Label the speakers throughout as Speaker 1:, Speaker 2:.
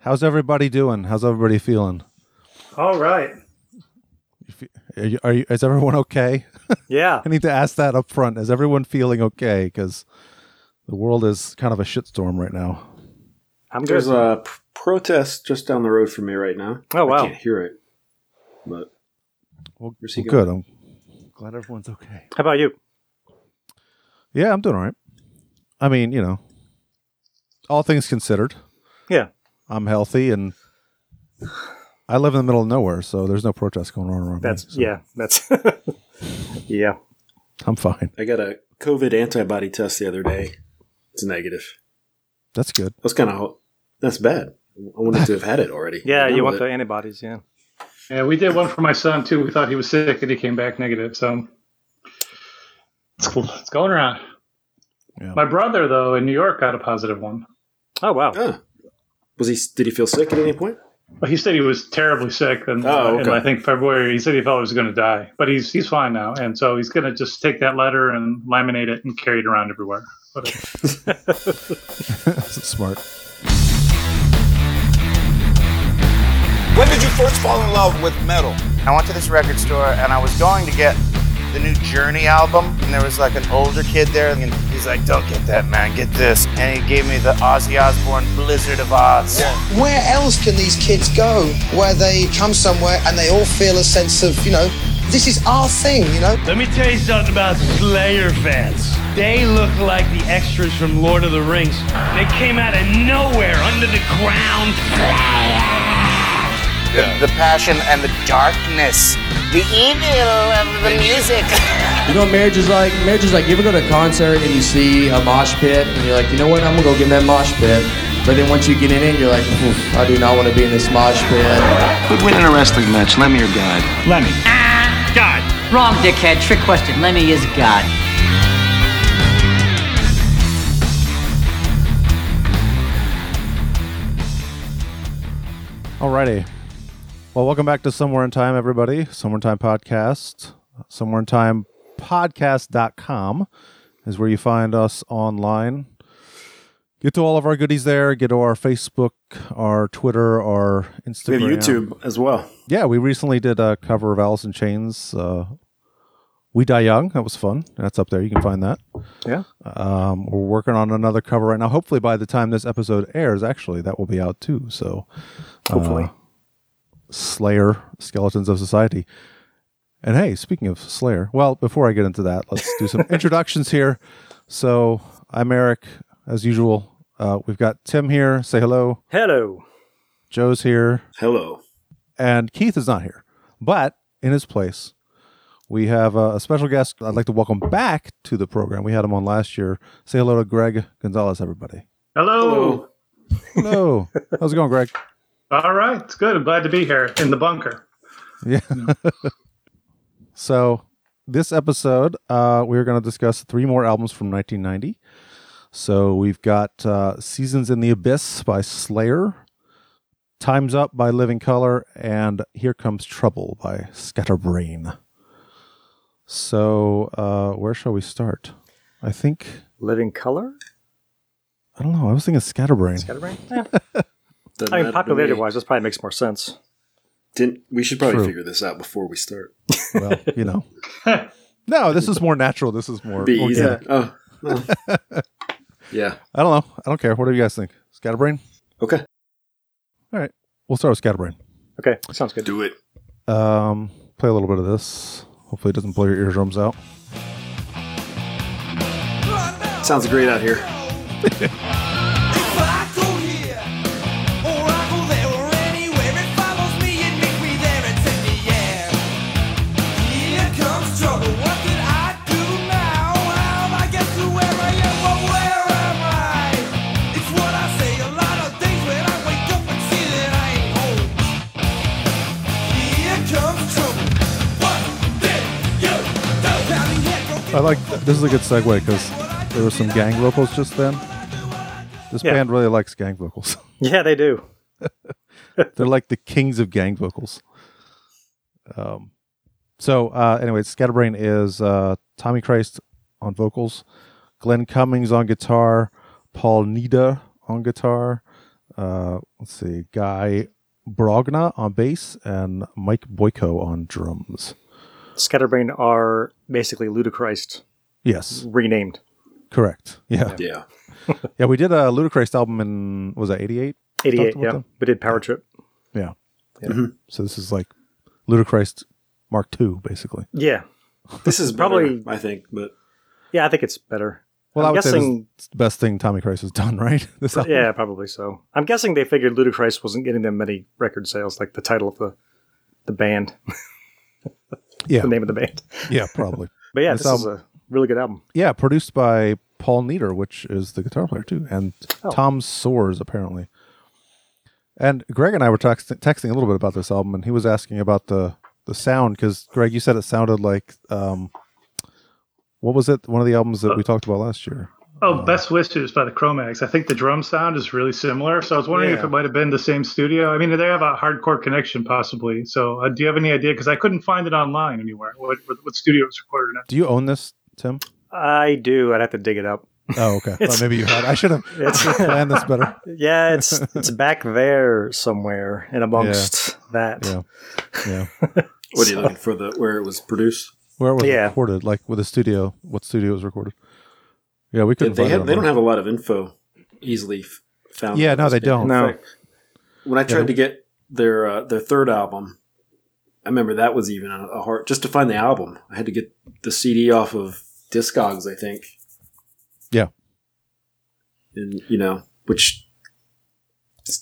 Speaker 1: How's everybody doing? How's everybody feeling?
Speaker 2: All right.
Speaker 1: If you- Are you, are you, is everyone okay?
Speaker 2: Yeah.
Speaker 1: I need to ask that up front. Is everyone feeling okay? Because the world is kind of a shitstorm right now.
Speaker 2: I'm good.
Speaker 3: There's a p- protest just down the road from me right now.
Speaker 2: Oh, wow.
Speaker 3: I can't hear it. But
Speaker 1: Well,
Speaker 3: Where's he
Speaker 1: well, good. I'm glad everyone's okay.
Speaker 2: How about you?
Speaker 1: Yeah, I'm doing all right. I mean, you know, all things considered,
Speaker 2: Yeah.
Speaker 1: I'm healthy and I live in the middle of nowhere, so there's no protest going on around me,
Speaker 2: That's
Speaker 1: so
Speaker 2: yeah. That's yeah.
Speaker 1: I'm fine.
Speaker 3: I got a COVID antibody test the other day. It's negative.
Speaker 1: That's good.
Speaker 3: That's kind of that's bad. I wanted to have had it already.
Speaker 2: Yeah.
Speaker 3: Done
Speaker 2: You want
Speaker 3: with
Speaker 2: the
Speaker 3: it.
Speaker 2: antibodies? Yeah.
Speaker 4: Yeah, we did one for my son too. We thought he was sick, and he came back negative. So it's cool. It's going around.
Speaker 1: Yeah.
Speaker 4: My brother, though, in New York, got a positive one.
Speaker 2: Oh wow.
Speaker 3: Ah. Was he? Did he feel sick at any point?
Speaker 4: But he said he was terribly sick, and,
Speaker 3: Oh, okay.
Speaker 4: and I think February he said he felt he was going to die, but he's he's fine now, and so he's going to just take that letter and laminate it and carry it around everywhere. But
Speaker 1: That's smart.
Speaker 5: When did you first fall in love with metal?
Speaker 6: I went to this record store and I was going to get the new Journey album, and there was like an older kid there, and he's like, "Don't get that, man. Get this." And he gave me the Ozzy Osbourne Blizzard of Oz.
Speaker 7: Where else can these kids go where they come somewhere and they all feel a sense of, you know, this is our thing, you know?
Speaker 8: Let me tell you something about Slayer fans. They look like the extras from Lord of the Rings. They came out of nowhere, under the ground.
Speaker 6: The passion and the darkness, the evil of the music.
Speaker 9: You know, what marriage is like marriage is like you ever go to a concert and you see a mosh pit and you're like, you know what, I'm gonna go get in that mosh pit. But then once you get in it, you're like, "Oof, I do not want to be in this mosh pit.
Speaker 3: Would win in a wrestling match. Lemme your guide.
Speaker 8: God,
Speaker 10: Wrong, dickhead. Trick question. Lemmy is God.
Speaker 1: Alrighty. Well, welcome back to Somewhere in Time, everybody. Somewhere in Time Podcast. Somewhere in Time Podcast.com is where you find us online. Get to all of our goodies there. Get to our Facebook, our Twitter, our
Speaker 3: We
Speaker 1: Instagram.
Speaker 3: have YouTube as well.
Speaker 1: Yeah, we recently did a cover of Alice in Chains. Uh, we Die Young. That was fun. That's up there. You can find that.
Speaker 2: Yeah.
Speaker 1: Um, we're working on another cover right now. Hopefully, by the time this episode airs, actually, that will be out too. So,
Speaker 2: Hopefully.
Speaker 1: uh, Slayer, Skeletons of Society. And hey, speaking of Slayer, well, before I get into that, let's do some introductions here. So, I'm Eric, as usual. Uh, we've got Tim here. Say hello.
Speaker 2: Hello.
Speaker 1: Joe's here
Speaker 3: Hello.
Speaker 1: and Keith is not here, but in his place, we have uh, a, a special guest. I'd like to welcome back to the program. We had him on last year. Say hello to Greg Gonzalez, everybody.
Speaker 4: hello.
Speaker 1: Hello, how's it going, Greg?
Speaker 4: All right, it's good. I'm glad to be here in the bunker.
Speaker 1: Yeah. so this episode, uh, we're going to discuss three more albums from 1990. So we've got uh, Seasons in the Abyss by Slayer, Time's Up by Living Color, and Here Comes Trouble by Scatterbrain. So uh, where shall we start? I think,
Speaker 2: Living color.
Speaker 1: I don't know, I was thinking Scatterbrain.
Speaker 2: Scatterbrain. Yeah.
Speaker 3: Doesn't
Speaker 2: I
Speaker 3: matter
Speaker 2: mean,
Speaker 3: to
Speaker 2: popularity
Speaker 3: me.
Speaker 2: wise, this probably makes more sense.
Speaker 3: Didn't we should probably
Speaker 1: True.
Speaker 3: figure this out before we start?
Speaker 1: well, you know. No, this is more natural. This is more
Speaker 3: Be easy.
Speaker 1: organic.
Speaker 3: Oh. oh. yeah.
Speaker 1: I don't know. I don't care. What do you guys think? Scatterbrain?
Speaker 3: Okay.
Speaker 1: All right. We'll start with Scatterbrain.
Speaker 2: Okay. Sounds good.
Speaker 3: Do it.
Speaker 1: Um, play a little bit of this. Hopefully, it doesn't blow your eardrums out.
Speaker 3: Sounds great out here.
Speaker 5: If I go here, or I go there, or anywhere, it follows me and meet me there, it's in the air. Here comes trouble, what did I do now? How'd I get to where I am, but where am I? It's what I say a lot of days when I wake up and see that I ain't home. Here comes trouble, what did you do? Now the head broken
Speaker 1: I like this is a good segue because there were some gang vocals just then. This
Speaker 2: Yeah.
Speaker 1: band really likes gang vocals.
Speaker 2: Yeah, they do.
Speaker 1: They're like the kings of gang vocals. Um, so uh, anyway, Scatterbrain is uh, Tommy Christ on vocals, Glenn Cummings on guitar, Paul Nida on guitar, Uh, let's see, Guy Brogna on bass and Mike Boyko on drums.
Speaker 2: Scatterbrain are basically Ludacris
Speaker 1: Yes,
Speaker 2: renamed.
Speaker 1: correct. Yeah,
Speaker 3: Yeah.
Speaker 1: yeah. We did a Ludacris album in was that '88?
Speaker 2: 88,
Speaker 1: about
Speaker 2: yeah.
Speaker 1: them.
Speaker 2: We did Power Trip.
Speaker 1: Yeah.
Speaker 2: Yeah.
Speaker 1: So this is like Ludacris Mark II, basically.
Speaker 2: Yeah.
Speaker 3: This is
Speaker 2: Probably-
Speaker 3: probably, I think, but
Speaker 2: Yeah, I think it's better.
Speaker 1: Well, i
Speaker 2: I'm
Speaker 1: would say
Speaker 2: guessing,
Speaker 1: this is the best thing Tommy Christ has done, right? This album.
Speaker 2: yeah, probably so. I'm guessing they figured Ludacris wasn't getting them many record sales, like the title of the the band,
Speaker 1: yeah,
Speaker 2: the name of the band.
Speaker 1: yeah, probably.
Speaker 2: But yeah,
Speaker 1: This
Speaker 2: this, is a really good album.
Speaker 1: Yeah, produced by Paul Nieder, which is the guitar player too, and
Speaker 2: Oh.
Speaker 1: Tom Soares apparently. And Greg and I were text- texting a little bit about this album, and he was asking about the the sound because Greg, you said it sounded like um, what was it? One of the albums that we talked about last year.
Speaker 4: Oh, Best Wishes by the Chromax. I think the drum sound is really similar. So I was wondering if
Speaker 2: Yeah.
Speaker 4: it might have been the same studio. I mean, they have a hardcore connection possibly. So uh, do you have any idea? Because I couldn't find it online anywhere. What, what, what studio it was recorded in?
Speaker 1: Do you own this, Tim?
Speaker 2: I do. I'd have to dig it up.
Speaker 1: Oh, okay. well, maybe you had. I should have planned this better.
Speaker 2: Yeah, it's it's back there somewhere and amongst that.
Speaker 1: Yeah. Yeah.
Speaker 3: what are you looking for? The where it was produced?
Speaker 1: Where it was
Speaker 2: Yeah.
Speaker 1: recorded, like with a studio, what studio it was recorded? Yeah, we
Speaker 3: They,
Speaker 1: couldn't.
Speaker 3: they
Speaker 1: find it
Speaker 3: have, they don't
Speaker 1: online.
Speaker 3: have a lot of info easily f- found.
Speaker 1: Yeah, no,
Speaker 3: This
Speaker 1: they don't.
Speaker 3: band.
Speaker 2: No.
Speaker 3: In fact, When I tried
Speaker 1: they-
Speaker 3: to get their uh, their third album, I remember that was even a, a hard just to find the album. I had to get the CD off of Discogs, I think.
Speaker 1: Yeah.
Speaker 3: and you know, which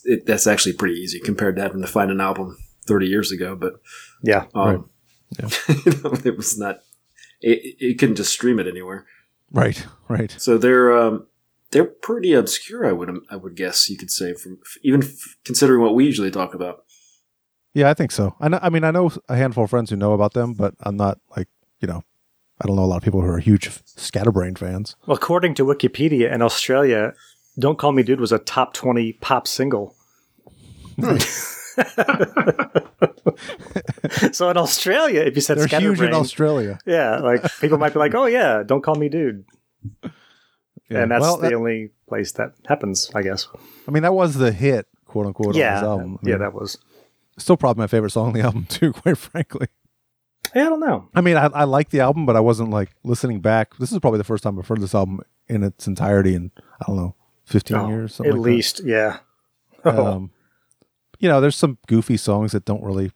Speaker 3: it, that's actually pretty easy compared to having to find an album thirty years ago. But
Speaker 2: Yeah.
Speaker 3: um,
Speaker 1: Right.
Speaker 3: it was not. It, it couldn't just stream it anywhere.
Speaker 1: Right. Right.
Speaker 3: So they're um, they're pretty obscure. I would I would guess you could say from even f- considering what we usually talk about.
Speaker 1: Yeah, I think so. I know, I mean, I know a handful of friends who know about them, but I'm not like you know, I don't know a lot of people who are huge f- Scatterbrain fans.
Speaker 2: Well, according to Wikipedia in Australia, Don't Call Me Dude was a top 20 pop single.
Speaker 1: Hmm.
Speaker 2: so in Australia, if you said
Speaker 1: They're huge in
Speaker 2: Scatterbrain-
Speaker 1: Australia,
Speaker 2: yeah, like people might be like, "Oh yeah, Don't Call Me Dude,"
Speaker 1: Yeah.
Speaker 2: and that's
Speaker 1: well,
Speaker 2: the
Speaker 1: that-
Speaker 2: only place that happens, I guess.
Speaker 1: I mean, that was the hit, quote unquote, on
Speaker 2: Yeah,
Speaker 1: this album. I
Speaker 2: yeah,
Speaker 1: mean,
Speaker 2: that was.
Speaker 1: still probably my favorite song on the album too. Quite frankly,
Speaker 2: Yeah, I don't know.
Speaker 1: I mean, I, I like the album, but I wasn't like listening back. This is probably the first time I've heard this album in its entirety in I don't know, 15
Speaker 2: Oh,
Speaker 1: years, something
Speaker 2: At
Speaker 1: like that.
Speaker 2: least, yeah. Oh,
Speaker 1: Um, you know, there's some goofy songs that don't really.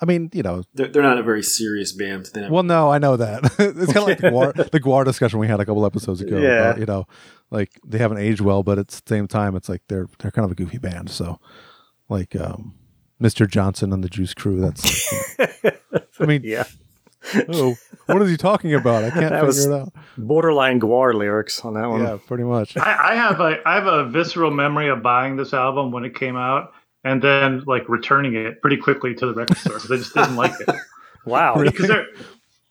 Speaker 1: I mean, you know,
Speaker 3: They're, they're not a very serious band. They don't-
Speaker 1: Well, no, I know that. it's kind of like the Guar, the Guar discussion we had a couple episodes ago.
Speaker 2: Yeah.
Speaker 1: about, you know, like they haven't aged well, but at the same time, it's like they're they're kind of a goofy band. So, like um, Mr. Johnson and the Juice Crew. That's. I mean,
Speaker 2: yeah.
Speaker 1: oh, what is he talking about? I can't figure
Speaker 2: That was-
Speaker 1: it out.
Speaker 2: Borderline Guar lyrics on that one.
Speaker 1: Yeah, pretty much.
Speaker 4: I, I have a I have a visceral memory of buying this album when it came out and then like returning it pretty quickly to the record store because I just didn't like it.
Speaker 2: Wow.
Speaker 4: because there,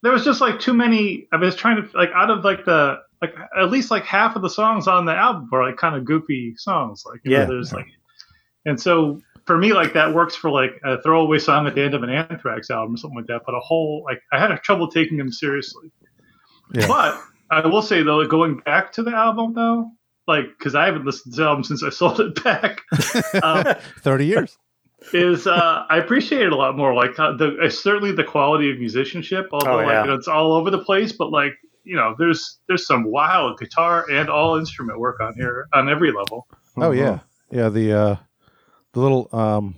Speaker 4: there was just like too many. I was trying to like out of like the like at least like half of the songs on the album are like kind of goofy songs. Like you know,
Speaker 2: Yeah.
Speaker 4: there's like, and so for me like that works for like a throwaway song at the end of an Anthrax album or something like that. But a whole like I had trouble taking them seriously.
Speaker 1: Yeah.
Speaker 4: But I will say though, going back to the album though. Like, because I haven't listened to the album since I sold it back. Um,
Speaker 1: Thirty years.
Speaker 4: is uh, I appreciate it a lot more. Like uh, the uh, certainly the quality of musicianship, although
Speaker 2: Oh,
Speaker 4: like
Speaker 2: yeah.
Speaker 4: you know, it's all over the place. But like you know, there's there's some wild guitar and all instrument work on here on every level.
Speaker 1: Oh yeah, yeah. The uh, the little um,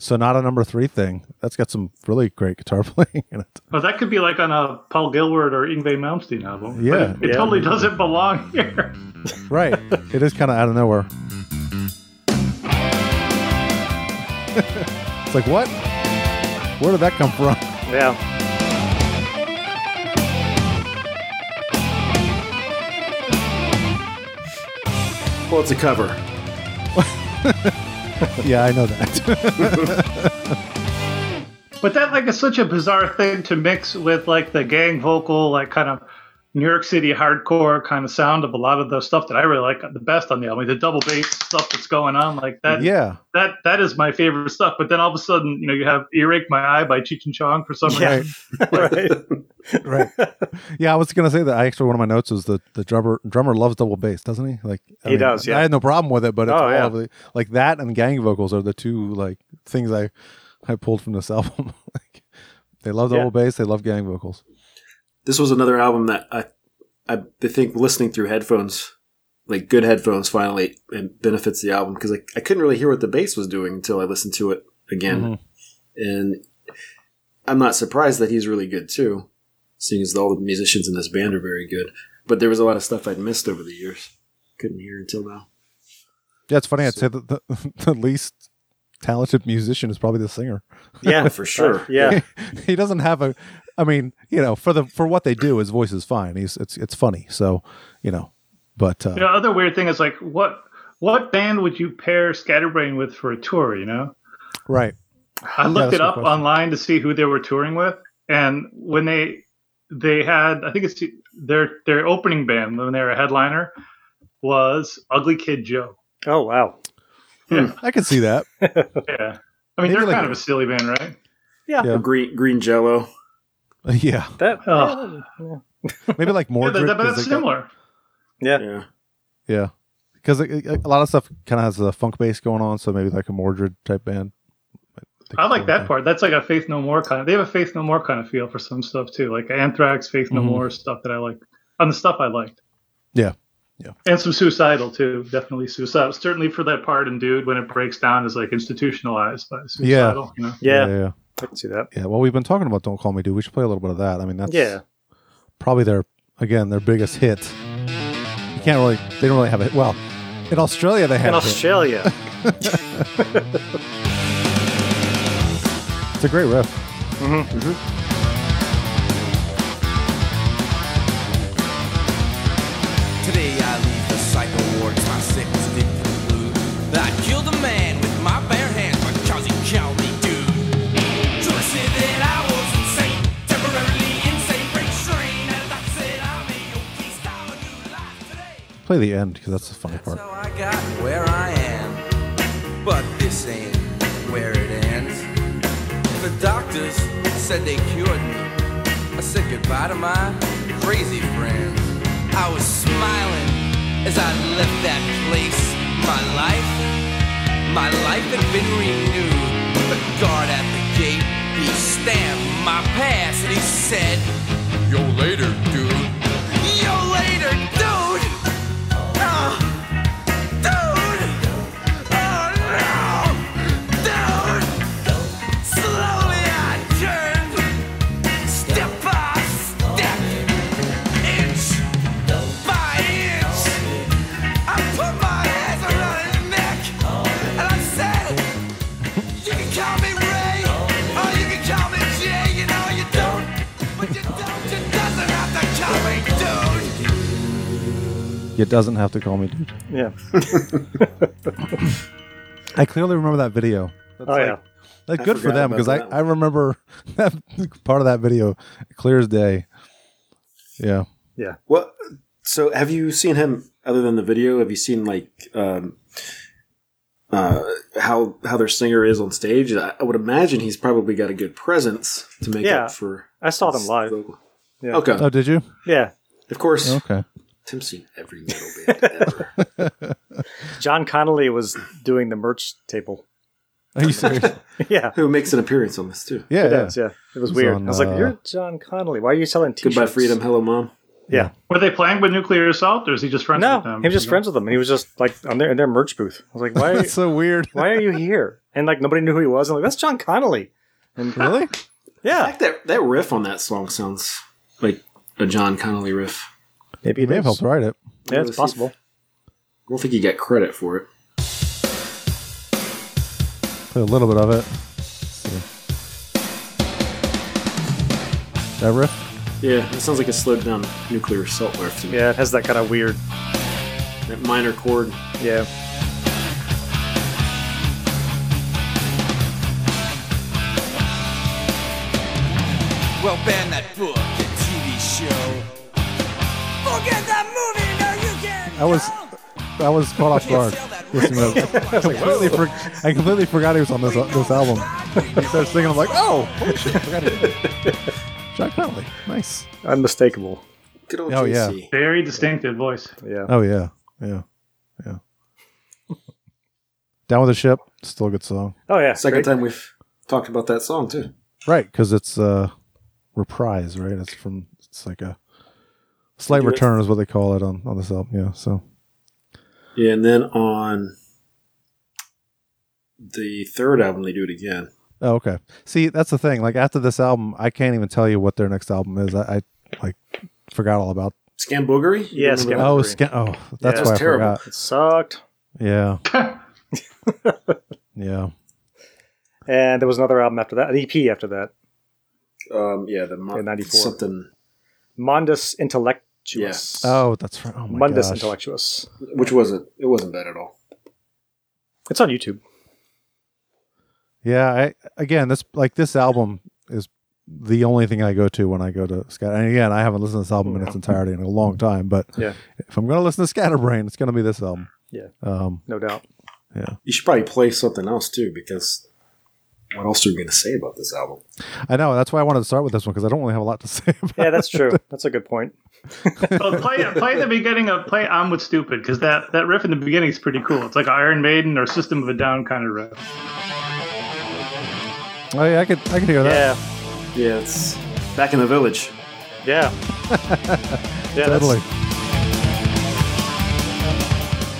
Speaker 1: Sonata Number Three thing. That's got some really great guitar playing in it.
Speaker 4: Well, that could be like on a Paul Gilbert or Ingve Malmsteen album. but
Speaker 1: Yeah.
Speaker 4: it, it
Speaker 2: Yeah.
Speaker 4: totally doesn't belong here.
Speaker 1: Right. Mm. it is kind of out of nowhere. it's like, what? Where did that come from?
Speaker 2: Yeah.
Speaker 3: well, it's a cover.
Speaker 1: yeah, I know that.
Speaker 4: But that like is such a bizarre thing to mix with like the gang vocal, like kind of New York City hardcore kind of sound of a lot of the stuff that I really like the best on the album, like the double bass stuff that's going on, like that.
Speaker 1: yeah.
Speaker 4: that that is my favorite stuff. But then all of a sudden, you know, you have "Earache My Eye" by Cheech and Chong for some reason.
Speaker 2: right.
Speaker 1: Right. yeah, I was gonna say that. I actually one of my notes was the the drummer drummer loves double bass, doesn't he? Like I
Speaker 2: He does, yeah.
Speaker 1: I had no problem with it, but it's
Speaker 2: Oh,
Speaker 1: all
Speaker 2: yeah.
Speaker 1: of the, like that and gang vocals are the two like things I I pulled from this album. like they love double bass, they love gang vocals.
Speaker 3: This was another album that I, I think listening through headphones, like good headphones, finally it benefits the album because I, I couldn't really hear what the bass was doing until I listened to it again, and I'm not surprised that he's really good too, seeing as all the musicians in this band are very good. But there was a lot of stuff I'd missed over the years, couldn't hear until now.
Speaker 1: Yeah, it's funny. I'd say that the, the least talented musician is probably the singer.
Speaker 2: Yeah,
Speaker 3: For sure.
Speaker 2: Yeah.
Speaker 1: he doesn't have a. I mean, you know, for the for what they do, his voice is fine. He's it's it's funny. So you know, but uh,
Speaker 4: You know, other weird thing is like what what band would you pair Scatterbrain with for a tour? You know,
Speaker 1: right,
Speaker 4: I looked
Speaker 1: that's
Speaker 4: it
Speaker 1: a good
Speaker 4: up
Speaker 1: question.
Speaker 4: online to see who they were touring with, and when they they had, I think it's their their opening band when they were a headliner was Ugly Kid Joe.
Speaker 2: Oh wow.
Speaker 1: I can see that.
Speaker 4: Yeah, I mean
Speaker 1: Maybe
Speaker 4: they're
Speaker 1: like-
Speaker 4: kind of a silly band, right?
Speaker 1: Yeah.
Speaker 3: Green green Jello.
Speaker 1: yeah,
Speaker 2: That
Speaker 4: Oh.
Speaker 1: maybe like
Speaker 4: Yeah,
Speaker 1: more.
Speaker 4: that- that- but that's similar.
Speaker 3: Yeah,
Speaker 1: Yeah, because a lot of stuff kind of has a funk bass going on, so maybe like a Mordred type band. think
Speaker 4: I
Speaker 1: it's
Speaker 4: like
Speaker 1: probably-
Speaker 4: that part. That's like a Faith No More kind. Of, they have a Faith No More kind of feel for some stuff too, like Anthrax, Faith No
Speaker 2: Mm-hmm.
Speaker 1: Mhm.
Speaker 4: More stuff that I like. On the stuff I liked.
Speaker 1: Yeah. Yeah.
Speaker 4: And some suicidal too. Definitely suicidal. Certainly for that part and dude when it breaks down is like institutionalized by suicidal. You know?
Speaker 2: yeah,
Speaker 1: yeah, yeah,
Speaker 2: I can see that.
Speaker 1: yeah. Well, we've been talking about "Don't Call Me Dude." We should play a little bit of that. I mean, that's
Speaker 2: Yeah.
Speaker 1: probably their again their biggest hit. You can't really they don't really have it. Well, in Australia they
Speaker 2: In
Speaker 1: have it.
Speaker 2: Australia.
Speaker 1: It's a great riff.
Speaker 5: Today I leave the psycho wards, my sick stick blue. I killed a man with my bare hands because he called me dude. George said that I was insane, temporarily insane, brain strain, and I said I may okay, start a new life today.
Speaker 1: Play the end because that's the funny part.
Speaker 5: So I got where I am, but this ain't where it ends. The doctors said they cured me. I said goodbye to my crazy friends. I was smiling as I left that place. My life, my life had been renewed. The guard at the gate, he stamped my pass and he said, Yo later, dude. Yo later, dude. Ah. Dude! Oh no! Dude! Slowly I turned, step by step, inch by inch. I put my hands around his neck and I said, You can call me Ray, or you can call me Jay, you know you don't, but you don't, you doesn't have to call me dude.
Speaker 1: It doesn't have to call me dude.
Speaker 2: yeah.
Speaker 1: I clearly remember that video. That's
Speaker 2: Oh
Speaker 1: like,
Speaker 2: yeah.
Speaker 1: Like
Speaker 3: I
Speaker 1: good for
Speaker 3: forgot
Speaker 1: them
Speaker 3: about
Speaker 1: because I,
Speaker 3: that one.
Speaker 1: I remember that part of that video clear as day. Yeah.
Speaker 3: What? So, have you seen him other than the video? Have you seen like um, uh, how how their singer is on stage? I, I would imagine he's probably got a good presence to make
Speaker 2: Yeah.
Speaker 3: up for.
Speaker 2: I saw them live. Yeah.
Speaker 3: Okay,
Speaker 1: Oh, did you?
Speaker 2: Yeah.
Speaker 3: of course.
Speaker 1: Okay.
Speaker 3: Tim's seen every metal band ever.
Speaker 2: John Connolly was doing the merch table.
Speaker 1: Are you serious?
Speaker 2: Yeah.
Speaker 3: Who makes an appearance on this too?
Speaker 1: Yeah.
Speaker 2: It
Speaker 1: yeah.
Speaker 2: does, yeah. It was
Speaker 1: He's
Speaker 2: weird.
Speaker 1: on,
Speaker 2: I was like,
Speaker 1: uh,
Speaker 2: "You're John Connolly. Why are you selling t-shirts?"
Speaker 3: Goodbye, freedom. Hello, mom.
Speaker 2: Yeah.
Speaker 4: Were they playing with Nuclear Assault or is he just friends
Speaker 2: No,
Speaker 4: with them?
Speaker 2: he was just friends with them, and he was just like on their in their merch booth. I was like, "Why? Are you,
Speaker 1: That's so weird.
Speaker 2: why are you here?" And like nobody knew who he was. I'm like, "That's John Connolly."
Speaker 1: really?
Speaker 3: I
Speaker 2: Yeah,
Speaker 3: think that that riff on that song sounds like a John Connolly riff.
Speaker 2: maybe
Speaker 1: You
Speaker 2: it
Speaker 1: may have
Speaker 2: is.
Speaker 1: helped write it.
Speaker 2: Yeah, it's possible.
Speaker 3: I don't think he got credit for it.
Speaker 1: Play a little bit of it. That riff?
Speaker 3: Yeah, it sounds like a slowed down nuclear assault riff to me.
Speaker 2: Yeah, it has that kind of weird.
Speaker 3: That minor chord.
Speaker 2: Yeah,
Speaker 5: Well, ban that book and TV show.
Speaker 1: I was I was caught off guard. Listening to I, completely for, I completely forgot he was on this this album. He starts singing. I'm like, oh, holy shit, I forgot he was. Jack Conley, nice.
Speaker 2: Unmistakable.
Speaker 3: Good old
Speaker 1: Oh,
Speaker 3: JC.
Speaker 4: Very distinctive voice.
Speaker 2: Yeah.
Speaker 1: Oh yeah, yeah, yeah. Down with the ship, still a good song,
Speaker 2: Oh yeah.
Speaker 3: Second
Speaker 2: great.
Speaker 3: time we've talked about that song too.
Speaker 1: right? Because it's uh, reprise, right? It's from it's like a slight
Speaker 3: Do it.
Speaker 1: return is what they call it on on this album. Yeah, so
Speaker 3: Yeah, and then on the third album, they do it again.
Speaker 1: Oh, okay. See, that's the thing. Like after this album, I can't even tell you what their next album is. I, I like forgot all about.
Speaker 3: Scamboogery?
Speaker 2: Yeah, Scam-
Speaker 1: Oh,
Speaker 2: agree.
Speaker 1: sca- oh, that's why
Speaker 2: Yeah.
Speaker 1: I
Speaker 3: That's terrible.
Speaker 1: forgot.
Speaker 2: It sucked.
Speaker 1: Yeah, yeah.
Speaker 2: And there was another album after that, an EP after that,
Speaker 3: Um, yeah, the mon-
Speaker 2: Yeah, 94.
Speaker 3: something,
Speaker 2: Mondus Intellectuous.
Speaker 3: Yes.
Speaker 1: Oh, that's right. Oh my
Speaker 2: Mundus
Speaker 1: gosh.
Speaker 2: Intellectuous.
Speaker 3: which wasn't it wasn't bad at all.
Speaker 2: It's on YouTube.
Speaker 1: Yeah. I again, this like this album is the only thing I go to when I go to Scat. And again, I haven't listened to this album in its entirety in a long time. But
Speaker 2: Yeah.
Speaker 1: if I'm gonna listen to Scatterbrain, it's gonna be this album.
Speaker 2: Yeah.
Speaker 1: Um.
Speaker 2: No doubt.
Speaker 3: You should probably play something else too, because what else are we going to say about this album?
Speaker 1: I know. That's why I wanted to start with this one because I don't really have a lot to say. About
Speaker 2: Yeah, that's true. That's a good point.
Speaker 4: But play play the beginning of play "I'm with Stupid" because that that riff in the beginning is pretty cool. It's like an Iron Maiden or System of a Down kind of riff.
Speaker 1: it. Oh yeah, I could I could hear that.
Speaker 2: Yeah.
Speaker 3: Yeah, it's back in the village.
Speaker 2: Yeah. yeah. That's,
Speaker 1: Totally.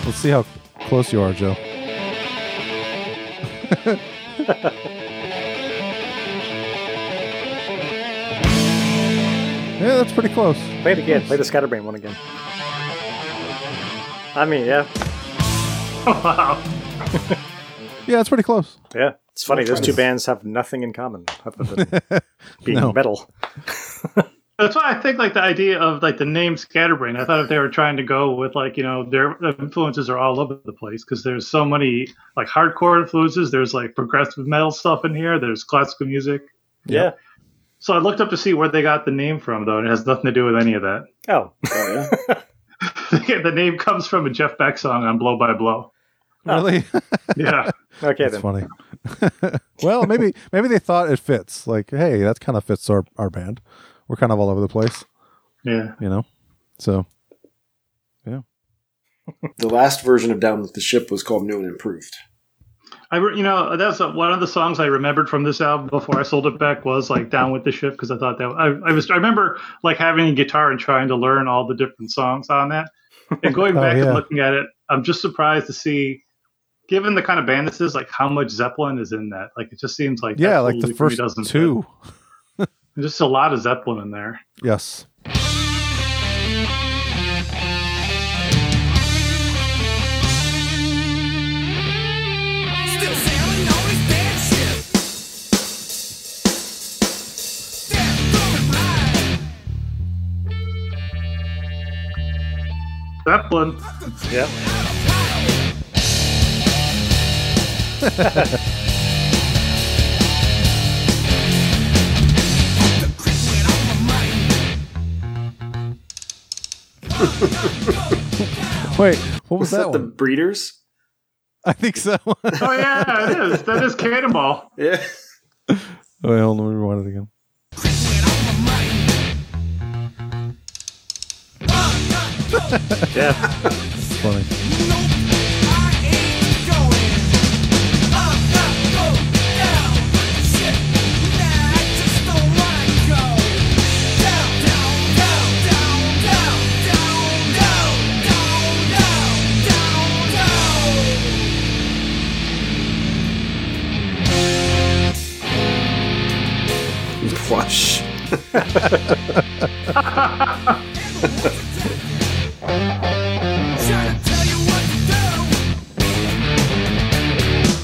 Speaker 1: Let's see how close you are, Joe. yeah, that's pretty close.
Speaker 2: play it again. Play the Scatterbrain one again. I mean, yeah,
Speaker 4: wow.
Speaker 1: Yeah, it's pretty close.
Speaker 2: yeah. It's funny. Those two bands have nothing in common other than being
Speaker 1: No.
Speaker 2: metal.
Speaker 4: That's why I think like the idea of like the name Scatterbrain. I thought if they were trying to go with like you know their influences are all over the place because there's so many like hardcore influences. There's like progressive metal stuff in here. There's classical music.
Speaker 2: Yeah.
Speaker 4: So I looked up to see where they got the name from though, and it has nothing to do with any of that.
Speaker 2: Oh.
Speaker 3: Oh yeah,
Speaker 4: the name comes from a Jeff Beck song on Blow by Blow.
Speaker 1: Really?
Speaker 4: Yeah.
Speaker 2: Okay
Speaker 1: that's
Speaker 2: then.
Speaker 1: funny. well, maybe maybe they thought it fits. Like, hey, that kind of fits our, our band. We're kind of all over the place,
Speaker 4: Yeah.
Speaker 1: you know? So
Speaker 3: the last version of Down with the Ship was called New and Improved.
Speaker 4: I, re- you know, that's uh one of the songs I remembered from this album before I sold it back was like "Down with the Ship" because I thought that I, I was. I remember like having a guitar and trying to learn all the different songs on that. And going
Speaker 1: Oh,
Speaker 4: back
Speaker 1: yeah.
Speaker 4: and looking at it, I'm just surprised to see, given the kind of band this is, like how much Zeppelin is in that. Like it just seems like
Speaker 1: yeah,
Speaker 4: that
Speaker 1: like
Speaker 4: totally
Speaker 1: the
Speaker 4: to me
Speaker 1: first
Speaker 4: doesn't fit.
Speaker 1: two.
Speaker 4: There's just a lot of Zeppelin in there.
Speaker 1: Yes.
Speaker 5: Still sailing on his bad ship. Death coming right.
Speaker 4: Zeppelin.
Speaker 5: The crit went off my mind.
Speaker 1: Wait, what was
Speaker 3: Was that,
Speaker 1: that
Speaker 3: the
Speaker 1: one?
Speaker 3: Breeders?
Speaker 1: I think so.
Speaker 4: Oh yeah, it is. That is Cannonball.
Speaker 3: Yeah.
Speaker 1: Wait, hold on, let me rewind it again.
Speaker 5: Crit went off my mind.
Speaker 2: Yeah.
Speaker 1: It's funny.
Speaker 5: Nope, I ain't going. I'm not going down with the ship. Nah, I just don't wanna go down, down, down, down, down, down, down, down, down, down, down.
Speaker 3: Wash.
Speaker 5: Hmm. Trying to tell you what to do.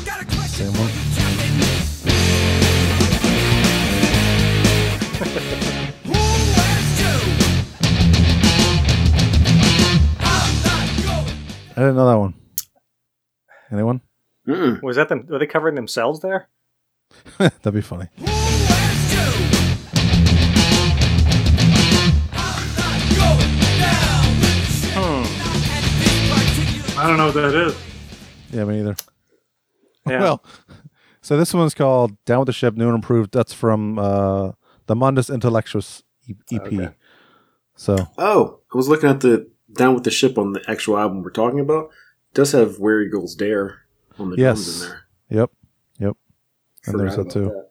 Speaker 5: Got a question for you, Captain. Who asked you? I'm not going.
Speaker 1: I didn't know that one. Anyone?
Speaker 3: Mm-mm.
Speaker 2: Was that them? Were they covering themselves there?
Speaker 1: That'd be funny.
Speaker 5: Who asked you? I'm not going down with the ship. Not at the
Speaker 4: I don't know what that is.
Speaker 1: Yeah, me either.
Speaker 2: Yeah.
Speaker 1: Well, so this one's called "Down with the Ship," new and improved. That's from uh, the Mundus Intellectus E- EP.
Speaker 2: Okay.
Speaker 1: So
Speaker 3: Oh, I was looking at the Down with the Ship on the actual album we're talking about. It does have Where Eagles Dare on the
Speaker 1: Yes.
Speaker 3: drums in there.
Speaker 1: Yep. Yep. And
Speaker 3: Forgot
Speaker 1: there's that
Speaker 3: about
Speaker 1: too.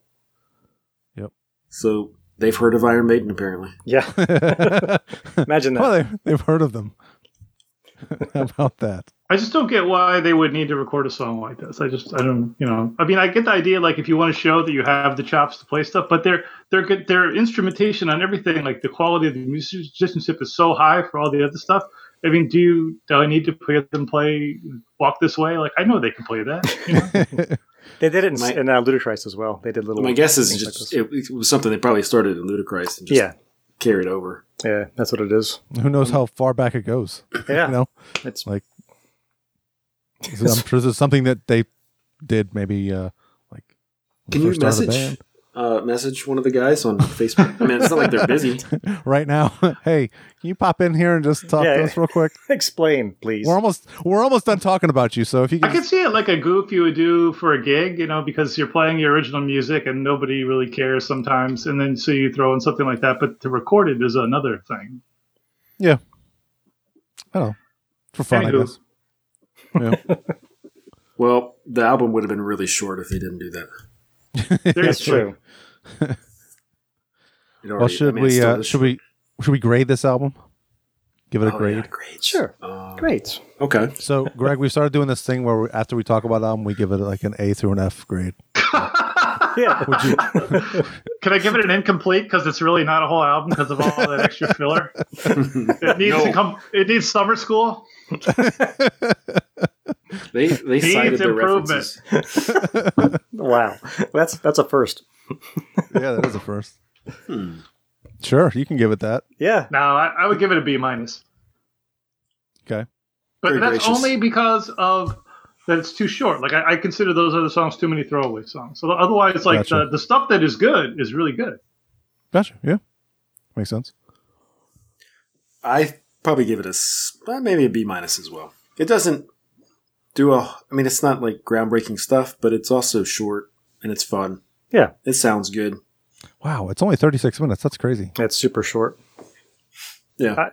Speaker 1: Yep.
Speaker 3: So they've heard of Iron Maiden apparently.
Speaker 2: yeah. Imagine that.
Speaker 1: Well, they, they've heard of them. How about that?
Speaker 4: I just don't get why they would need to record a song like this. I just I don't you know. I mean, I get the idea like if you want to show that you have the chops to play stuff, but their their good their instrumentation on everything, like the quality of the musicianship is so high for all the other stuff. I mean, do you do I need to play them play Walk This Way? Like I know they can play that. You know?
Speaker 2: They did it in,
Speaker 3: My-
Speaker 2: in uh, Ludacris as well. They did little.
Speaker 3: My guess is
Speaker 2: things like
Speaker 3: just
Speaker 2: this.
Speaker 3: it, it was something they probably started in Ludacris and just
Speaker 2: yeah,
Speaker 3: carried over.
Speaker 2: yeah. That's what it is.
Speaker 1: Who knows how far back it goes?
Speaker 2: Yeah,
Speaker 1: You know,
Speaker 2: it's
Speaker 1: like is it- I'm sure this is something that they did maybe uh, like. when
Speaker 3: Can
Speaker 1: they
Speaker 3: you
Speaker 1: first started the
Speaker 3: message uh, message one of the guys on Facebook? I mean, it's not like they're busy.
Speaker 1: band? right now? hey, can you pop in here and just talk
Speaker 2: Yeah.
Speaker 1: to us real quick?
Speaker 2: explain, please.
Speaker 1: We're almost we're almost done talking about you. So if you
Speaker 4: I
Speaker 1: can,
Speaker 4: could see it like a goof you would do for a gig, you know, because you're playing your original music and nobody really cares sometimes, and then so you throw in something like that. But to record it is another thing.
Speaker 1: yeah, I don't know for fun, I
Speaker 4: Anywho.
Speaker 1: guess. Yeah.
Speaker 3: Well, the album would have been really short if they didn't do that.
Speaker 4: There's
Speaker 2: That's true.
Speaker 3: It
Speaker 1: well,
Speaker 3: already- I
Speaker 1: should
Speaker 3: mean, it's
Speaker 1: we
Speaker 3: still
Speaker 1: uh,
Speaker 3: this-
Speaker 1: should we should we grade this album? Give it a
Speaker 3: Oh,
Speaker 1: grade.
Speaker 3: yeah, grades.
Speaker 2: Sure.
Speaker 3: Um,
Speaker 2: Great.
Speaker 3: Okay.
Speaker 1: So, Greg, we started doing this thing where we, after we talk about an album, we give it like an A through an F grade.
Speaker 2: Yeah.
Speaker 1: Would you?
Speaker 4: Can I give it an incomplete because it's really not a whole album because of all that extra filler? It needs to come. It needs summer school.
Speaker 3: They they
Speaker 4: Needs
Speaker 3: cited the
Speaker 4: improvement.
Speaker 3: references.
Speaker 2: Wow. That's that's a first.
Speaker 1: yeah, that is a first.
Speaker 2: Hmm.
Speaker 1: Sure, you can give it that.
Speaker 2: Yeah.
Speaker 4: No, I, I would give it a B minus,
Speaker 1: Okay.
Speaker 4: but
Speaker 3: Very
Speaker 4: that's
Speaker 3: gracious.
Speaker 4: only because of that it's too short. Like I, I consider those other songs too many throwaway songs. So otherwise, like
Speaker 1: Gotcha.
Speaker 4: the, the stuff that is good is really good.
Speaker 1: Gotcha. Yeah. Makes sense.
Speaker 3: I probably give it a s- well, maybe a B minus as well. It doesn't do a. I mean, it's not like groundbreaking stuff, but it's also short and it's fun.
Speaker 2: Yeah.
Speaker 3: It sounds good.
Speaker 1: Wow, it's only 36 minutes. That's crazy.
Speaker 2: That's super short.
Speaker 3: Yeah.
Speaker 2: I-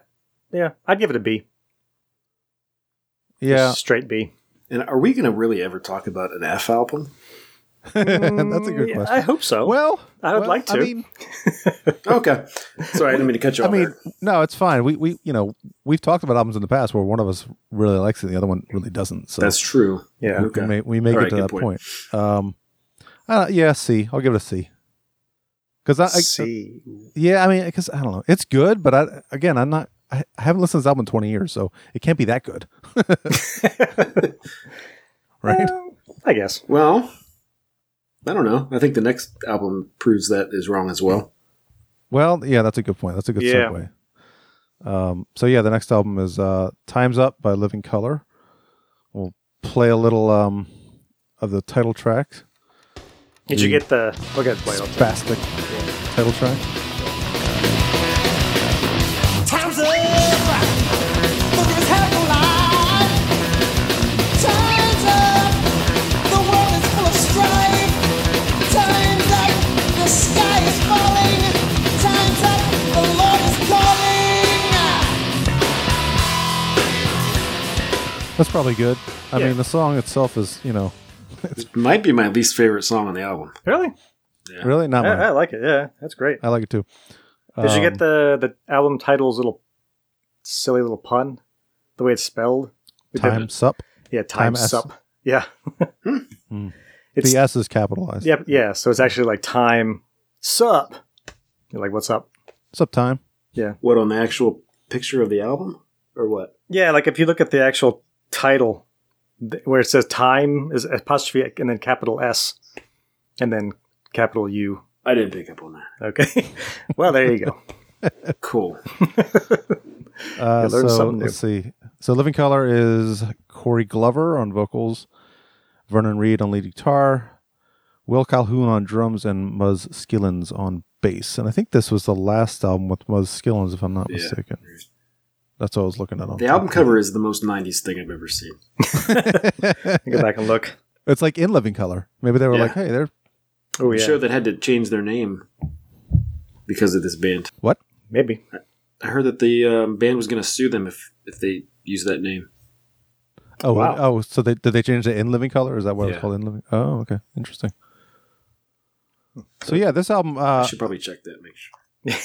Speaker 2: Yeah. I'd give it a B.
Speaker 1: Yeah.
Speaker 2: Straight B.
Speaker 3: and are we going to really ever talk about an F album?
Speaker 1: That's a good
Speaker 2: Yeah,
Speaker 1: question.
Speaker 2: I hope so.
Speaker 1: well,
Speaker 2: I would
Speaker 1: well,
Speaker 2: like
Speaker 1: I
Speaker 2: to.
Speaker 1: mean,
Speaker 3: Okay. Sorry, I didn't mean to cut you
Speaker 1: I
Speaker 3: off.
Speaker 1: mean,
Speaker 3: there.
Speaker 1: no, it's fine. We, we, you know, we've talked about albums in the past where one of us really likes it and the other one really doesn't. So
Speaker 3: that's true.
Speaker 2: yeah.
Speaker 1: we
Speaker 3: okay.
Speaker 1: may, we may
Speaker 3: All
Speaker 1: get
Speaker 3: right,
Speaker 1: to
Speaker 3: good
Speaker 1: that point.
Speaker 3: point.
Speaker 1: Um, uh, yeah, C. I'll give it a C. Because I, I,
Speaker 2: C.
Speaker 1: Yeah, I mean, because I don't know, it's good, but I again, I'm not. I I haven't listened to this album in 20 years, so it can't be that good, right?
Speaker 2: I guess.
Speaker 3: Well, I don't know. I think the next album proves that is wrong as well.
Speaker 1: Well, yeah, that's a good point. That's a good
Speaker 2: Yeah.
Speaker 1: segue. Um, so yeah, the next album is uh, "Times Up" by Living Color. We'll play a little um, of the title track,
Speaker 2: Did
Speaker 1: Mm.
Speaker 2: you get the? We'll get play off.
Speaker 1: spastic title track.
Speaker 5: Time's up. Look at his head alive. Time's up. The world is full of strife. Time's up. The sky is falling. Time's up. The Lord is calling.
Speaker 1: That's probably good. I
Speaker 2: Yeah.
Speaker 1: mean, the song itself is, you know,
Speaker 3: It might be my least favorite song on the album.
Speaker 2: Really?
Speaker 1: really not.
Speaker 2: I,
Speaker 1: mine.
Speaker 2: I like it. Yeah, that's great.
Speaker 1: I like it too.
Speaker 2: Did you
Speaker 1: Um,
Speaker 2: get the the album title's little silly little pun? The way it's spelled. We did-
Speaker 1: "Times Up"?
Speaker 2: Yeah, time,
Speaker 1: S.
Speaker 2: sup. Yeah. It's-
Speaker 1: the S is capitalized.
Speaker 2: Yep. Yeah. So it's actually like time sup. You're like, what's up?
Speaker 1: Sup time.
Speaker 3: What on the actual picture of the album or what?
Speaker 2: Yeah. Like if you look at the actual title, th- where it says time is apostrophe and then capital S, and then capital U.
Speaker 3: I didn't pick up on that.
Speaker 2: Okay. well, there you go.
Speaker 3: Cool.
Speaker 1: Uh,
Speaker 2: You learn
Speaker 1: so
Speaker 2: something new.
Speaker 1: let's see. So Living Color is Corey Glover on vocals, Vernon Reed on lead guitar, Will Calhoun on drums, and Muzz Skillins on bass. And I think this was the last album with Muzz Skillins, if I'm not
Speaker 3: Yeah.
Speaker 1: mistaken. That's what I was looking at. On
Speaker 3: The album cover is the most '90s thing I've ever seen.
Speaker 2: Oh, Go back and look.
Speaker 1: It's like in living color. Maybe they were
Speaker 3: Yeah.
Speaker 1: like, hey, they're
Speaker 2: Oh
Speaker 3: I'm
Speaker 2: yeah,
Speaker 3: sure that had to change their name because of this band.
Speaker 1: what?
Speaker 2: maybe.
Speaker 3: I heard that the um, band was going to sue them if if they use that name.
Speaker 1: Oh,
Speaker 2: Wow.
Speaker 1: oh, so they did they change the in living color? Is that what it's
Speaker 3: Yeah.
Speaker 1: called? In living. Oh, okay, interesting.
Speaker 3: Hmm.
Speaker 1: So yeah, this album. Uh,
Speaker 3: I should probably check that. Make sure.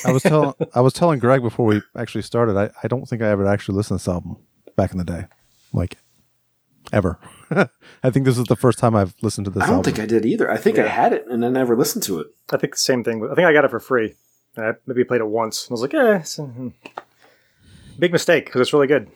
Speaker 1: I was telling I was telling Greg before we actually started. I, I don't think I ever actually listened to this album back in the day, like ever. I think this is the first time I've listened to this.
Speaker 3: I don't
Speaker 1: album.
Speaker 3: think I did either. I think I had it and I never listened to it.
Speaker 2: I think the same thing. I think I got it for free. I maybe played it once. I was like, eh. it's- hmm." Big mistake because it's really good.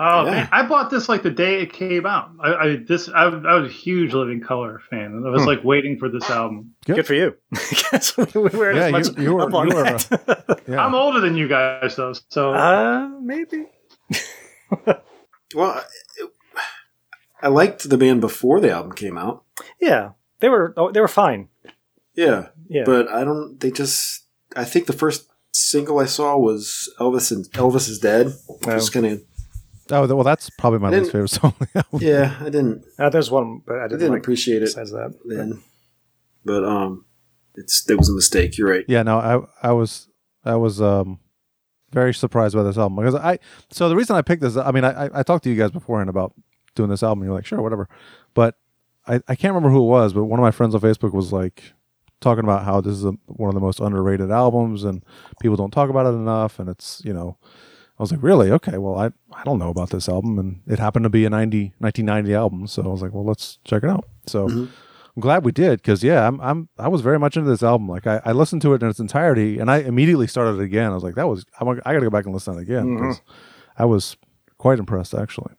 Speaker 4: Oh
Speaker 3: Yeah.
Speaker 4: man, I bought this like the day it came out. I, I this I, I was a huge Living Color fan, and I
Speaker 3: Hmm.
Speaker 4: was like waiting for this album.
Speaker 1: Yep.
Speaker 2: Good for you. Guess we weren't
Speaker 1: Yeah,
Speaker 2: as much
Speaker 1: you- you were-
Speaker 2: up on
Speaker 1: you were,
Speaker 2: that.
Speaker 1: Yeah.
Speaker 4: I'm older than you guys though, so
Speaker 2: uh, maybe.
Speaker 3: Well, I, I liked the band before the album came out.
Speaker 2: Yeah, they were. Oh, they were fine.
Speaker 3: Yeah,
Speaker 2: Yeah.
Speaker 3: but I don't. They just. I think the first single I saw was Elvis and Elvis is Dead. Just kind of.
Speaker 1: Oh th- well, that's probably my
Speaker 3: I
Speaker 1: least
Speaker 3: didn't-
Speaker 1: favorite song. on the album.
Speaker 3: Yeah, I didn't.
Speaker 2: Uh, there's one, but I
Speaker 3: I
Speaker 2: didn't,
Speaker 3: didn't
Speaker 2: like
Speaker 3: appreciate it
Speaker 2: besides that.
Speaker 3: then. But um, it's it was a mistake. You're right.
Speaker 1: yeah, no, I I was I was um very surprised by this album because I so the reason I picked this. I mean, I I- I talked to you guys beforehand about doing this album. You're like, sure, whatever, but I I can't remember who it was, but one of my friends on Facebook was like talking about how this is a, one of the most underrated albums and people don't talk about it enough and it's you know I was like really okay well I I don't know about this album and it happened to be a 90 1990 album so I was like well let's check it out so I'm glad we did because yeah, I'm I'm I was very much into this album. Like I, I listened to it in its entirety, and I immediately started it again. I was like, that was I'm, I got to go back and listen to it again 'cause I was quite impressed actually.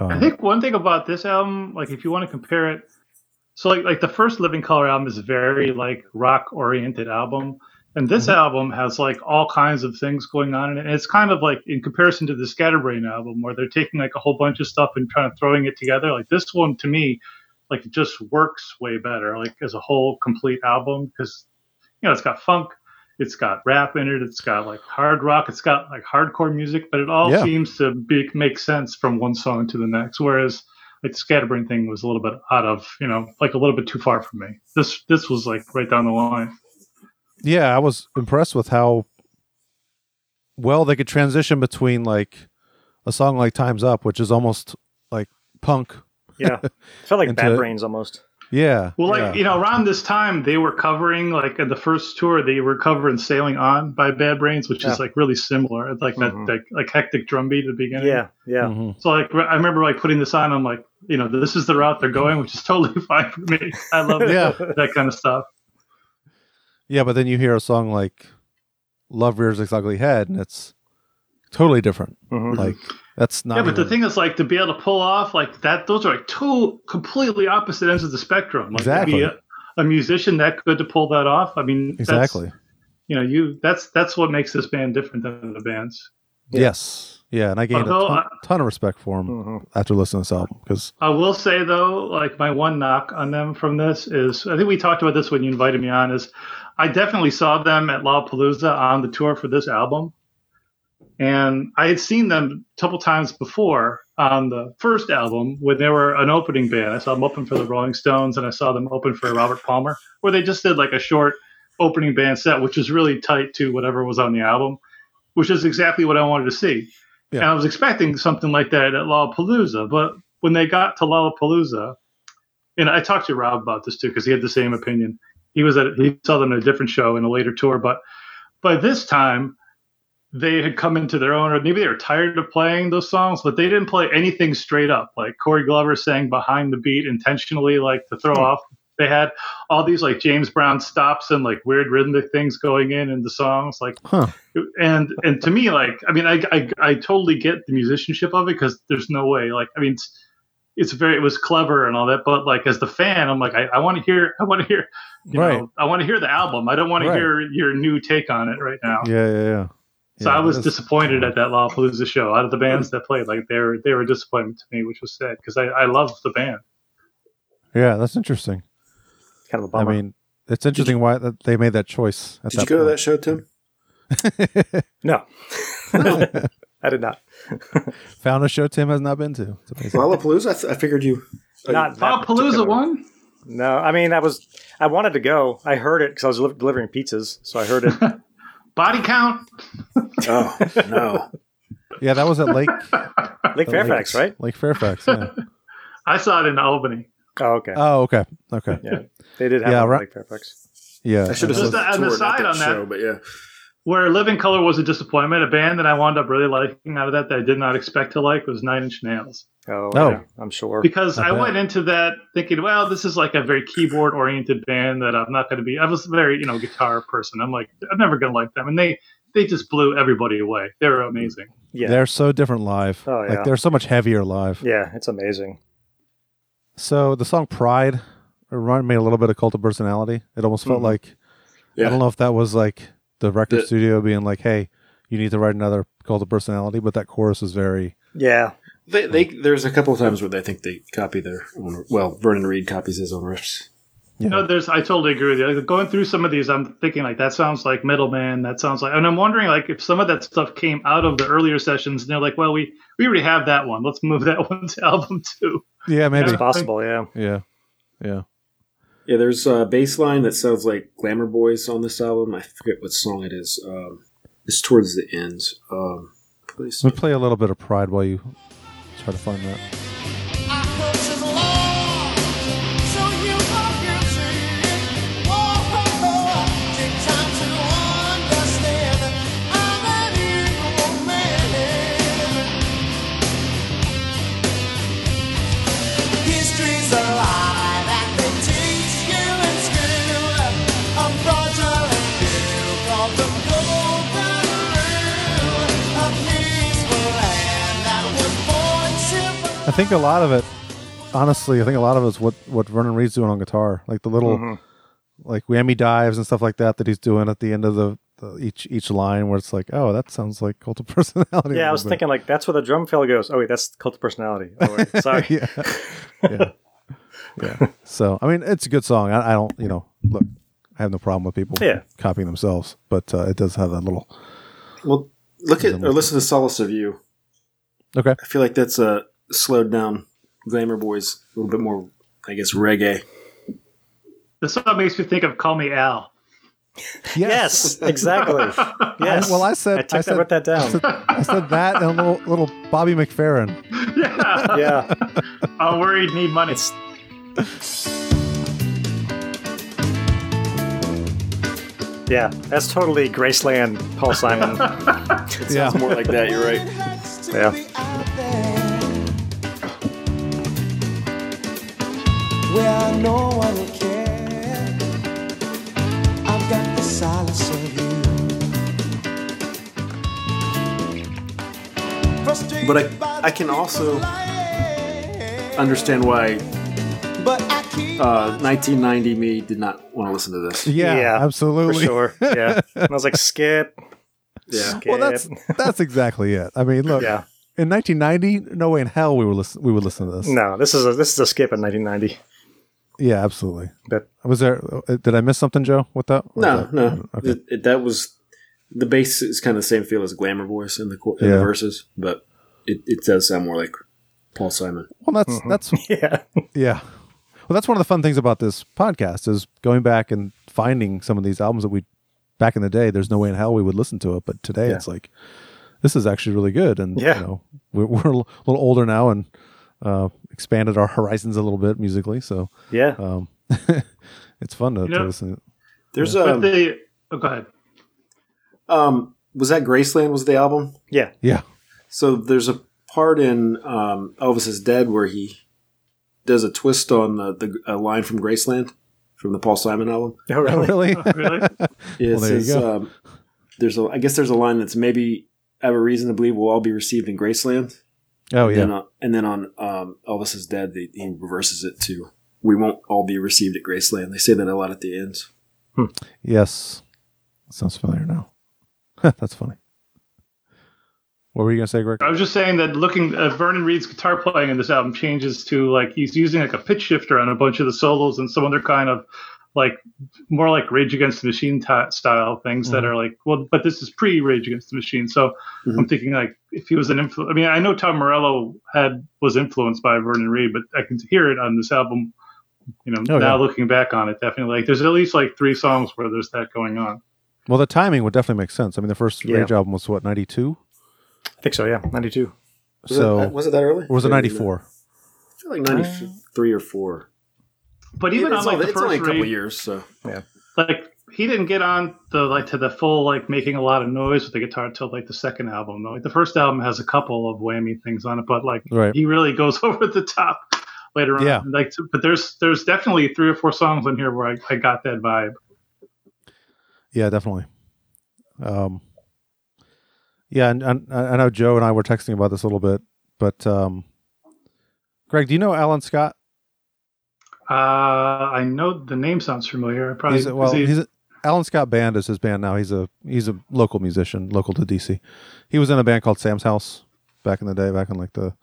Speaker 1: Um,
Speaker 4: I think one thing about this album, like if you want to compare it, so like like the first Living Color album is a very like rock oriented album, and this album has like all kinds of things going on in it. And it's kind of like in comparison to the Scatterbrain album, where they're taking like a whole bunch of stuff and trying to throwing it together. Like this one to me, like it just works way better, like as a whole complete album because you know it's got funk. It's got rap in it. It's got like hard rock. It's got like hardcore music, but it all
Speaker 1: Yeah.
Speaker 4: seems to be, make sense from one song to the next. Whereas like the scatterbrain thing was a little bit out of you know like a little bit too far for me. This this was like right down the line.
Speaker 1: Yeah, I was impressed with how well they could transition between like a song like "Time's Up," which is almost like punk.
Speaker 2: Yeah, it felt like
Speaker 1: Into
Speaker 2: Bad
Speaker 1: it.
Speaker 2: Brains almost.
Speaker 1: Yeah,
Speaker 4: Well, like
Speaker 1: yeah.
Speaker 4: you know around this time they were covering like in the first tour they were covering "Sailing On" by Bad Brains, which is like really similar. It's like
Speaker 1: Mm-hmm.
Speaker 4: that, that like hectic drum beat at the beginning.
Speaker 2: Yeah, yeah.
Speaker 4: So like I remember like putting this on. I'm like you know this is the route they're going, which is totally fine for me. I love
Speaker 1: Yeah.
Speaker 4: that kind of stuff.
Speaker 1: yeah, but then you hear a song like "Love Rears Its Ugly Head" and it's totally different. Like that's not.
Speaker 4: Mm-hmm. Yeah, but the
Speaker 1: even-
Speaker 4: thing is, like, to be able to pull off like that, those are like two completely opposite ends of the spectrum. Like, to
Speaker 1: Exactly.
Speaker 4: Be a, a musician that good to pull that off. I mean, that's-
Speaker 1: exactly.
Speaker 4: you know, you that's that's what makes this band different than the bands.
Speaker 1: Yes. Yeah, and I gained
Speaker 4: Although
Speaker 1: a ton,
Speaker 4: I- Mm-hmm.
Speaker 1: ton of respect for him after listening to this album because
Speaker 4: I will say though, like my one knock on them from this is, I think we talked about this when you invited me on. Is I definitely saw them at Lollapalooza on the tour for this album, and I had seen them a couple times before on the first album when they were an opening band. I saw them open for the Rolling Stones, and I saw them open for Robert Palmer, where they just did like a short opening band set, which was really tight to whatever was on the album, which is exactly what I wanted to see.
Speaker 1: Yeah.
Speaker 4: And I was expecting something like that at Lollapalooza, but when they got to Lollapalooza, and I talked to Rob about this too because he had the same opinion. He was at he saw them at a different show in a later tour, but by this time they had come into their own, or maybe they were tired of playing those songs, but they didn't play anything straight up. Like Corey Glover sang behind the beat intentionally, like to throw off. They had all these like James Brown stops and like weird rhythmic things going in in the songs, like
Speaker 1: Huh.
Speaker 4: and and to me like i mean i i, I totally get the musicianship of it because there's no way like i mean it's, it's very it was clever and all that but like as the fan i'm like i, I want to hear i want to hear you
Speaker 1: Right.
Speaker 4: know i want to hear the album i don't want
Speaker 1: Right.
Speaker 4: to hear your new take on it right now
Speaker 1: yeah, yeah, yeah.
Speaker 4: so
Speaker 1: Yeah,
Speaker 4: i was
Speaker 1: that's-
Speaker 4: disappointed at that lollapalooza show out of the bands that played like they were they were a disappointment to me which was sad because i i love the band
Speaker 1: Yeah, that's interesting.
Speaker 2: Kind of a bummer.
Speaker 1: I mean, it's interesting why that they made that choice. At
Speaker 3: Did you go to that
Speaker 1: point.
Speaker 3: show, Tim?
Speaker 2: no, I I did not.
Speaker 1: Found a show Tim has not been to. It's amazing.
Speaker 3: Lollapalooza? I, th- I figured you.
Speaker 2: Not that particular
Speaker 4: Palooza one?
Speaker 2: No, I mean I was I wanted to go. I heard it because I was li- delivering pizzas, so I heard it.
Speaker 4: Body count?
Speaker 3: Oh no!
Speaker 1: Yeah, that was at Lake
Speaker 2: Lake Fairfax,
Speaker 1: Lake-
Speaker 2: right?
Speaker 1: Lake Fairfax. Yeah.
Speaker 4: I saw it in Albany.
Speaker 2: Oh, okay.
Speaker 1: oh, okay, okay,
Speaker 2: yeah, they did have
Speaker 1: Yeah,
Speaker 2: one at
Speaker 1: right.
Speaker 2: Lake Fairfax.
Speaker 1: yeah.
Speaker 3: I should have
Speaker 4: Just
Speaker 3: said
Speaker 4: on the
Speaker 3: tour, not
Speaker 4: side
Speaker 3: that
Speaker 4: on that.
Speaker 3: show, but yeah.
Speaker 4: Where Living Color was a disappointment, a band that I wound up really liking out of that that I did not expect to like was Nine Inch Nails.
Speaker 2: Oh,
Speaker 1: No.
Speaker 2: yeah, I'm sure.
Speaker 4: because
Speaker 1: Not
Speaker 4: I
Speaker 1: bad.
Speaker 4: went into that thinking, well, this is like a very keyboard oriented band that I'm not going to be. I was a very you know guitar person. I'm like I'm never going to like them, and they they just blew everybody away. They were amazing.
Speaker 2: Yeah,
Speaker 1: They're so different live.
Speaker 2: Oh, yeah.
Speaker 1: Like they're so much heavier live.
Speaker 2: yeah, it's amazing.
Speaker 1: So the song "Pride" reminded me a little bit of Cult of Personality. It almost felt
Speaker 2: Mm-hmm.
Speaker 1: like I
Speaker 3: Yeah.
Speaker 1: don't know if that was like the record
Speaker 3: The-
Speaker 1: studio being like, "Hey, you need to write another Cult of Personality," but that chorus is very
Speaker 2: Yeah,
Speaker 3: They, they, there's a couple of times where they think they copy their own. Well, Vernon Reed copies his own riffs.
Speaker 1: you know,
Speaker 4: No, there's I totally agree with you. Like, going through some of these, I'm thinking like that sounds like Middleman. That sounds like, and I'm wondering like if some of that stuff came out of the earlier sessions, and they're like, well, we we already have that one. Let's move that one to album two.
Speaker 1: yeah, maybe,
Speaker 2: it's possible. Yeah,
Speaker 1: yeah, yeah.
Speaker 3: Yeah, there's a bass line that sounds like Glamour Boys on this album. I forget what song it is. Um, it's towards the end. Um, please.
Speaker 1: Let me play a little bit of "Pride" while you try to find that. I think a lot of it, honestly, I think a lot of it's what what Vernon Reed's doing on guitar, like the little,
Speaker 2: Mm-hmm.
Speaker 1: like whammy dives and stuff like that that he's doing at the end of the, the each each line, where it's like, oh, that sounds like cult of personality. a
Speaker 2: yeah. I was
Speaker 1: little bit.
Speaker 2: thinking like that's where the drum fill goes. Oh wait, that's cult of personality. Oh, wait, sorry.
Speaker 1: yeah, yeah, yeah. So I mean, it's a good song. I, I don't, you know, look, I have no problem with people
Speaker 2: Yeah.
Speaker 1: copying themselves, but uh, it does have that little.
Speaker 3: Well, look at or listen to Solace of You.
Speaker 1: Okay.
Speaker 3: I feel like that's a slowed down Glamour Boys, a little bit more, I guess, reggae.
Speaker 4: This song makes me think of Call Me Al.
Speaker 2: Yes, exactly. Yes.
Speaker 1: Well, I said,
Speaker 2: I
Speaker 1: I
Speaker 2: took
Speaker 1: said,
Speaker 2: that, wrote that down.
Speaker 1: I said that and a little, little Bobby McFerrin.
Speaker 4: Yeah.
Speaker 2: yeah,
Speaker 4: I'm worried. Oh, Need money.
Speaker 2: it's yeah, that's totally Graceland, Paul Simon.
Speaker 3: It sounds more like that. You're right.
Speaker 2: Yeah.
Speaker 5: Well, no one will care. I've got the solace of you. Frustrated
Speaker 3: But I-
Speaker 5: by
Speaker 3: I
Speaker 5: the
Speaker 3: can
Speaker 5: people's
Speaker 3: also
Speaker 5: lies.
Speaker 3: Understand why
Speaker 5: But I keep
Speaker 3: uh, 1990 me did not want to listen to this.
Speaker 1: Yeah,
Speaker 2: Yeah, for
Speaker 1: absolutely.
Speaker 2: For sure. Yeah. And I was like, skip.
Speaker 3: Yeah.
Speaker 2: skip.
Speaker 1: Well, that's that's exactly it. I mean, look,
Speaker 2: yeah.
Speaker 1: in 1990, no way in hell we were listen, we would listen to this.
Speaker 2: No, this is a this is a skip in 1990.
Speaker 1: Yeah, absolutely.
Speaker 2: But
Speaker 1: Was there? uh, Did I miss something, Joe? With that? Or
Speaker 3: No,
Speaker 1: is that-
Speaker 3: no.
Speaker 1: Okay.
Speaker 3: It- it- that was the bass is kind of the same feel as Glamour Boys in the, cor- in
Speaker 1: Yeah.
Speaker 3: the verses, but it, it does sound more like Paul Simon.
Speaker 1: Well, that's
Speaker 2: Mm-hmm.
Speaker 1: that's
Speaker 2: yeah,
Speaker 1: yeah. Well, that's one of the fun things about this podcast is going back and finding some of these albums that we back in the day. There's no way in hell we would listen to it, but today it's like this is actually really good, and
Speaker 2: Yeah.
Speaker 1: you know we're, we're a little older now and uh, expanded our horizons a little bit musically. So
Speaker 2: yeah.
Speaker 1: um, it's fun to,
Speaker 4: You know-
Speaker 1: to listen.
Speaker 3: There's
Speaker 4: But
Speaker 3: a
Speaker 4: they. Oh, go ahead.
Speaker 3: um, was that Graceland was the album?
Speaker 2: yeah.
Speaker 1: Yeah,
Speaker 3: So there's a part in um, Elvis is Dead where he does a twist on the, the a line from Graceland from the Paul Simon album.
Speaker 2: Oh,
Speaker 1: Oh,
Speaker 2: really?
Speaker 1: really?
Speaker 4: Really?
Speaker 3: It
Speaker 1: Well, there you
Speaker 3: says,
Speaker 1: go.
Speaker 3: Um, there's a I guess there's a line that's maybe I have a reason to believe we'll all be received in Graceland.
Speaker 1: oh
Speaker 3: And
Speaker 1: yeah.
Speaker 3: then on, and then on um, Elvis is Dead they, he reverses it to we won't all be received at Graceland. They say that a lot at the end.
Speaker 1: Yes. Sounds familiar now. That's funny. What were you gonna say, Greg?
Speaker 4: I was just saying that looking at Vernon Reed's guitar playing in this album changes to like he's using like a pitch shifter on a bunch of the solos and some other kind of like more like Rage Against the Machine ti- style things
Speaker 3: Mm-hmm.
Speaker 4: that are like, well, but this is pre Rage Against the Machine. So I'm thinking like if he was an influ I mean, I know Tom Morello had was influenced by Vernon Reid, but I can hear it on this album. You know,
Speaker 1: Oh,
Speaker 4: now
Speaker 1: yeah.
Speaker 4: looking back on it, definitely like there's at least like three songs where there's that going on.
Speaker 1: Well, the timing would definitely make sense. I mean, the first
Speaker 2: Yeah.
Speaker 1: Rage album was what ninety two,
Speaker 2: I think so. Yeah, ninety two.
Speaker 3: Was
Speaker 1: so
Speaker 3: it, was it that early?
Speaker 1: or was it
Speaker 3: Or
Speaker 1: ninety four?
Speaker 3: I feel like ninety three or four.
Speaker 4: But even
Speaker 3: it's
Speaker 4: on like
Speaker 3: only,
Speaker 4: the
Speaker 3: it's only a
Speaker 4: first
Speaker 3: couple
Speaker 4: Rage,
Speaker 3: years, so
Speaker 4: like he didn't get on the like to the full like making a lot of noise with the guitar till like the second album though. Like the first album has a couple of whammy things on it, but like
Speaker 1: Right.
Speaker 4: he really goes over the top later on.
Speaker 1: Yeah.
Speaker 4: Like but there's there's definitely three or four songs on here where I, I got that vibe.
Speaker 1: Yeah, definitely. Um, yeah, and, and I know Joe and I were texting about this a little bit, but um, Greg, do you know Alan Scott?
Speaker 4: Uh I know the name sounds familiar. I Probably
Speaker 1: He's a, well,
Speaker 4: is he-
Speaker 1: he's a, Alan Scott Band is his band now. He's a he's a local musician, local to DC. He was in a band called Sam's House back in the day, back in like the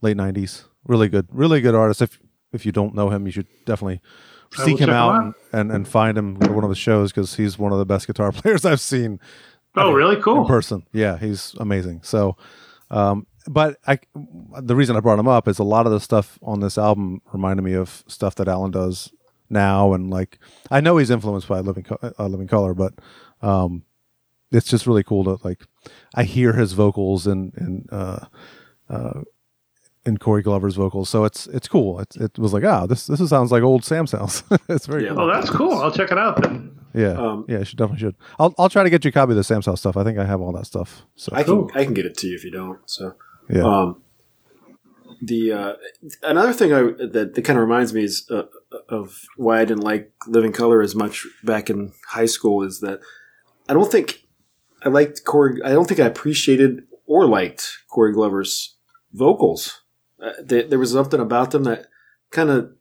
Speaker 1: late '90s. Really good, really good artist. If if you don't know him, you should definitely
Speaker 4: I will
Speaker 1: seek
Speaker 4: check
Speaker 1: him
Speaker 4: him
Speaker 1: out
Speaker 4: out.
Speaker 1: and, and, and find him at one of his shows because he's one of the best guitar players I've seen
Speaker 4: oh really
Speaker 1: in
Speaker 4: cool.
Speaker 1: person. Yeah, he's amazing. So, um, but I, the reason I brought him up is a lot of the stuff on this album reminded me of stuff that Alan does now, and like I know he's influenced by Living Co- uh, Living Color, but um, it's just really cool to like I hear his vocals and and uh, uh, in Corey Glover's vocals. So it's it's cool. It, it was like ah, this this sounds like old Sam sounds. it's very
Speaker 3: Yeah.
Speaker 1: cool.
Speaker 4: Oh that's cool. I'll check it out then.
Speaker 1: yeah
Speaker 3: Um,
Speaker 1: yeah. You should definitely should. I'll I'll try to get you a copy of the Sam's House stuff. I think I have all that stuff. So
Speaker 3: I can
Speaker 4: Cool.
Speaker 3: I can get it to you if you don't. So
Speaker 1: Yeah.
Speaker 3: Um, the uh, another thing I, that that kind of reminds me is uh, of why I didn't like Living Color as much back in high school is that I don't think I liked Corey. I don't think I appreciated or liked Corey Glover's vocals. Uh, there, there was something about them that kind of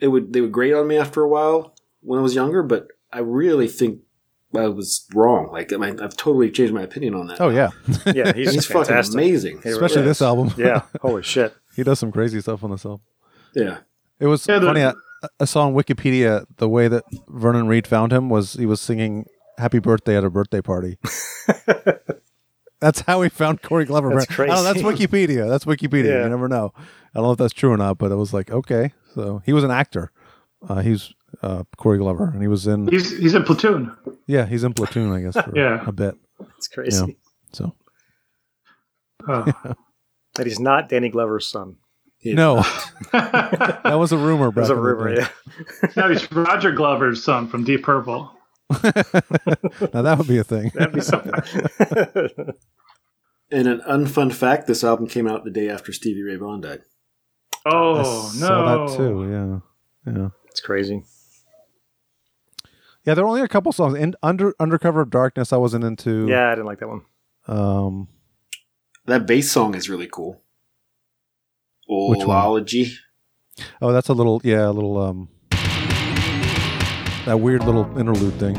Speaker 3: it would they would grate on me after a while when I was younger. But I really think I was wrong. Like I mean, I've totally changed my opinion on that.
Speaker 1: Oh yeah,
Speaker 2: Yeah, he's,
Speaker 3: He's fucking
Speaker 2: fantastic.
Speaker 3: amazing.
Speaker 2: He really
Speaker 1: especially
Speaker 2: is.
Speaker 1: this album.
Speaker 2: Yeah, holy shit.
Speaker 1: he does some crazy stuff on this album.
Speaker 3: Yeah.
Speaker 1: It was
Speaker 4: Yeah, the-
Speaker 1: funny. I, I saw on Wikipedia the way that Vernon Reid found him was he was singing "Happy Birthday" at a birthday party. that's how he found Corey Glover.
Speaker 2: That's
Speaker 1: I don't know, that's
Speaker 2: crazy.
Speaker 1: Wikipedia. That's Wikipedia.
Speaker 2: Yeah.
Speaker 1: You never know. I don't know if that's true or not, but it was like okay. So he was an actor. Uh, he's uh, Corey Glover, and he was in
Speaker 4: He's he's in platoon.
Speaker 1: yeah, he's in Platoon, I guess, for
Speaker 4: Yeah.
Speaker 1: a bit.
Speaker 2: It's crazy.
Speaker 1: Yeah. So
Speaker 4: Oh.
Speaker 2: That he's not Danny Glover's son.
Speaker 1: no, that was a rumor.
Speaker 2: There's
Speaker 1: back
Speaker 2: a
Speaker 1: in the
Speaker 2: rumor.
Speaker 1: day.
Speaker 2: Yeah.
Speaker 4: no, he's Roger Glover's son from Deep Purple.
Speaker 1: now that would be a thing.
Speaker 2: That'd be something.
Speaker 3: And an unfun fact: this album came out the day after Stevie Ray Vaughan died.
Speaker 1: I
Speaker 4: Oh no!
Speaker 1: saw that too. Yeah, yeah,
Speaker 2: it's crazy.
Speaker 1: yeah. There were only a couple songs. In under Undercover of Darkness, I wasn't into.
Speaker 2: Yeah, I didn't like that one.
Speaker 1: Um.
Speaker 3: That bass song is really cool.
Speaker 1: Which one?
Speaker 3: Olology.
Speaker 1: Oh, that's a little. Yeah, a little. Um. That weird little interlude thing.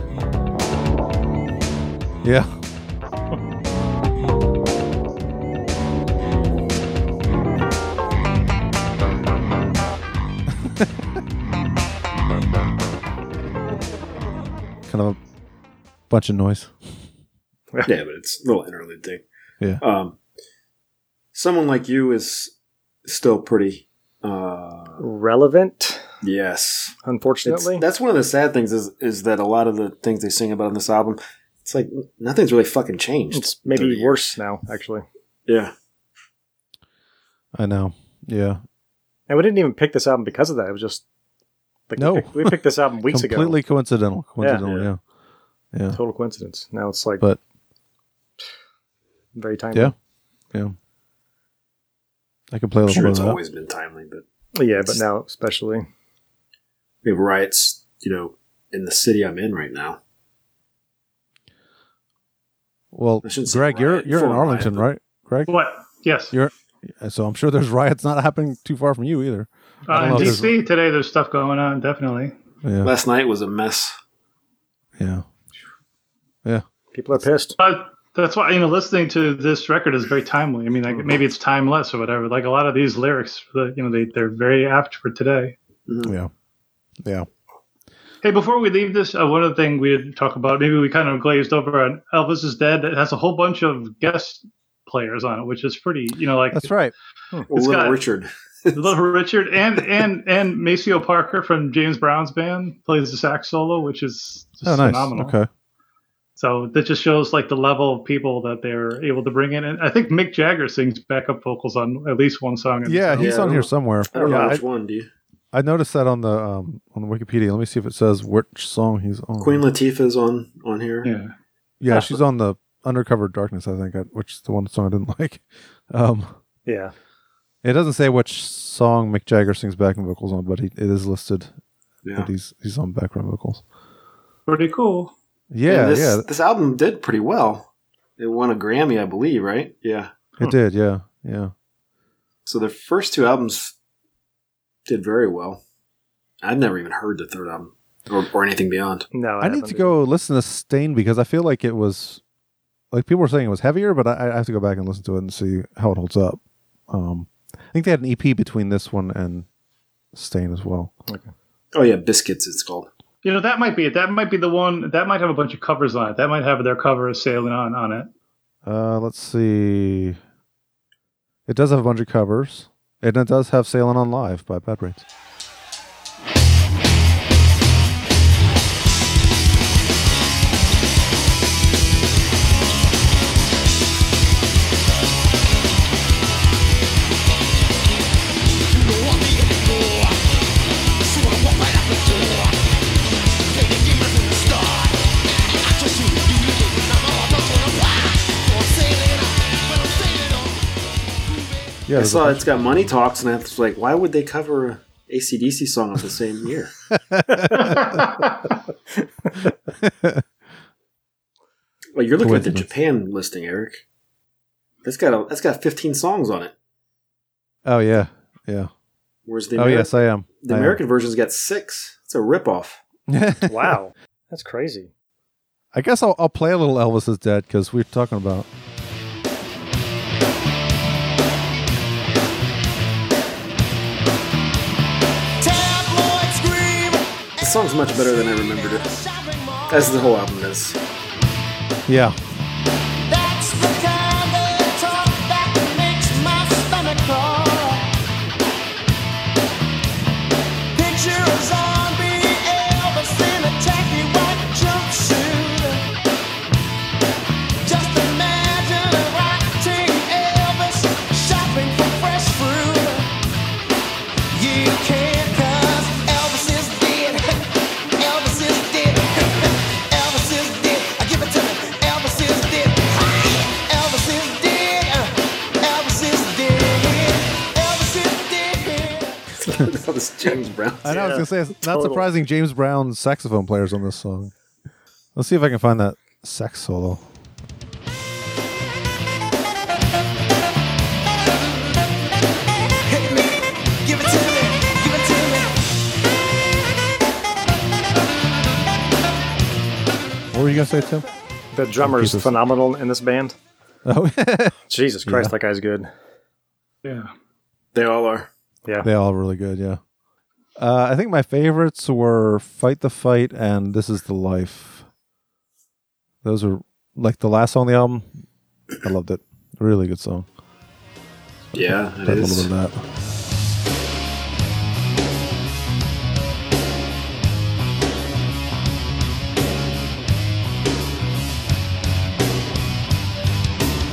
Speaker 1: Yeah. kind of a bunch of noise.
Speaker 3: yeah, but it's a little interlude thing.
Speaker 1: Yeah.
Speaker 3: Um, someone like you is still pretty. Uh,
Speaker 2: Relevant,
Speaker 3: yes. It's-
Speaker 2: unfortunately.
Speaker 3: that's one of the sad things is is that a lot of the things they sing about on this album, it's like nothing's really fucking changed.
Speaker 2: It's
Speaker 3: 30
Speaker 2: maybe
Speaker 3: years.
Speaker 2: worse now, actually.
Speaker 3: Yeah.
Speaker 1: I know. Yeah.
Speaker 2: And we didn't even pick this album because of that. It was just like
Speaker 1: No.
Speaker 2: we, picked, we picked this album weeks
Speaker 1: Completely coincidental. Coincidental. Yeah.
Speaker 3: Yeah.
Speaker 1: yeah.
Speaker 2: ago. Total coincidence. Now it's like
Speaker 1: But-
Speaker 2: very timely.
Speaker 1: Yeah. Yeah. I could play a
Speaker 3: I'm
Speaker 1: little
Speaker 3: sure
Speaker 1: bit of
Speaker 3: it's
Speaker 1: that.
Speaker 3: always been timely, but
Speaker 2: Yeah, but now especially.
Speaker 3: we have riots, you know, in the city I'm in right now.
Speaker 1: well,
Speaker 3: I shouldn't say
Speaker 1: Greg, you're
Speaker 3: riot,
Speaker 1: you're in
Speaker 3: full riot,
Speaker 1: Arlington,
Speaker 3: but-
Speaker 1: right? Greg?
Speaker 4: What? Yes.
Speaker 1: You're so I'm sure there's riots not happening too far from you either. I don't
Speaker 4: Uh,
Speaker 1: know
Speaker 4: in
Speaker 1: if there's-
Speaker 4: DC today, there's stuff going on. Definitely.
Speaker 1: Yeah.
Speaker 3: Last night was a mess.
Speaker 1: Yeah.
Speaker 2: People are pissed.
Speaker 4: But that's why you know listening to this record is very timely. I mean,
Speaker 1: Mm-hmm.
Speaker 4: like, maybe it's timeless or whatever. Like a lot of these lyrics, the- you know, they they're very apt for today.
Speaker 1: Yeah. Yeah.
Speaker 4: Hey, before we leave this, uh, one other thing we didn't talk about, maybe we kind of glazed over on Elvis is Dead. It has a whole bunch of guest players on it, which is pretty, you know, like
Speaker 1: That's right.
Speaker 4: It's
Speaker 3: Little
Speaker 4: got-
Speaker 3: Richard.
Speaker 4: Little Richard and and and Maceo Parker from James Brown's band plays the sax solo, which is just
Speaker 1: Oh, nice.
Speaker 4: phenomenal.
Speaker 1: Okay.
Speaker 4: So that just shows like the level of people that they're able to bring in. And I think Mick Jagger sings backup vocals on at least one song. in the
Speaker 1: Yeah,
Speaker 4: song.
Speaker 1: he's
Speaker 3: Yeah.
Speaker 1: on here somewhere.
Speaker 3: I don't
Speaker 1: Yeah,
Speaker 3: know
Speaker 1: I,
Speaker 3: which one, do you?
Speaker 1: I noticed that on the um, on the Wikipedia. Let me see if it says which song he's on.
Speaker 3: Queen Latifah's on on here.
Speaker 4: yeah.
Speaker 1: Yeah, she's on the Undercover Darkness, I think, which is the one song I didn't like. Um,
Speaker 2: Yeah.
Speaker 1: it doesn't say which song Mick Jagger sings backing vocals on, but he, it is listed
Speaker 3: Yeah.
Speaker 1: that he's he's on background vocals.
Speaker 4: pretty cool.
Speaker 1: Yeah,
Speaker 3: And this,
Speaker 1: yeah,
Speaker 3: This album did pretty well. It won a Grammy, I believe, right? Yeah.
Speaker 1: it did. Yeah, yeah.
Speaker 3: So their first two albums did very well. I've never even heard the third album or, or anything beyond.
Speaker 2: No,
Speaker 1: I need
Speaker 2: haven't.
Speaker 1: to go listen to Stain because I feel like it was like people were saying it was heavier, but I, I have to go back and listen to it and see how it holds up. Um, I think they had an EP between this one and Stain as well.
Speaker 3: Oh yeah, Biscuits it's called.
Speaker 4: You know, that might be it. That might be the one that might have a bunch of covers on it. That might have their cover of Sailing On on it.
Speaker 1: Uh, let's see. It does have a bunch of covers, and it does have "Sailing on Live" by Bad Brains. Yeah,
Speaker 3: I
Speaker 1: there's a
Speaker 3: saw
Speaker 1: bunch-
Speaker 3: it's got Money Talks, and I was like, why would they cover a ACDC song of the same year? well, Oh, you're looking at the
Speaker 1: Coincidence.
Speaker 3: Japan listing, Eric. That's got a, that's got 15 songs on it.
Speaker 1: oh yeah, yeah.
Speaker 3: Whereas the
Speaker 1: oh
Speaker 3: Ameri-
Speaker 1: yes, I am.
Speaker 3: the
Speaker 1: I am.
Speaker 3: American version's got six. It's a ripoff.
Speaker 2: Wow. That's crazy.
Speaker 1: I guess I'll, I'll play a little Elvis is Dead because we're talking about.
Speaker 5: Tabloid scream.
Speaker 3: The song's much better than I remembered it,
Speaker 5: Shopping mall.
Speaker 3: as the whole album is.
Speaker 1: Yeah,
Speaker 5: That's the kind of talk that makes my stomach crawl. Picture a zombie Elvis in a tacky white jumpsuit. Just imagine a rotting Elvis shopping for fresh fruit. You can't 'cause Elvis is dead. Elvis is dead. Elvis is dead. I give it to me. Elvis is dead. Elvis is dead. Elvis is dead. Elvis is dead.
Speaker 3: All this James Brown.
Speaker 1: I know. I was gonna say it's not
Speaker 2: total.
Speaker 1: surprising. James Brown saxophone players on this song. Let's see if I can find that sax solo.
Speaker 5: Hit me. Give it to me. Give it to me.
Speaker 1: What were you gonna say, Tim?
Speaker 2: The
Speaker 1: Oh,
Speaker 2: drummer's
Speaker 1: Jesus.
Speaker 2: phenomenal in this band.
Speaker 1: Oh,
Speaker 2: Jesus Christ, that guy's good.
Speaker 4: Yeah.
Speaker 3: They all are.
Speaker 1: they all really good. Yeah. Uh, I think my favorites were "Fight the Fight" and "This Is the Life." Those are like the last song on the album. I loved it. Really good song.
Speaker 3: Yeah, it
Speaker 1: Played a little
Speaker 3: is.
Speaker 1: bit of that.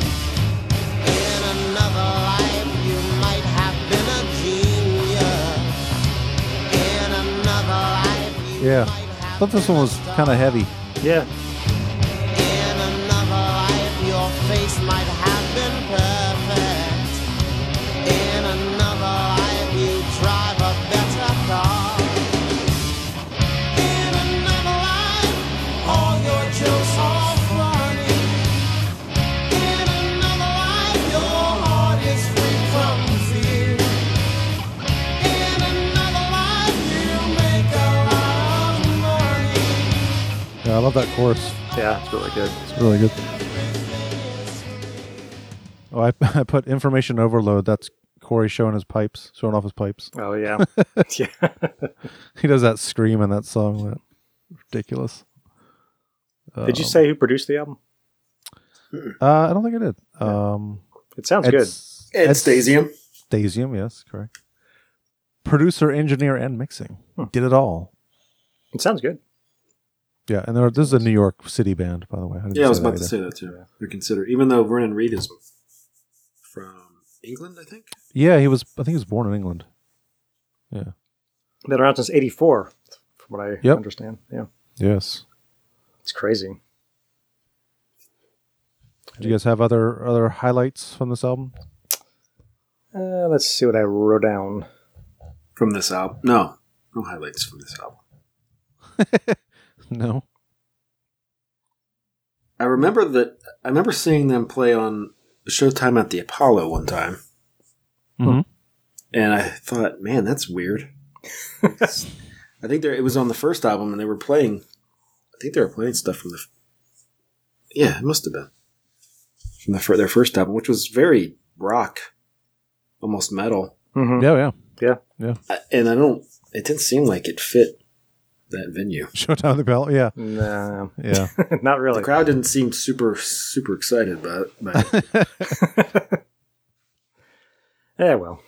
Speaker 5: In another life, you might have been a genius. In another life, you
Speaker 1: Yeah.
Speaker 5: might have
Speaker 1: Thought this
Speaker 5: been
Speaker 1: one
Speaker 5: a
Speaker 1: was
Speaker 5: star.
Speaker 1: kind of heavy.
Speaker 2: Yeah.
Speaker 5: In another life, your face might have been perfect. In another life, you drive a better car. In another life, all your jokes are funny. In another life, your heart is free from fear. In another life, you make a lot of money.
Speaker 1: Yeah, I love that chorus.
Speaker 2: Yeah, it's really good.
Speaker 1: It's really good. Oh, I, I put information overload. That's Corey showing his pipes, showing off his pipes.
Speaker 2: Oh yeah. yeah.
Speaker 1: He does that scream in that song. That Ridiculous.
Speaker 2: Did you say who produced the album?
Speaker 1: Uh, I don't think I did. Um,
Speaker 2: It sounds good.
Speaker 1: it's-
Speaker 3: Ed Stasium.
Speaker 1: Stasium, yes, correct. Producer, engineer, and mixing. Did it all.
Speaker 2: It sounds good.
Speaker 1: Yeah, and there, this is a New York City band, by the way. didn't
Speaker 3: Yeah, I was
Speaker 1: that
Speaker 3: about to
Speaker 1: either.
Speaker 3: say that too. They're considered, even though Vernon Reed is from England, I think.
Speaker 1: Yeah, he was. I think he was born in England.
Speaker 2: Been around since '84, from what I
Speaker 1: Yep.
Speaker 2: understand. Yeah,
Speaker 1: Yes.
Speaker 2: it's crazy.
Speaker 1: Do you guys have other other highlights from this album?
Speaker 2: Uh, let's see what I wrote down.
Speaker 3: From this album, no, no highlights from this album.
Speaker 1: No.
Speaker 3: I remember that. I remember seeing them play on Showtime at the Apollo one time,
Speaker 1: Mhm.
Speaker 3: and I thought, man, that's weird. I think there it was on the first album, and they were playing. I think they were playing stuff from the. Yeah, it must have been from the, fir- their first album, which was very rock, almost metal,
Speaker 2: Mm-hmm.
Speaker 1: Yeah, yeah.
Speaker 3: I- and I don't. It didn't seem like it fit that venue.
Speaker 1: Showtime at the Bell. Yeah,
Speaker 3: Hmm.
Speaker 2: Nah,
Speaker 1: yeah.
Speaker 2: not really.
Speaker 3: The crowd didn't seem super super excited about it. But
Speaker 2: Yeah, well,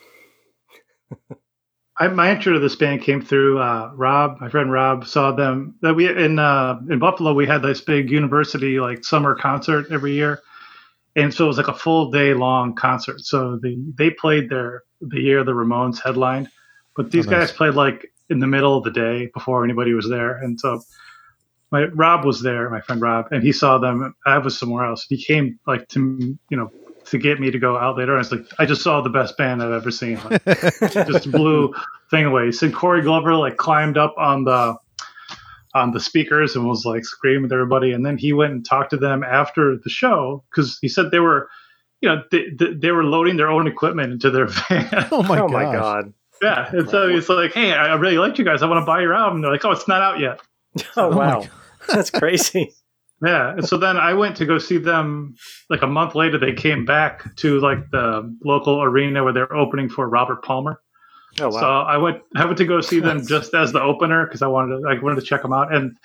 Speaker 4: I, my intro to this band came through uh, Rob, my friend Rob, saw them that we in uh, in Buffalo. We had this big university like summer concert every year, and so it was like a full day long concert. So they they played their the year the Ramones headlined, but these
Speaker 1: Oh, nice.
Speaker 4: guys played like in the middle of the day before anybody was there, and so my Rob was there, my friend Rob, and he saw them. I was somewhere else. He came like to you know to get me to go out later. And I was like, I just saw the best band I've ever seen. Like, just blew thing away. So Corey Glover like climbed up on the on the speakers and was like screaming at everybody. And then he went and talked to them after the show because he said they were, you know, they, they, they were loading their own equipment into their van.
Speaker 1: Oh my
Speaker 2: oh
Speaker 1: god.
Speaker 2: my god.
Speaker 4: yeah, and so he's like, "Hey, I I really liked you guys. I want to buy your album." They're like, "Oh, it's not out yet."
Speaker 2: Oh,
Speaker 1: my
Speaker 2: wow, that's crazy.
Speaker 4: Yeah, and so then I went to go see them like a month later. They came back to like the local arena where they're opening for Robert Palmer.
Speaker 2: Oh
Speaker 4: So
Speaker 2: wow,
Speaker 4: I went I went to go see them just as the opener because I wanted to I wanted to check them out and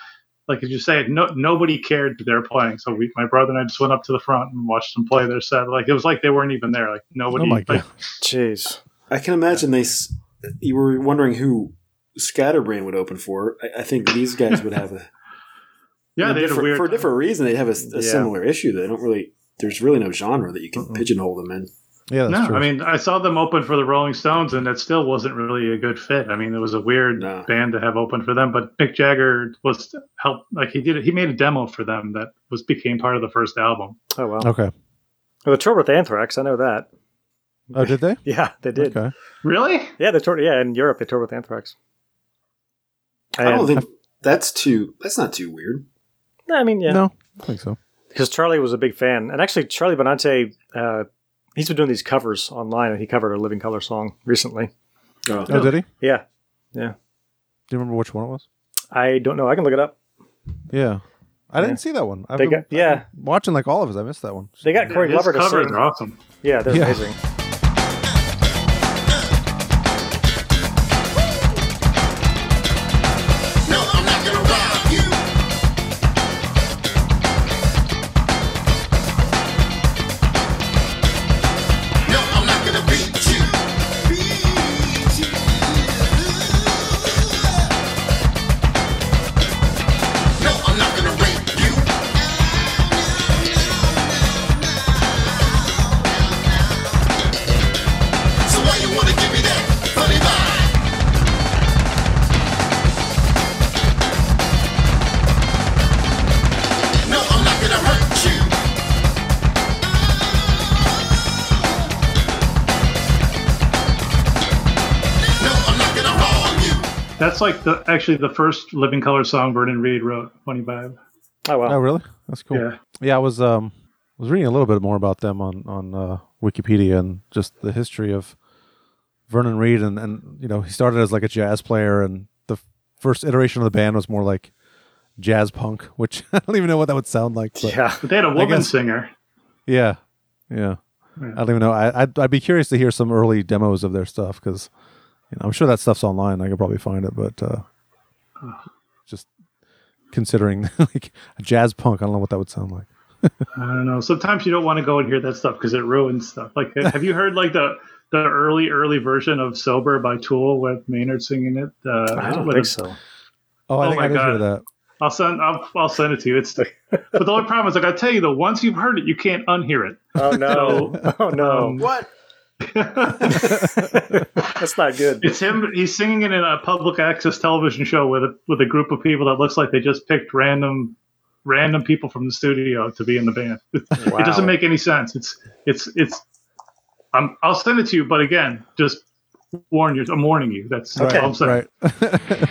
Speaker 4: like as you say no nobody cared they were playing so we, my brother and I just went up to the front and watched them play their set like it was like they weren't even there like nobody
Speaker 1: Oh my god.
Speaker 4: like
Speaker 2: jeez.
Speaker 3: I can imagine they. s- You were wondering who Scatterbrain would open for. I, I think these guys would have a
Speaker 4: yeah
Speaker 3: for
Speaker 4: they had a
Speaker 3: different-
Speaker 4: weird
Speaker 3: for a different reason. They'd have a, s- a
Speaker 2: Yeah.
Speaker 3: similar issue. They don't really. There's really no genre that you can pigeonhole them in.
Speaker 1: Yeah, that's
Speaker 4: no
Speaker 1: true.
Speaker 4: I mean I saw them open for the Rolling Stones and it still wasn't really a good fit I mean it was a weird
Speaker 3: No.
Speaker 4: band to have open for them but Mick Jagger was help like he did he made a demo for them that was became part of the first album
Speaker 2: Oh wow.
Speaker 1: okay.
Speaker 2: Well, they toured with Anthrax. I know that.
Speaker 1: Oh, did they?
Speaker 2: Yeah, they did.
Speaker 1: Okay.
Speaker 4: really
Speaker 2: Yeah, they toured. Yeah, in Europe they toured with Anthrax.
Speaker 1: Oh,
Speaker 3: I don't
Speaker 2: And-
Speaker 3: think that's too. That's not too weird.
Speaker 2: I mean, yeah.
Speaker 1: No, I think so.
Speaker 2: because Charlie was a big fan, and actually Charlie Benante, uh, he's been doing these covers online, and he covered a Living Color song recently.
Speaker 3: Oh,
Speaker 1: Oh, did he? Do
Speaker 2: Yeah,
Speaker 1: you remember which one it was?
Speaker 2: I don't know. I can look it up.
Speaker 1: Yeah, I
Speaker 2: Yeah.
Speaker 1: didn't see that one. I've
Speaker 2: They
Speaker 1: been
Speaker 2: got- yeah.
Speaker 1: watching like all of us. I missed that one.
Speaker 2: They got Corey
Speaker 4: His
Speaker 2: Glover to
Speaker 4: covers
Speaker 2: sing.
Speaker 4: are awesome
Speaker 2: Yeah, they're
Speaker 1: Yeah.
Speaker 2: amazing.
Speaker 5: No, I'm not gonna rob you. No, I'm not gonna beat you. Beat you. No, I'm not gonna rape you. So why you wanna give me that funny vibe? No, I'm not gonna hurt you. No, I'm not gonna harm you.
Speaker 4: That's like the actually the first Living Color song Vernon Reed wrote, Funny Vibe.
Speaker 2: Oh wow,
Speaker 1: Oh, really? That's cool.
Speaker 4: Yeah.
Speaker 1: Yeah, I was um was reading a little bit more about them on on uh, Wikipedia and just the history of Vernon Reed and and you know he started as like a jazz player and the f- first iteration of the band was more like jazz punk, which I don't even know what that would sound like. But
Speaker 2: yeah.
Speaker 4: But they had a woman
Speaker 1: guess-
Speaker 4: singer.
Speaker 1: yeah, yeah.
Speaker 4: Yeah.
Speaker 1: I don't even know. I I'd, I'd be curious to hear some early demos of their stuff because you know, I'm sure that stuff's online. I could probably find it, but uh, just considering like jazz punk. I don't know what that would sound like.
Speaker 4: I don't know. Sometimes you don't want to go and hear that stuff because it ruins stuff. Like, have you heard like the the early early version of "Sober" by Tool with Maynard singing it? Uh,
Speaker 2: I don't
Speaker 4: with
Speaker 2: think
Speaker 4: a-
Speaker 2: so.
Speaker 1: Oh, I
Speaker 4: Oh
Speaker 1: think
Speaker 4: my
Speaker 1: I did hear
Speaker 4: God.
Speaker 1: that.
Speaker 4: I'll send I'll, I'll send it to you. It's but the only problem is like I tell you though, once you've heard it, you can't unhear it.
Speaker 2: Oh no! oh no!
Speaker 4: Um,
Speaker 3: What?
Speaker 2: That's not good.
Speaker 4: It's him. He's singing it in a public access television show with a, with a group of people that looks like they just picked random random people from the studio to be in the band. It doesn't make any sense. It's it's it's. I'm, I'll send it to you, but again, just warn you. I'm warning you. That's that's all I'm saying.
Speaker 1: Right.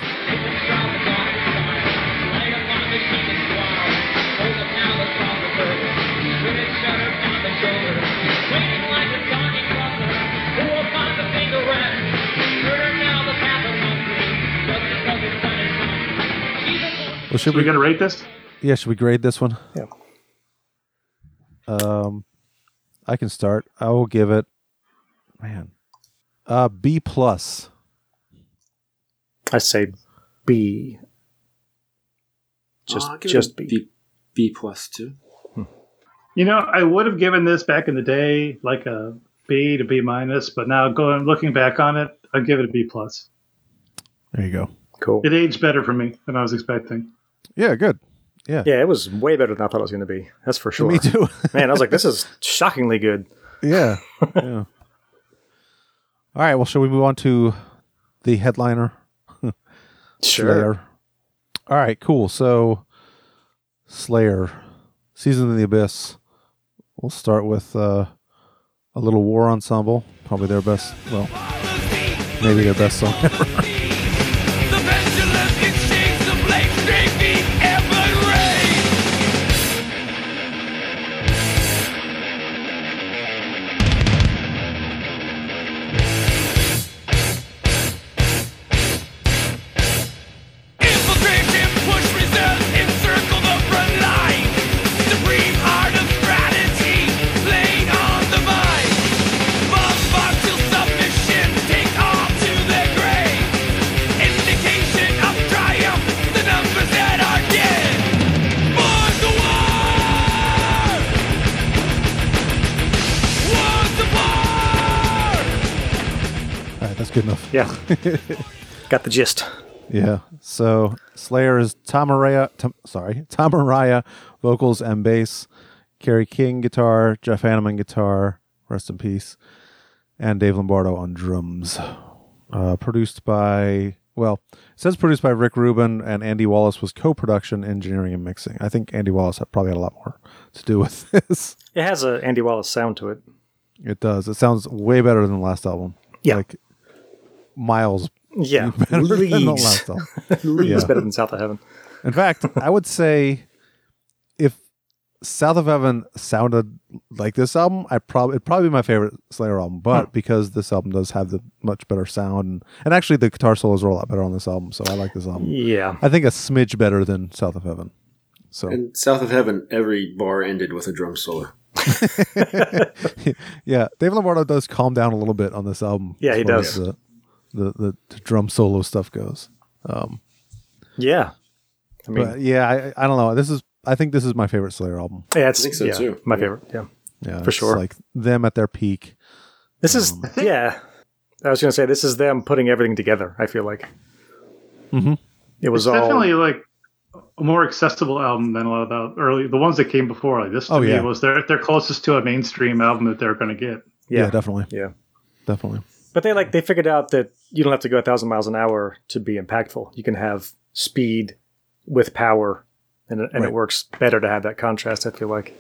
Speaker 1: Well, should
Speaker 4: Are we
Speaker 1: we?
Speaker 4: gonna rate this?
Speaker 1: Yeah, should we grade this one?
Speaker 2: Yeah.
Speaker 1: Um, I can start. I will give it, man, uh, B plus.
Speaker 2: I say B. Just
Speaker 3: I'll give it
Speaker 2: just
Speaker 3: a
Speaker 2: B.
Speaker 3: B, B plus two.
Speaker 4: You know, I would have given this back in the day like a B to B minus, but now going looking back on it, I'd give it a B plus.
Speaker 1: There you go.
Speaker 2: Cool.
Speaker 4: It aged better for me than I was expecting.
Speaker 1: Yeah, good.
Speaker 2: Yeah, it was way better than I thought it was going to be. That's for sure.
Speaker 1: Me too.
Speaker 2: Man, I was like, this is shockingly good.
Speaker 1: yeah. yeah. All right. Well, shall we move on to the headliner? Slayer. All right, cool. So Slayer, Season of the Abyss. We'll start with uh, a little war ensemble. Probably their best, well, maybe their best song.
Speaker 5: Indication of triumph, the numbers that are dead. For the war! War's the war!
Speaker 1: All right, that's good enough.
Speaker 2: Yeah. Got the gist.
Speaker 1: Yeah. So Slayer is Tom Araya, Tom, sorry, Tom Araya, vocals and bass, Kerry King guitar, Jeff Hanneman guitar, rest in peace, and Dave Lombardo on drums. Uh, produced by, well, it says produced by Rick Rubin and Andy Wallace was co-production, engineering, and mixing. I think Andy Wallace had probably had a lot more to do with this.
Speaker 2: It has a Andy Wallace sound to it.
Speaker 1: It does. It sounds way better than the last album.
Speaker 2: Yeah.
Speaker 1: Like miles
Speaker 2: Yeah.
Speaker 1: better than the
Speaker 2: Leagues.
Speaker 1: last album.
Speaker 2: Leagues
Speaker 1: Yeah.
Speaker 2: better than South of Heaven.
Speaker 1: In fact, I would say if South of Heaven sounded like this album, I probably it'd probably be my favorite Slayer album. But
Speaker 2: Hmm.
Speaker 1: because this album does have the much better sound, and, and actually the guitar solos are a lot better on this album, so I like this album.
Speaker 2: Yeah.
Speaker 1: I think a smidge better than South of Heaven. So
Speaker 3: And South of Heaven, every bar ended with a drum solo.
Speaker 1: yeah, Dave Lombardo does calm down a little bit on this album.
Speaker 2: Yeah,
Speaker 1: as
Speaker 2: he
Speaker 1: far
Speaker 2: does.
Speaker 1: as The, the, the the drum solo stuff goes. Um,
Speaker 2: Yeah. I mean,
Speaker 1: but yeah, I, I don't know. This is I think this is my favorite Slayer album.
Speaker 2: yeah, it's
Speaker 3: I think so,
Speaker 2: yeah,
Speaker 3: too.
Speaker 2: my favorite. Yeah.
Speaker 1: Yeah,
Speaker 2: For
Speaker 1: it's
Speaker 2: sure.
Speaker 1: Like them at their peak.
Speaker 2: This is,
Speaker 1: Um,
Speaker 2: yeah. I was going to say, this is them putting everything together, I feel like.
Speaker 1: Mhm.
Speaker 2: It was
Speaker 4: It's
Speaker 2: all.
Speaker 4: definitely like a more accessible album than a lot of the early the ones that came before. Like this to
Speaker 1: Oh,
Speaker 4: me
Speaker 1: yeah.
Speaker 4: was their their closest to a mainstream album that they're gonna get.
Speaker 1: Yeah,
Speaker 2: yeah.
Speaker 1: definitely.
Speaker 2: Yeah.
Speaker 1: Definitely.
Speaker 2: But they like they figured out that you don't have to go a thousand miles an hour to be impactful. You can have speed with power, and it, and
Speaker 1: Right.
Speaker 2: it works better to have that contrast. I feel like.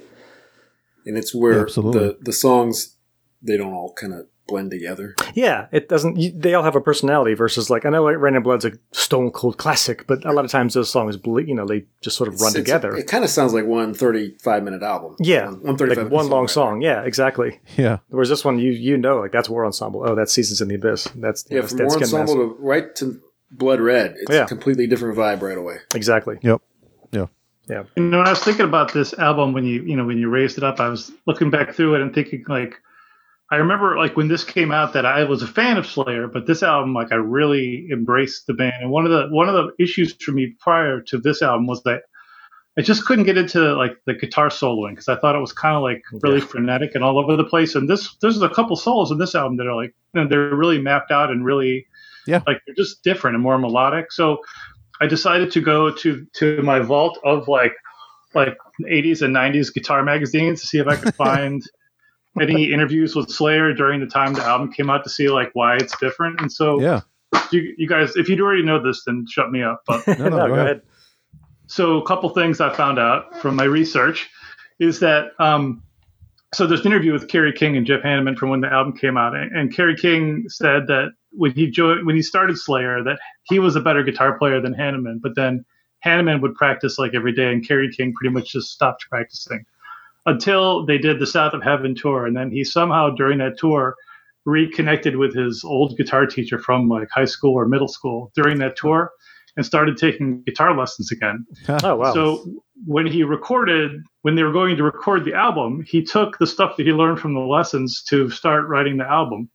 Speaker 3: and it's
Speaker 1: Yeah,
Speaker 3: where
Speaker 1: absolutely.
Speaker 3: the the songs they don't all kind of blend together.
Speaker 2: Yeah, it doesn't. You, they all have a personality versus like I know like, Random Blood's a stone cold classic, but a lot of times those songs, ble- you know, they just sort of run
Speaker 3: It's- it's-
Speaker 2: together.
Speaker 3: It kind of sounds like one 35 minute album.
Speaker 2: yeah,
Speaker 3: one 35
Speaker 2: like one long song. Yeah, exactly.
Speaker 1: Yeah.
Speaker 2: Whereas this one, you you know, like that's War Ensemble. Oh, that's Seasons in the Abyss. That's
Speaker 3: Yeah,
Speaker 2: that's,
Speaker 3: from
Speaker 2: that's
Speaker 3: War
Speaker 2: Skin
Speaker 3: Ensemble
Speaker 2: Mask.
Speaker 3: to right to Blood Red, it's
Speaker 2: Yeah.
Speaker 3: a completely different vibe right away.
Speaker 2: Exactly.
Speaker 1: Yep. Yeah.
Speaker 4: You know, when I was thinking about this album when you you know when you raised it up, I was looking back through it and thinking like, I remember like when this came out that I was a fan of Slayer, but this album like I really embraced the band. And one of the one of the issues for me prior to this album was that I just couldn't get into like the guitar soloing because I thought it was kind of like really frenetic and all over the place. And this there's a couple solos in this album that are like you know, they're really mapped out and really
Speaker 1: Yeah.
Speaker 4: like they're just different and more melodic. So I decided to go to to my vault of like like 80s and 90s guitar magazines to see if I could find any interviews with Slayer during the time the album came out to see like why it's different. And so
Speaker 1: Yeah.
Speaker 4: you, you guys, if you already know this, then shut me up. But
Speaker 1: No, no,
Speaker 2: No, Oh, go ahead.
Speaker 4: so a couple things I found out from my research is that um, so there's an interview with Kerry King and Jeff Hanneman from when the album came out, and, and Kerry King said that when he joined when he started Slayer that he was a better guitar player than Hanneman, but then Hanneman would practice like every day, and Kerry King pretty much just stopped practicing until they did the South of Heaven tour, and then he somehow during that tour reconnected with his old guitar teacher from like high school or middle school during that tour and started taking guitar lessons again.
Speaker 2: Oh wow.
Speaker 4: So when he recorded, when they were going to record the album, he took the stuff that he learned from the lessons to start writing the album,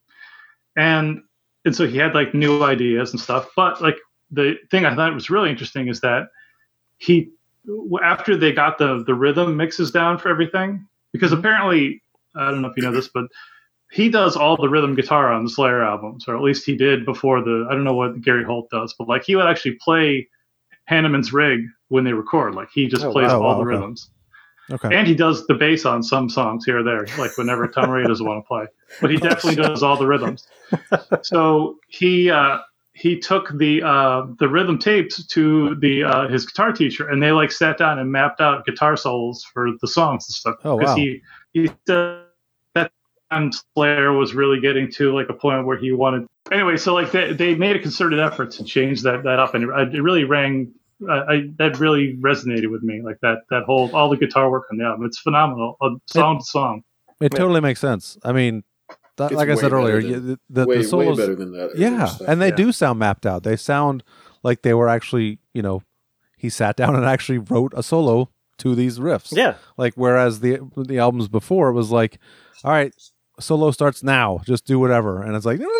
Speaker 4: and and so he had like new ideas and stuff. But like the thing I thought was really interesting is that he after they got the the rhythm mixes down for everything because
Speaker 1: Mm-hmm.
Speaker 4: apparently I don't know if you know this, but he does all the rhythm guitar on the Slayer albums, or at least he did before the I don't know what Gary Holt does, but like he would actually play Hanneman's rig when they record. Like he just
Speaker 2: Oh,
Speaker 4: plays
Speaker 1: wow.
Speaker 4: all
Speaker 1: Oh,
Speaker 4: the
Speaker 1: wow, okay.
Speaker 4: rhythms.
Speaker 1: Okay.
Speaker 4: And he does the bass on some songs here or there, like whenever Tom Ray doesn't want to play. But he definitely does all the rhythms. So he uh, he took the uh, the rhythm tapes to the uh, his guitar teacher, and they like sat down and mapped out guitar solos for the songs and stuff.
Speaker 1: Oh, wow.
Speaker 4: he he said that time Slayer was really getting to like a point where he wanted. Anyway, so like they, they made a concerted effort to change that that up, and it, it really rang I, I that really resonated with me. Like that that whole all the guitar work on the album, it's phenomenal, uh, song to song.
Speaker 1: It totally makes sense. I mean, that,
Speaker 3: It's
Speaker 1: like I said
Speaker 3: way better
Speaker 1: earlier,
Speaker 3: than-
Speaker 1: you- the, the,
Speaker 3: way,
Speaker 1: the
Speaker 3: way
Speaker 1: solos,
Speaker 3: better than that. other
Speaker 1: yeah,
Speaker 3: stuff.
Speaker 1: and they
Speaker 3: Yeah.
Speaker 1: do sound mapped out. They sound like they were actually, you know, he sat down and actually wrote a solo to these riffs.
Speaker 2: yeah.
Speaker 1: Like whereas the the albums before was like, all right, solo starts now, just do whatever, and it's like,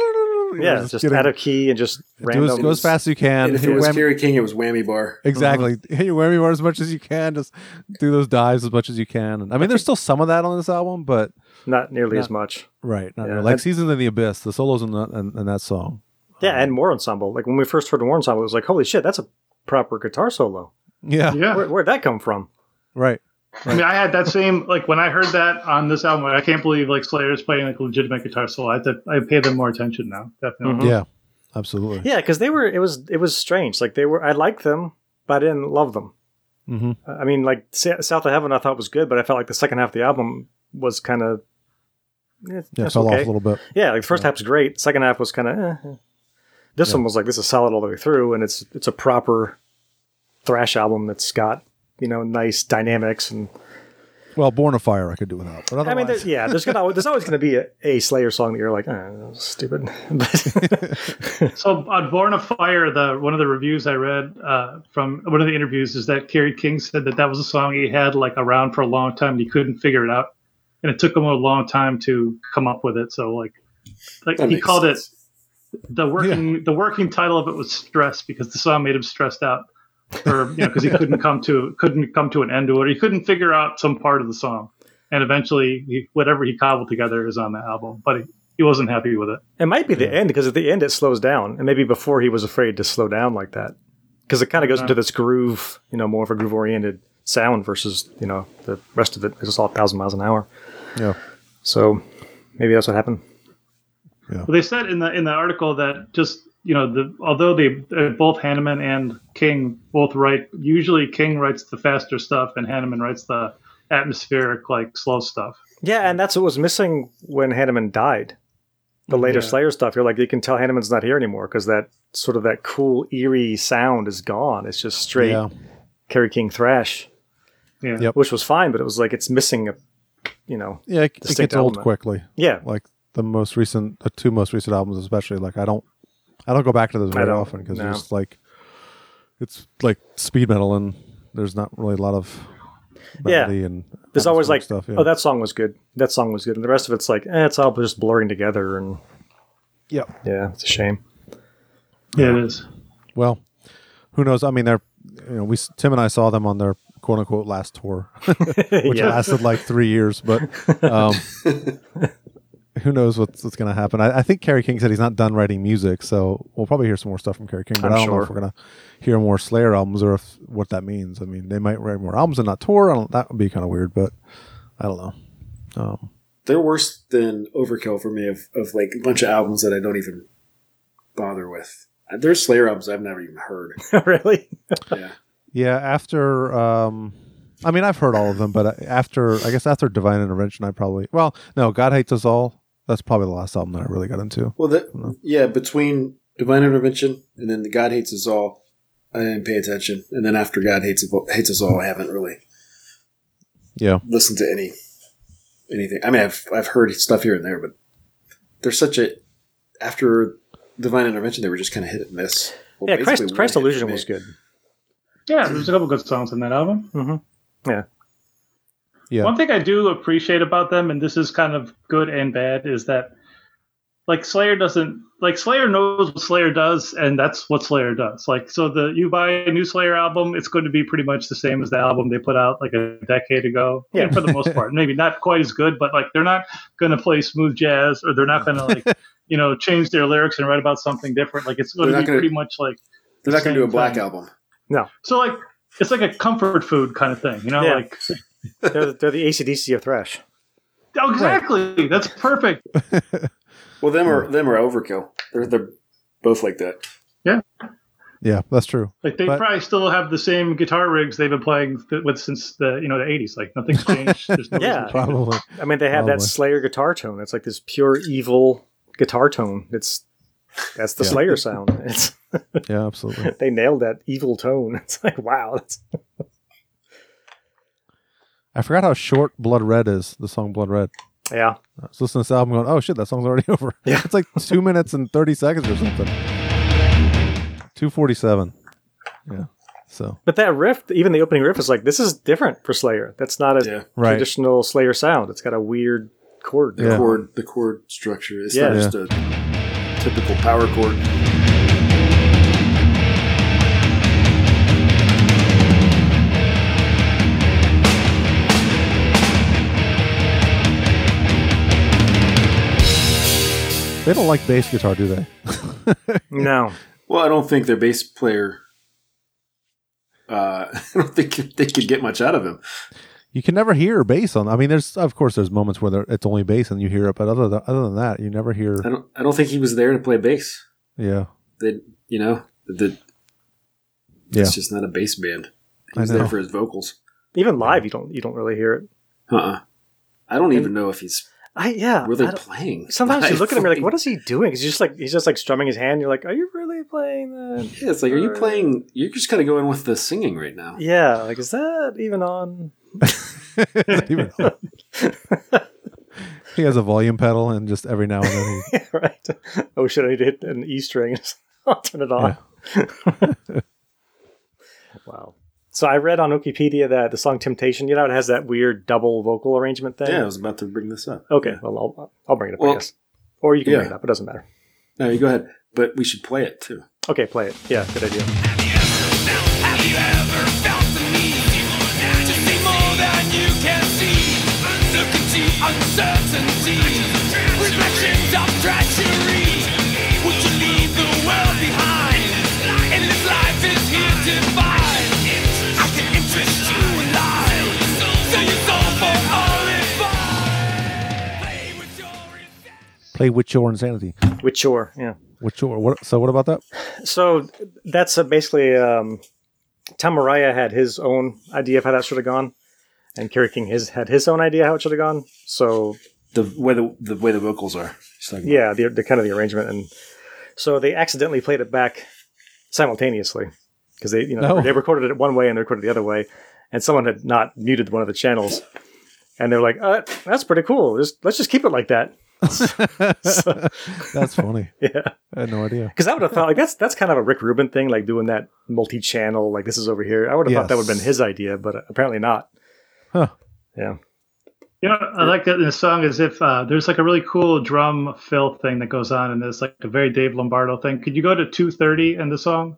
Speaker 1: we're
Speaker 2: Yeah. Just
Speaker 1: getting-
Speaker 2: out of key and just
Speaker 1: do as,
Speaker 2: random.
Speaker 1: go as fast as you can.
Speaker 3: And if
Speaker 1: hit
Speaker 3: it was uh-huh.
Speaker 1: wham-
Speaker 3: Kerry King, it was Whammy Bar.
Speaker 1: Exactly. Hit your whammy bar as much as you can. Just do those dives as much as you can. And I mean, there's still some of that on this album, but
Speaker 2: Not nearly
Speaker 1: Yeah.
Speaker 2: as much.
Speaker 1: right, not
Speaker 2: Yeah,
Speaker 1: really. like
Speaker 2: and-
Speaker 1: "Seasons in the Abyss." The solos in, the, in, in that song.
Speaker 2: Yeah, and more ensemble. Like when we first heard more ensemble, it was like, holy shit, that's a proper guitar solo.
Speaker 1: Yeah,
Speaker 4: Yeah,
Speaker 2: Where, where'd that come from?
Speaker 1: right.
Speaker 4: I mean, I had that same like when I heard that on this album. I can't believe like Slayer's playing like legitimate guitar solo. I have to, I pay them more attention now. Definitely.
Speaker 2: Mhm.
Speaker 1: Yeah, absolutely.
Speaker 2: Yeah, because they were. It was. It was strange. Like they were. I liked them, but I didn't love them.
Speaker 1: Mhm.
Speaker 2: I mean, like Sa- South of Heaven, I thought was good, but I felt like the second half of the album was kind of. Yeah,
Speaker 1: Yeah,
Speaker 2: that's
Speaker 1: fell off
Speaker 2: okay.
Speaker 1: a little bit.
Speaker 2: Yeah, like the first half's great. Second half was kind of. Eh. eh. This one was like this is solid all the way through, and it's it's a proper thrash album that's got you know nice dynamics and
Speaker 1: Well, "Born of Fire" I could do without. But
Speaker 2: I
Speaker 1: otherwise,
Speaker 2: mean, there's, yeah, there's gonna always, there's always gonna be a, a Slayer song that you're like, oh, that was stupid. But
Speaker 4: So on Born of Fire, the one of the reviews I read uh, from one of the interviews is that Kerry King said that that was a song he had like around for a long time and he couldn't figure it out, and it took him a long time to come up with it. So like, like
Speaker 3: That
Speaker 4: he
Speaker 3: makes
Speaker 4: called
Speaker 3: sense.
Speaker 4: it the working the working title of it was stress because the song made him stressed out, or you know because he couldn't come to couldn't come to an end to it, or he couldn't figure out some part of the song, and eventually he, whatever he cobbled together is on the album, but he, he wasn't happy with it.
Speaker 2: it might be the end because at the end it slows down, and maybe before he was afraid to slow down like that because it kind of goes into this groove, you know, more of a groove oriented sound versus you know the rest of it is just all thousand miles an hour.
Speaker 1: Yeah.
Speaker 2: So maybe that's what happened.
Speaker 4: Well, they said in the in the article that just you know the although they uh, both Hanneman and King both write usually King writes the faster stuff and Hanneman writes the atmospheric like slow stuff.
Speaker 2: Yeah, and that's what was missing when Hanneman died. The later Slayer stuff, you're like, you can tell Hanneman's not here anymore because that sort of that cool eerie sound is gone. It's just straight
Speaker 1: yeah,
Speaker 2: Kerry King thrash,
Speaker 4: Yeah.
Speaker 1: Yep.
Speaker 2: which was fine, but it was like it's missing a, you know,
Speaker 1: yeah, it, it
Speaker 2: Distinct
Speaker 1: gets old
Speaker 2: element.
Speaker 1: quickly.
Speaker 2: yeah,
Speaker 1: Like the most recent, the two most recent albums, especially. Like I don't, I don't go back to those very
Speaker 2: don't,
Speaker 1: often because
Speaker 2: no.
Speaker 1: there's like, it's like speed metal and there's not really a lot of
Speaker 2: Yeah.
Speaker 1: melody and
Speaker 2: There's always
Speaker 1: atmospheric
Speaker 2: like,
Speaker 1: stuff. Yeah.
Speaker 2: oh, that song was good. That song was good. And the rest of it's like, eh, it's all just blurring together. And
Speaker 1: yeah.
Speaker 2: yeah, it's a shame.
Speaker 4: Yeah, it is.
Speaker 1: Well, who knows? I mean, they're you know we s- Tim and I saw them on their quote unquote last tour, which
Speaker 2: Yeah.
Speaker 1: lasted like three years. But um, who knows what's, what's going to happen? I, I think Kerry King said he's not done writing music, so we'll probably hear some more stuff from Kerry King. But
Speaker 2: I'm
Speaker 1: I don't know if
Speaker 2: sure.
Speaker 1: we're going to hear more Slayer albums or if what that means. I mean, they might write more albums and not tour. I don't, that would be kind of weird, but I don't know. Um,
Speaker 3: They're worse than Overkill for me of, of like a bunch of albums that I don't even bother with. Uh, There's Slayer albums I've never even heard.
Speaker 2: really?
Speaker 3: Yeah.
Speaker 1: Yeah, after um I mean I've heard all of them, but uh, after I guess after Divine Intervention I probably well, no, God Hates Us All. That's probably the last album that I really got into.
Speaker 3: Well,
Speaker 1: No.
Speaker 3: that yeah, between Divine Intervention and then the God Hates Us All, I didn't pay attention. And then after God Hates Us All- Hates Us All, I haven't really
Speaker 1: Yeah.
Speaker 3: listened to any anything. I mean, I've I've heard stuff here and there, but there's such a after Divine Intervention, they were just kind of hit and miss. Well,
Speaker 2: Yeah, Christ,
Speaker 3: basically,
Speaker 2: Christ
Speaker 3: one hit
Speaker 2: Illusion
Speaker 3: for me.
Speaker 2: was good.
Speaker 4: Yeah, there's a couple good songs on that album.
Speaker 3: Mm-hmm.
Speaker 1: Yeah.
Speaker 4: One thing I do appreciate about them, and this is kind of good and bad, is that like Slayer doesn't like Slayer knows what Slayer does, and that's what Slayer does. Like so, the you buy a new Slayer album, it's going to be pretty much the same as the album they put out like a decade ago.
Speaker 2: Yeah.
Speaker 4: And for the most part, maybe not quite as good, but like they're not going to play smooth jazz, or they're not going to like you know change their lyrics and write about something different. Like it's going
Speaker 3: They're
Speaker 4: to
Speaker 3: not
Speaker 4: be
Speaker 3: gonna-
Speaker 4: pretty much like
Speaker 3: They're not going to do a black
Speaker 4: Same
Speaker 3: album.
Speaker 4: so like it's like a comfort food kind of thing, you know,
Speaker 2: Yeah.
Speaker 4: like.
Speaker 2: They're, they're the ACDC of thrash.
Speaker 4: Oh, exactly. That's perfect.
Speaker 3: Well, them are them are Overkill. They're they're both like that.
Speaker 1: Yeah, that's true.
Speaker 4: Like they
Speaker 1: But-
Speaker 4: probably still have the same guitar rigs they've been playing th- with since the you know the '80s. Like nothing's changed. There's no
Speaker 2: Yeah.
Speaker 4: reason.
Speaker 1: Probably.
Speaker 2: I mean, they have that
Speaker 1: Probably.
Speaker 2: Slayer guitar tone. It's like this pure evil guitar tone. It's that's the
Speaker 1: Yeah.
Speaker 2: Slayer sound. It's
Speaker 1: Yeah, absolutely.
Speaker 2: they nailed that evil tone. It's like wow, that's
Speaker 1: I forgot how short Blood Red is, the song Blood Red.
Speaker 2: yeah.
Speaker 1: I was listening to this album going, Oh shit, that song's already over.
Speaker 2: Yeah.
Speaker 1: it's like two minutes and thirty seconds or something. Two forty seven. Yeah. So
Speaker 2: But that riff, even the opening riff, is like this is different for Slayer. That's not a
Speaker 3: Yeah.
Speaker 1: Right.
Speaker 2: traditional Slayer sound. It's got a weird chord.
Speaker 1: Yeah.
Speaker 3: chord the chord structure. It's not
Speaker 2: Yeah.
Speaker 3: just a typical power chord.
Speaker 1: they don't like bass guitar, do they?
Speaker 2: No,
Speaker 3: Well, I don't think their bass player. Uh, I don't think they could get much out of him.
Speaker 1: you can never hear bass on. I mean, there's of course there's moments where there, it's only bass and you hear it, but other than, other than that, you never hear.
Speaker 3: I don't. I don't think he was there to play bass.
Speaker 1: Yeah,
Speaker 3: They, you know, the,
Speaker 1: yeah,
Speaker 3: it's just not a bass band. He
Speaker 1: I
Speaker 3: was there
Speaker 1: know.
Speaker 3: for his vocals.
Speaker 2: even live, you don't you don't really hear it.
Speaker 3: Uh. uh I don't even know if he's
Speaker 2: I yeah.
Speaker 3: were they
Speaker 2: I don't-
Speaker 3: playing.
Speaker 2: sometimes you
Speaker 3: live?
Speaker 2: look at him, you're like, what is he doing? He's just like he's just like strumming his hand. You're like, are you really playing that?
Speaker 3: Yeah, it's like, are you playing? You're just kind of going with the singing right now.
Speaker 2: Yeah, like is that even on?
Speaker 1: Even though- he has a volume pedal, and just every now and then, he,
Speaker 2: right. Oh shit! I need to hit an E string. I'll turn it on. wow. So I read on Wikipedia that the song "Temptation," you know, it has that weird double vocal arrangement thing.
Speaker 3: Yeah, I was about to bring this up.
Speaker 2: Okay. Well, I'll, I'll bring it up. I
Speaker 3: Well-
Speaker 2: guess. Or you can bring
Speaker 3: Yeah.
Speaker 2: it up. It doesn't matter.
Speaker 3: No, you go ahead. But we should play it too.
Speaker 2: Okay, play it. Yeah, good idea.
Speaker 5: Have you ever felt the need to see more than you can see? Uncertainty, uncertainty, reflections of treachery. Would you leave the world behind? And this life is here to find. I can interest you in life. Sell your soul for all it buys. Play with your
Speaker 1: play with your insanity.
Speaker 2: With your yeah.
Speaker 1: With your what? So what about that?
Speaker 2: So that's uh basically um, Tom Mariah had his own idea of how that should have gone, and Kerry King his had his own idea how it should have gone. So
Speaker 3: The way the, the way the vocals are. She's talking about.
Speaker 2: yeah, the, the kind of the arrangement, and so they accidentally played it back simultaneously because they you know
Speaker 1: No.
Speaker 2: they recorded it one way and they recorded it the other way, and someone had not muted one of the channels, and they're like, uh, "That's pretty cool. Just, let's just keep it like that."
Speaker 1: That's funny.
Speaker 2: Yeah.
Speaker 1: I had no idea.
Speaker 2: Because I would have thought like that's that's kind of a Rick Rubin thing, like doing that multi-channel, like this is over here. I would have thought that would have been
Speaker 1: Yes.
Speaker 2: his idea, but apparently not.
Speaker 1: Huh.
Speaker 2: Yeah.
Speaker 4: You know, I like that in the song is if uh, there's like a really cool drum fill thing that goes on in this, like a very Dave Lombardo thing. Could you go to 230 in the song?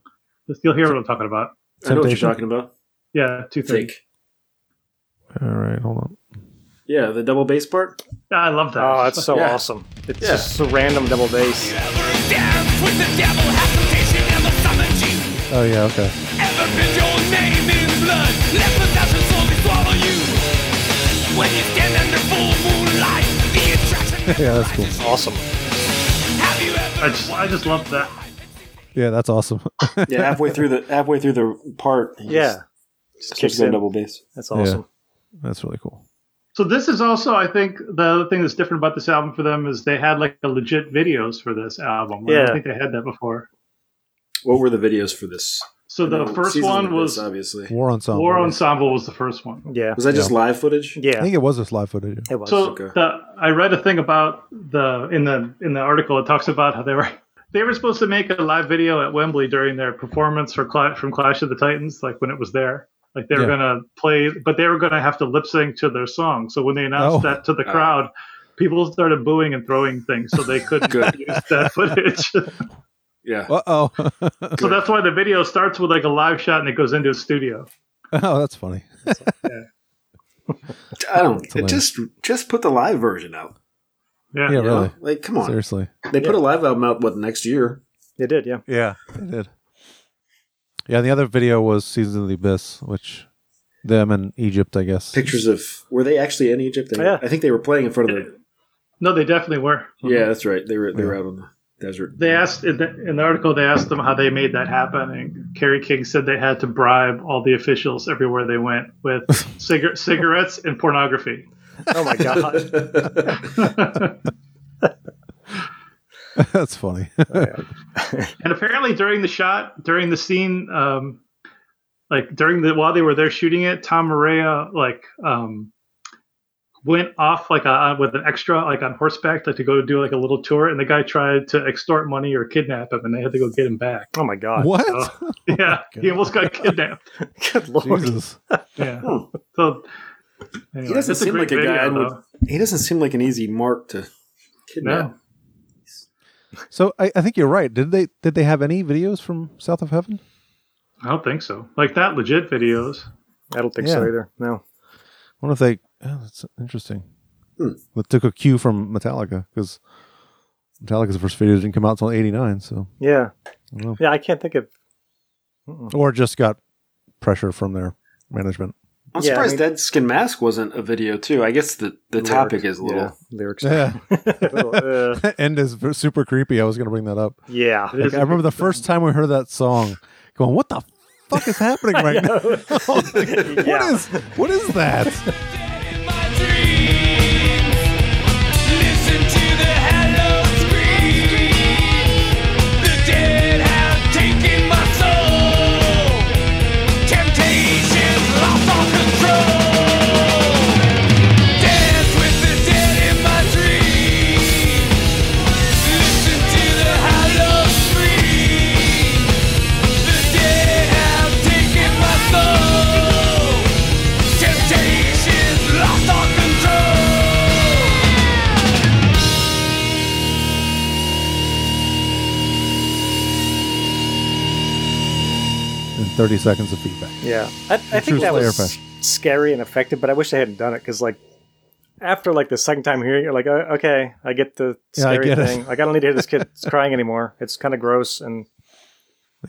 Speaker 4: You'll hear what I'm talking about.
Speaker 3: I know what you're
Speaker 1: Temptation?
Speaker 3: talking about.
Speaker 4: Yeah, 230.
Speaker 3: Think.
Speaker 1: All right, hold on.
Speaker 3: Yeah, the double bass part.
Speaker 4: Ah, I love that.
Speaker 2: Oh, that's so
Speaker 3: Yeah.
Speaker 2: awesome. It's
Speaker 3: Yeah.
Speaker 2: just a random double bass.
Speaker 1: Oh yeah, okay. Yeah, that's cool.
Speaker 2: Awesome.
Speaker 4: I just, I just love that.
Speaker 1: Yeah, that's awesome.
Speaker 3: Yeah, halfway through the halfway through the part. he
Speaker 2: Yeah. Just
Speaker 3: just kicks
Speaker 2: kicks
Speaker 3: that
Speaker 2: in.
Speaker 3: double bass.
Speaker 2: That's awesome.
Speaker 1: that's really cool.
Speaker 4: So this is also, I think, the other thing that's different about this album for them is they had like a legit videos for this album. I
Speaker 2: Yeah.
Speaker 4: don't think they had that before.
Speaker 3: What were the videos for this?
Speaker 4: So the
Speaker 3: I know,
Speaker 4: first
Speaker 3: Seasons of
Speaker 4: one
Speaker 3: the
Speaker 4: was
Speaker 3: Abyss, obviously.
Speaker 1: War ensemble.
Speaker 4: War Ensemble was the first one.
Speaker 2: Yeah.
Speaker 3: Was that just live footage?
Speaker 1: I
Speaker 2: Yeah.
Speaker 1: think it was this live footage.
Speaker 2: it was.
Speaker 4: So
Speaker 3: Okay.
Speaker 4: the, I read a thing about the in the in the article. It talks about how they were they were supposed to make a live video at Wembley during their performance for Cla- from Clash of the Titans, like when it was there. Like they were
Speaker 1: Yeah.
Speaker 4: gonna play, but they were gonna have to lip sync to their song. So when they announced
Speaker 1: Oh.
Speaker 4: that to the crowd, people started booing and throwing things, so they couldn't
Speaker 3: Good.
Speaker 4: use that footage.
Speaker 3: Yeah.
Speaker 1: Uh oh.
Speaker 4: so that's why the video starts with like a live shot and it goes into a studio.
Speaker 1: oh, that's funny.
Speaker 3: I don't.
Speaker 1: hilarious.
Speaker 3: Just just put the live version out.
Speaker 4: Yeah,
Speaker 1: Yeah, really.
Speaker 3: Like, come on.
Speaker 1: Seriously.
Speaker 3: They put a live album out what next year?
Speaker 2: It did, yeah.
Speaker 1: Yeah, it did. Yeah, and the other video was Seasons of the Abyss, which them in Egypt, I guess.
Speaker 3: Pictures of were they actually in Egypt? They-
Speaker 2: Oh, Yeah. Mm-hmm.
Speaker 3: I think they were playing in front of the.
Speaker 4: No, they definitely were.
Speaker 3: Yeah, that's right. They were they were out on the desert.
Speaker 4: they asked in the, in the article they asked them how they made that happen and kerry king said they had to bribe all the officials everywhere they went with cigar- cigarettes and pornography
Speaker 2: Oh my god.
Speaker 1: That's funny.
Speaker 4: and apparently during the shot during the scene um, like during the while they were there shooting it tom Maria like um, went off like uh with an extra like on horseback like to go do like a little tour and the guy tried to extort money or kidnap him and they had to go get him back
Speaker 2: Oh my god.
Speaker 1: what?
Speaker 4: yeah he almost got kidnapped
Speaker 2: Good lord.
Speaker 1: Jesus.
Speaker 4: Yeah. So anyway,
Speaker 3: Hmm. He doesn't
Speaker 4: it's a
Speaker 3: seem
Speaker 4: great
Speaker 3: like a guy I
Speaker 4: video,
Speaker 3: would-
Speaker 4: though.
Speaker 3: He doesn't seem like an easy mark to kidnap.
Speaker 4: No.
Speaker 1: So I, I think you're right. Did they did they have any videos from South of Heaven?
Speaker 4: I don't think so. Like that legit videos.
Speaker 2: I don't think
Speaker 1: Yeah.
Speaker 2: so either. No.
Speaker 1: I wonder if they. Oh, that's interesting. They took a cue from Metallica because Metallica's first video didn't come out until '89, so
Speaker 2: Yeah.
Speaker 1: don't know.
Speaker 2: Yeah, I can't think of
Speaker 1: or just got pressure from their management.
Speaker 3: I'm
Speaker 2: Yeah, I
Speaker 3: surprised
Speaker 2: mean-
Speaker 3: Dead Skin Mask wasn't a video too. I guess the, the topic is a little.
Speaker 2: yeah, lyrics.
Speaker 1: Yeah,
Speaker 2: Little, uh,
Speaker 1: and is v- super creepy. I was going to bring that up.
Speaker 2: yeah.
Speaker 1: Like, I remember the first time we heard that song, going, "What the fuck is happening right now? What
Speaker 2: Yeah.
Speaker 1: is what is that?"
Speaker 5: Oh Temptations lost all control.
Speaker 1: And 30 seconds of feedback.
Speaker 2: Yeah, I, I
Speaker 1: true
Speaker 2: think that
Speaker 1: Slayer
Speaker 2: was
Speaker 1: fan.
Speaker 2: scary and effective, but I wish they hadn't done it because, like, after like the second time hearing, it, you're like, oh, okay, I get the
Speaker 1: Yeah, I
Speaker 2: scary
Speaker 1: get it.
Speaker 2: thing. Like, I don't need to hear this kid crying anymore. It's kind of gross, and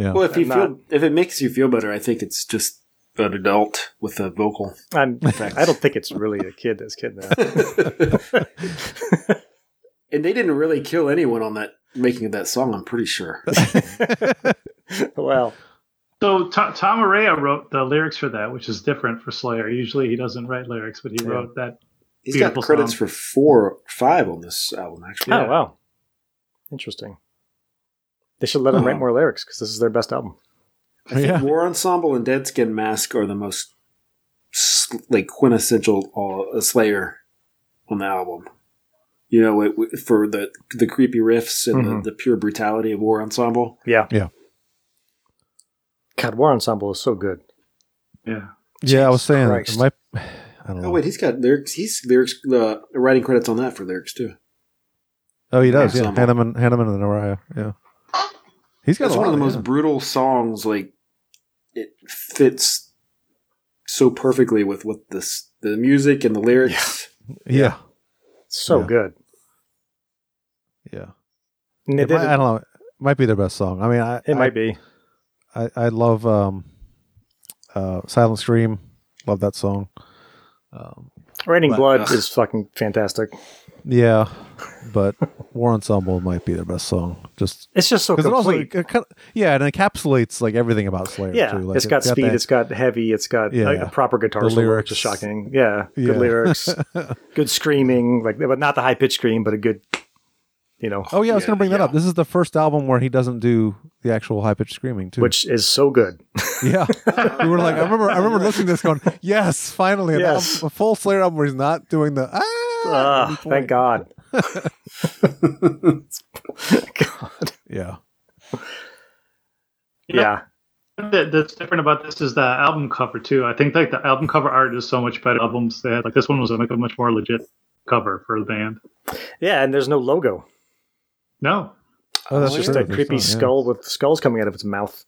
Speaker 1: Yeah.
Speaker 3: Well, if you
Speaker 2: I'm not-
Speaker 3: feel if it makes you feel better, I think it's just an adult with a vocal.
Speaker 2: I'm I don't think it's really a kid that's kidnapped.
Speaker 3: And they didn't really kill anyone on that making of that song. I'm pretty sure.
Speaker 2: well, oh,
Speaker 4: So Tom, Tom Araya wrote the lyrics for that, which is different for Slayer. Usually he doesn't write lyrics, but he wrote that.
Speaker 3: He's got
Speaker 4: Beautiful
Speaker 3: credits
Speaker 4: song.
Speaker 3: for four, or five on this album actually.
Speaker 2: oh wow, interesting. They should let him write more lyrics because this is their best album.
Speaker 3: I think
Speaker 1: Yeah.
Speaker 3: War Ensemble and Dead Skin Mask are the most s- like quintessential uh, Slayer on the album. You know, it, it- for the the creepy riffs and
Speaker 1: Mm-hmm.
Speaker 2: Mhm.
Speaker 3: the, the pure brutality of War Ensemble.
Speaker 2: Yeah,
Speaker 1: Yeah.
Speaker 2: God, War Ensemble is so good.
Speaker 4: Yeah.
Speaker 1: yeah, I was saying
Speaker 2: Christ.
Speaker 1: it might I don't know.
Speaker 3: Oh wait, he's got lyrics. He's lyrics uh, writing credits on that for lyrics too.
Speaker 1: Oh, he does.
Speaker 3: Yeah,
Speaker 1: Yeah,
Speaker 3: some-
Speaker 1: Hanneman, Hanneman and Araya. Yeah, he's got
Speaker 3: That's
Speaker 1: a
Speaker 3: one
Speaker 1: lot
Speaker 3: of the most
Speaker 1: yeah.
Speaker 3: brutal songs. Like it fits so perfectly with what this the music and the lyrics.
Speaker 1: yeah,
Speaker 2: So
Speaker 1: Yeah.
Speaker 2: good.
Speaker 1: yeah.
Speaker 2: And they
Speaker 1: It might,
Speaker 2: did-
Speaker 1: I don't know. It might be their best song. I mean, I
Speaker 2: it
Speaker 1: I,
Speaker 2: might be.
Speaker 1: I, I love um, uh, Silent Scream. Love that song. Um,
Speaker 2: Raining
Speaker 1: but-
Speaker 2: Blood
Speaker 3: Ugh.
Speaker 2: is fucking fantastic.
Speaker 1: yeah, but War Ensemble might be their best song. Just
Speaker 2: It's just so
Speaker 1: because it also
Speaker 2: complete.
Speaker 1: it, kind of, yeah, and it encapsulates like everything about Slayer.
Speaker 2: yeah,
Speaker 1: too. Like,
Speaker 2: it's got speed.
Speaker 1: that-
Speaker 2: it's got heavy. It's got
Speaker 1: Yeah,
Speaker 2: a,
Speaker 1: yeah.
Speaker 2: a proper guitar
Speaker 1: The
Speaker 2: solo,
Speaker 1: lyrics.
Speaker 2: which is shocking. Yeah, good
Speaker 1: Yeah.
Speaker 2: lyrics, good screaming, like but not the high pitched scream, but a good, you know,
Speaker 1: oh yeah, I was gonna bring that
Speaker 3: yeah.
Speaker 1: up. This is the first album where he doesn't do the actual high pitched screaming too.
Speaker 2: which is so good.
Speaker 1: Yeah, we were like, I remember, I remember listening to this, going, "Yes, finally, an
Speaker 2: Yes.
Speaker 1: album- a full Slayer album where he's not doing the ah."
Speaker 2: Ah, thank God. God.
Speaker 1: Yeah,
Speaker 2: Yeah.
Speaker 4: that, that's different about this is the album cover too. I think like the album cover art is so much better. Albums they had like this one was like a much more legit cover for the band.
Speaker 2: Yeah, and there's no logo.
Speaker 4: No,
Speaker 1: oh, that's
Speaker 2: It's just a
Speaker 1: it.
Speaker 2: creepy
Speaker 1: It's not- yeah.
Speaker 2: skull with skulls coming out of its mouth.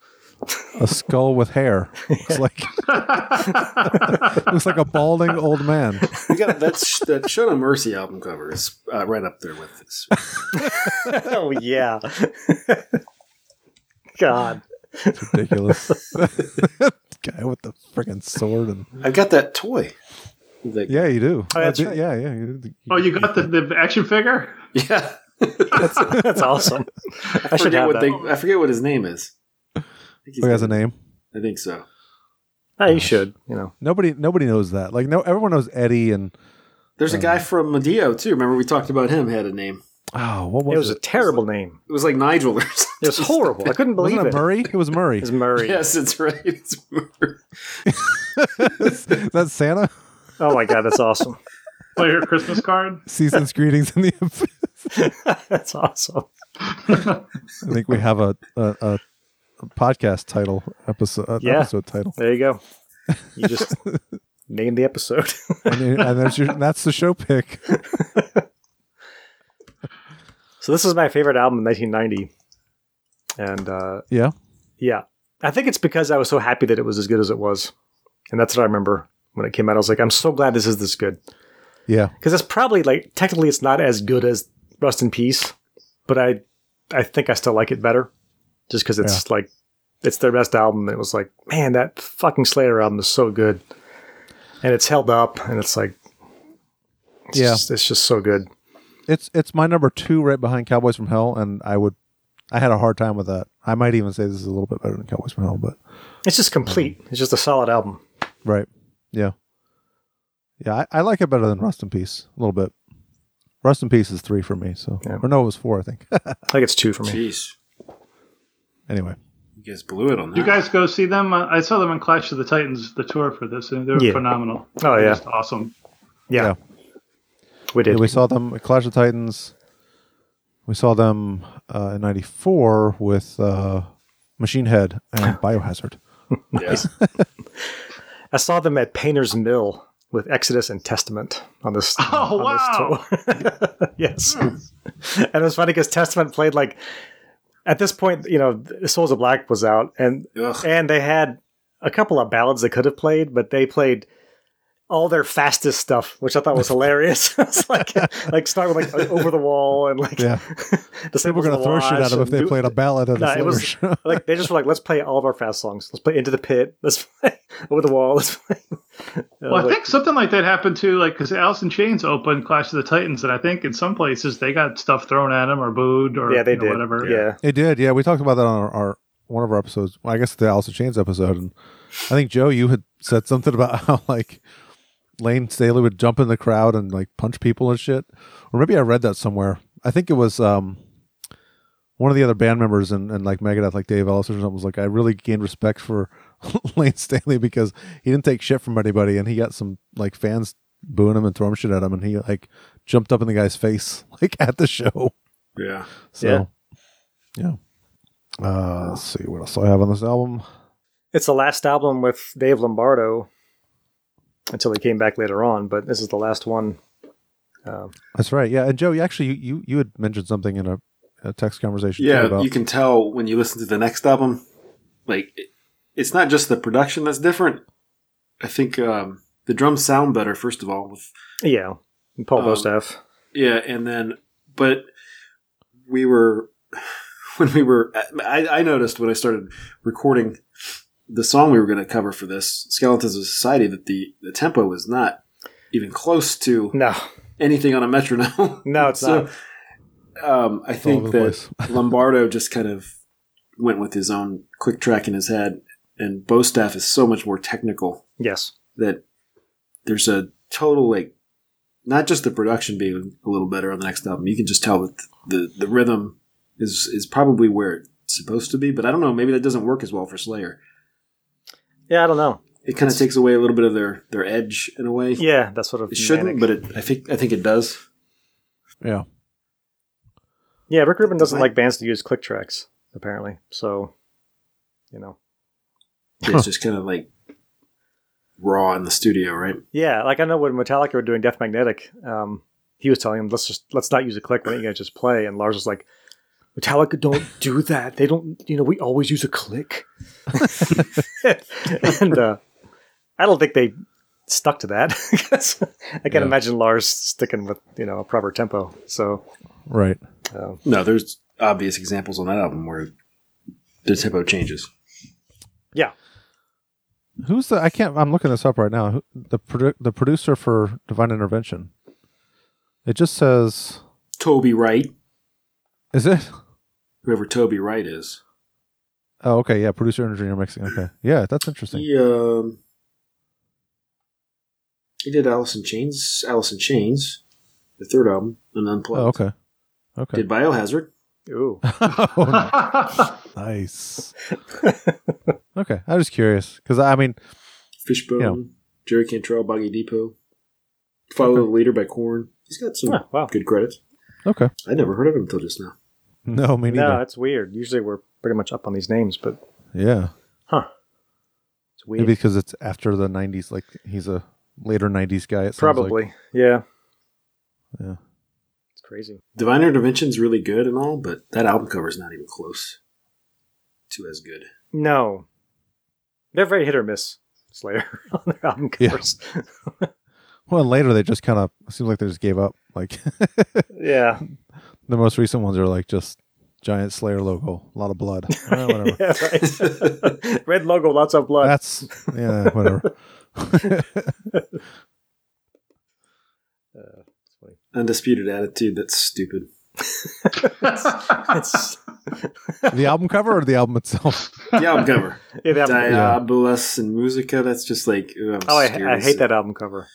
Speaker 1: a skull with hair. It's like looks like a balding old man.
Speaker 3: We got that's that Show No Mercy album cover is uh, right up there with this.
Speaker 2: oh yeah. God.
Speaker 1: Ridiculous guy with the freaking sword and
Speaker 3: I've got that toy. Like,
Speaker 1: yeah, you do.
Speaker 2: Oh, that's
Speaker 1: I did-
Speaker 2: right.
Speaker 1: Yeah, yeah. You did.
Speaker 4: oh, you got the, the action figure.
Speaker 3: yeah.
Speaker 2: That's awesome. I,
Speaker 3: I
Speaker 2: should
Speaker 3: forget
Speaker 2: have that.
Speaker 3: what they. I forget what his name is. I think, he's-
Speaker 1: Who has a name?
Speaker 3: I think so.
Speaker 2: Ah, you should, you know.
Speaker 1: Nobody, nobody knows that. Like no, everyone knows Eddie and Uh,
Speaker 3: There's a guy from Medeo too. Remember we talked about him had a name.
Speaker 1: oh, what
Speaker 2: It was
Speaker 1: was
Speaker 2: a
Speaker 1: it?
Speaker 2: terrible name.
Speaker 3: It was like Nigel or something.
Speaker 2: It was horrible. I couldn't believe
Speaker 1: Wasn't
Speaker 2: it.
Speaker 1: it Murray? It was Murray.
Speaker 2: It's Murray.
Speaker 3: Yes, it's right. It's Murray.
Speaker 1: That's Santa.
Speaker 2: Oh my god, that's awesome.
Speaker 4: Play your Christmas card.
Speaker 1: Season's greetings in the.
Speaker 2: that's awesome.
Speaker 1: I think we have a a, a podcast title episode an
Speaker 2: Yeah.
Speaker 1: episode title,
Speaker 2: There you go. You just named the episode.
Speaker 1: and, you- and there's your, that's the show pick.
Speaker 2: so this is my favorite album in 1990, and uh,
Speaker 1: Yeah,
Speaker 2: yeah, I think it's because I was so happy that it was as good as it was, and that's what I remember when it came out. I was like, I'm so glad this is this good
Speaker 1: yeah,
Speaker 2: because it's probably like technically it's not as good as Rust in Peace, but I I think I still like it better just because it's like it's their best album. It was like man, that fucking Slayer album is so good, and it's held up, and it's like it's
Speaker 1: Yeah.
Speaker 2: just, it's just so good.
Speaker 1: it's it's my number two right behind Cowboys from Hell, and I would I had a hard time with that. I might even say this is a little bit better than Cowboys from Hell, but
Speaker 2: It's just complete. It's just a solid album.
Speaker 1: right, yeah, yeah, I, I like it better than Rust in Peace a little bit. Rust in Peace is three for me, so
Speaker 2: Yeah.
Speaker 1: or no, it was four, I think.
Speaker 2: I think it's two for me.
Speaker 3: Jeez,
Speaker 1: anyway,
Speaker 3: you guys blew it on that.
Speaker 4: You guys go see them. Uh, I saw them in Clash of the Titans, the tour for this, and they were
Speaker 2: Yeah.
Speaker 4: phenomenal.
Speaker 2: Oh, yeah.
Speaker 4: Just awesome.
Speaker 2: Yeah,
Speaker 1: Yeah.
Speaker 2: we did.
Speaker 1: Yeah, we saw them at Clash of Titans. We saw them uh, in '94 with uh, Machine Head and Biohazard.
Speaker 3: Yes.
Speaker 2: I saw them at Painter's Mill with Exodus and Testament on this.
Speaker 4: Oh,
Speaker 2: on This tour. yes,
Speaker 1: Hmm.
Speaker 2: and it was funny because Testament played like at this point, you know, Souls of Black was out, and
Speaker 3: Ugh.
Speaker 2: and they had a couple of ballads they could have played, but they played all their fastest stuff, which I thought was hilarious. it's like like start with like over the wall and like
Speaker 1: Yeah.
Speaker 2: the same
Speaker 1: We're gonna throw shit out of if they played a ballad at a
Speaker 2: Nah, it
Speaker 1: Slayer
Speaker 2: was-
Speaker 1: show.
Speaker 2: like they just were like, let's play all of our fast songs. Let's play Into the Pit. Let's play Over the Wall. Let's play. And
Speaker 4: Well, I
Speaker 2: was like,
Speaker 4: think something like that happened too, like because Alice in Chains opened Clash of the Titans, and I think in some places they got stuff thrown at them or booed or
Speaker 2: yeah, they
Speaker 4: you know,
Speaker 2: did.
Speaker 4: whatever.
Speaker 2: Yeah,
Speaker 1: It did, yeah. We talked about that on our, our one of our episodes. Well, I guess the Alice in Chains episode, and I think Joe, you had said something about how like Lane Staley would jump in the crowd and like punch people and shit. Or maybe I read that somewhere. I think it was um one of the other band members and and like Megadeth, like Dave Ellis or something, was like, I really gained respect for Lane Staley because he didn't take shit from anybody, and he got some like fans booing him and throwing shit at him, and he like jumped up in the guy's face like at the show.
Speaker 3: yeah.
Speaker 1: So, yeah. Uh, let's see what else do I have on this album.
Speaker 2: it's the last album with Dave Lombardo. until he came back later on. But this is the last one.
Speaker 1: That's right. Yeah, and Joe, you actually you you, you had mentioned something in a, a text conversation. too,
Speaker 3: Yeah,
Speaker 1: about,
Speaker 3: you can tell when you listen to the next album. Like, it, it's not just the production that's different. I think um, the drums sound better, first of all. With,
Speaker 2: Yeah, and Paul
Speaker 3: Um,
Speaker 2: Bostaph.
Speaker 3: yeah, and then, but we were, when we were, I, I noticed when I started recording the song we were going to cover for this, Skeletons of Society, that the, the tempo was not even close to
Speaker 2: No,
Speaker 3: anything on a metronome.
Speaker 2: no, it's
Speaker 3: So,
Speaker 2: not.
Speaker 3: um, I
Speaker 1: over
Speaker 3: think
Speaker 1: the
Speaker 3: that Lombardo just kind of went with his own quick track in his head, and Bostaff is so much more technical
Speaker 2: Yes,
Speaker 3: that there's a total like, not just the production being a little better on the next album. You can just tell that the the rhythm is is probably where it's supposed to be, but I don't know. Maybe that doesn't work as well for Slayer.
Speaker 2: yeah, I don't know.
Speaker 3: It kind of takes away a little bit of their their edge in a way.
Speaker 2: Yeah, that's sort of
Speaker 3: It shouldn't,
Speaker 2: manic.
Speaker 3: but it, I think I think it does.
Speaker 1: yeah.
Speaker 2: Yeah, Rick Rubin doesn't
Speaker 3: Right.
Speaker 2: like bands to use click tracks, apparently. So, you know.
Speaker 3: It's just kind of like raw in the studio, right?
Speaker 2: Yeah, like I know when Metallica were doing Death Magnetic, um, he was telling them, let's just let's not use a click. Why don't you guys just play? And Lars was like, Metallica don't do that. They don't. You know, we always use a click. and uh, I don't think they stuck to that. 'Cause I can't
Speaker 1: Yeah.
Speaker 2: imagine Lars sticking with you know a proper tempo. So
Speaker 1: Right.
Speaker 2: uh,
Speaker 3: No, there's obvious examples on that album where the tempo changes.
Speaker 2: yeah,
Speaker 1: Who's the? I can't. I'm looking this up right now. Who- The produ- the producer for Divine Intervention. It just says.
Speaker 3: Toby Wright,
Speaker 1: Is it?
Speaker 3: whoever Toby Wright is.
Speaker 1: Oh, okay. Yeah, producer, engineer, mixing. Okay. Yeah, that's interesting.
Speaker 3: He um he did Alice in Chains, Alice in Chains, the third album, and Unplugged.
Speaker 1: Oh, okay. Okay.
Speaker 3: Did Biohazard.
Speaker 2: ooh,
Speaker 1: Oh, nice. Okay, I was curious because I mean,
Speaker 3: Fishbone,
Speaker 1: Yeah.
Speaker 3: Jerry Cantrell, Boggy Depot, Follow the Leader by Korn. He's got some
Speaker 2: Oh, wow.
Speaker 3: good credits.
Speaker 1: okay,
Speaker 3: I never heard of him until just now.
Speaker 1: no, me
Speaker 2: no,
Speaker 1: neither.
Speaker 2: that's weird. Usually we're pretty much up on these names, but
Speaker 1: yeah,
Speaker 2: huh, it's weird.
Speaker 1: maybe because it's after the '90s. Like he's a later '90s guy. It sounds like.
Speaker 2: Probably, yeah,
Speaker 1: Yeah.
Speaker 2: It's crazy.
Speaker 3: Divine Intervention's really good and all, but that album cover's not even close to as good.
Speaker 2: No. They're very hit or miss, Slayer, on their album
Speaker 1: Yeah.
Speaker 2: covers.
Speaker 1: Well, and later they just kind of it seems like they just gave up. Like
Speaker 2: Yeah.
Speaker 1: the most recent ones are like just giant Slayer logo, a lot of blood. Eh, whatever.
Speaker 2: Yeah, right. Red logo, lots of blood.
Speaker 1: That's yeah, whatever.
Speaker 3: Undisputed attitude. That's stupid.
Speaker 2: It's-
Speaker 1: the album cover or the album itself?
Speaker 3: The album cover.
Speaker 2: yeah, the album cover.
Speaker 3: Diabolus and Musica. That's just like. ugh, I'm
Speaker 2: Oh,
Speaker 3: scared.
Speaker 2: I, I
Speaker 3: It's-
Speaker 2: hate that album cover.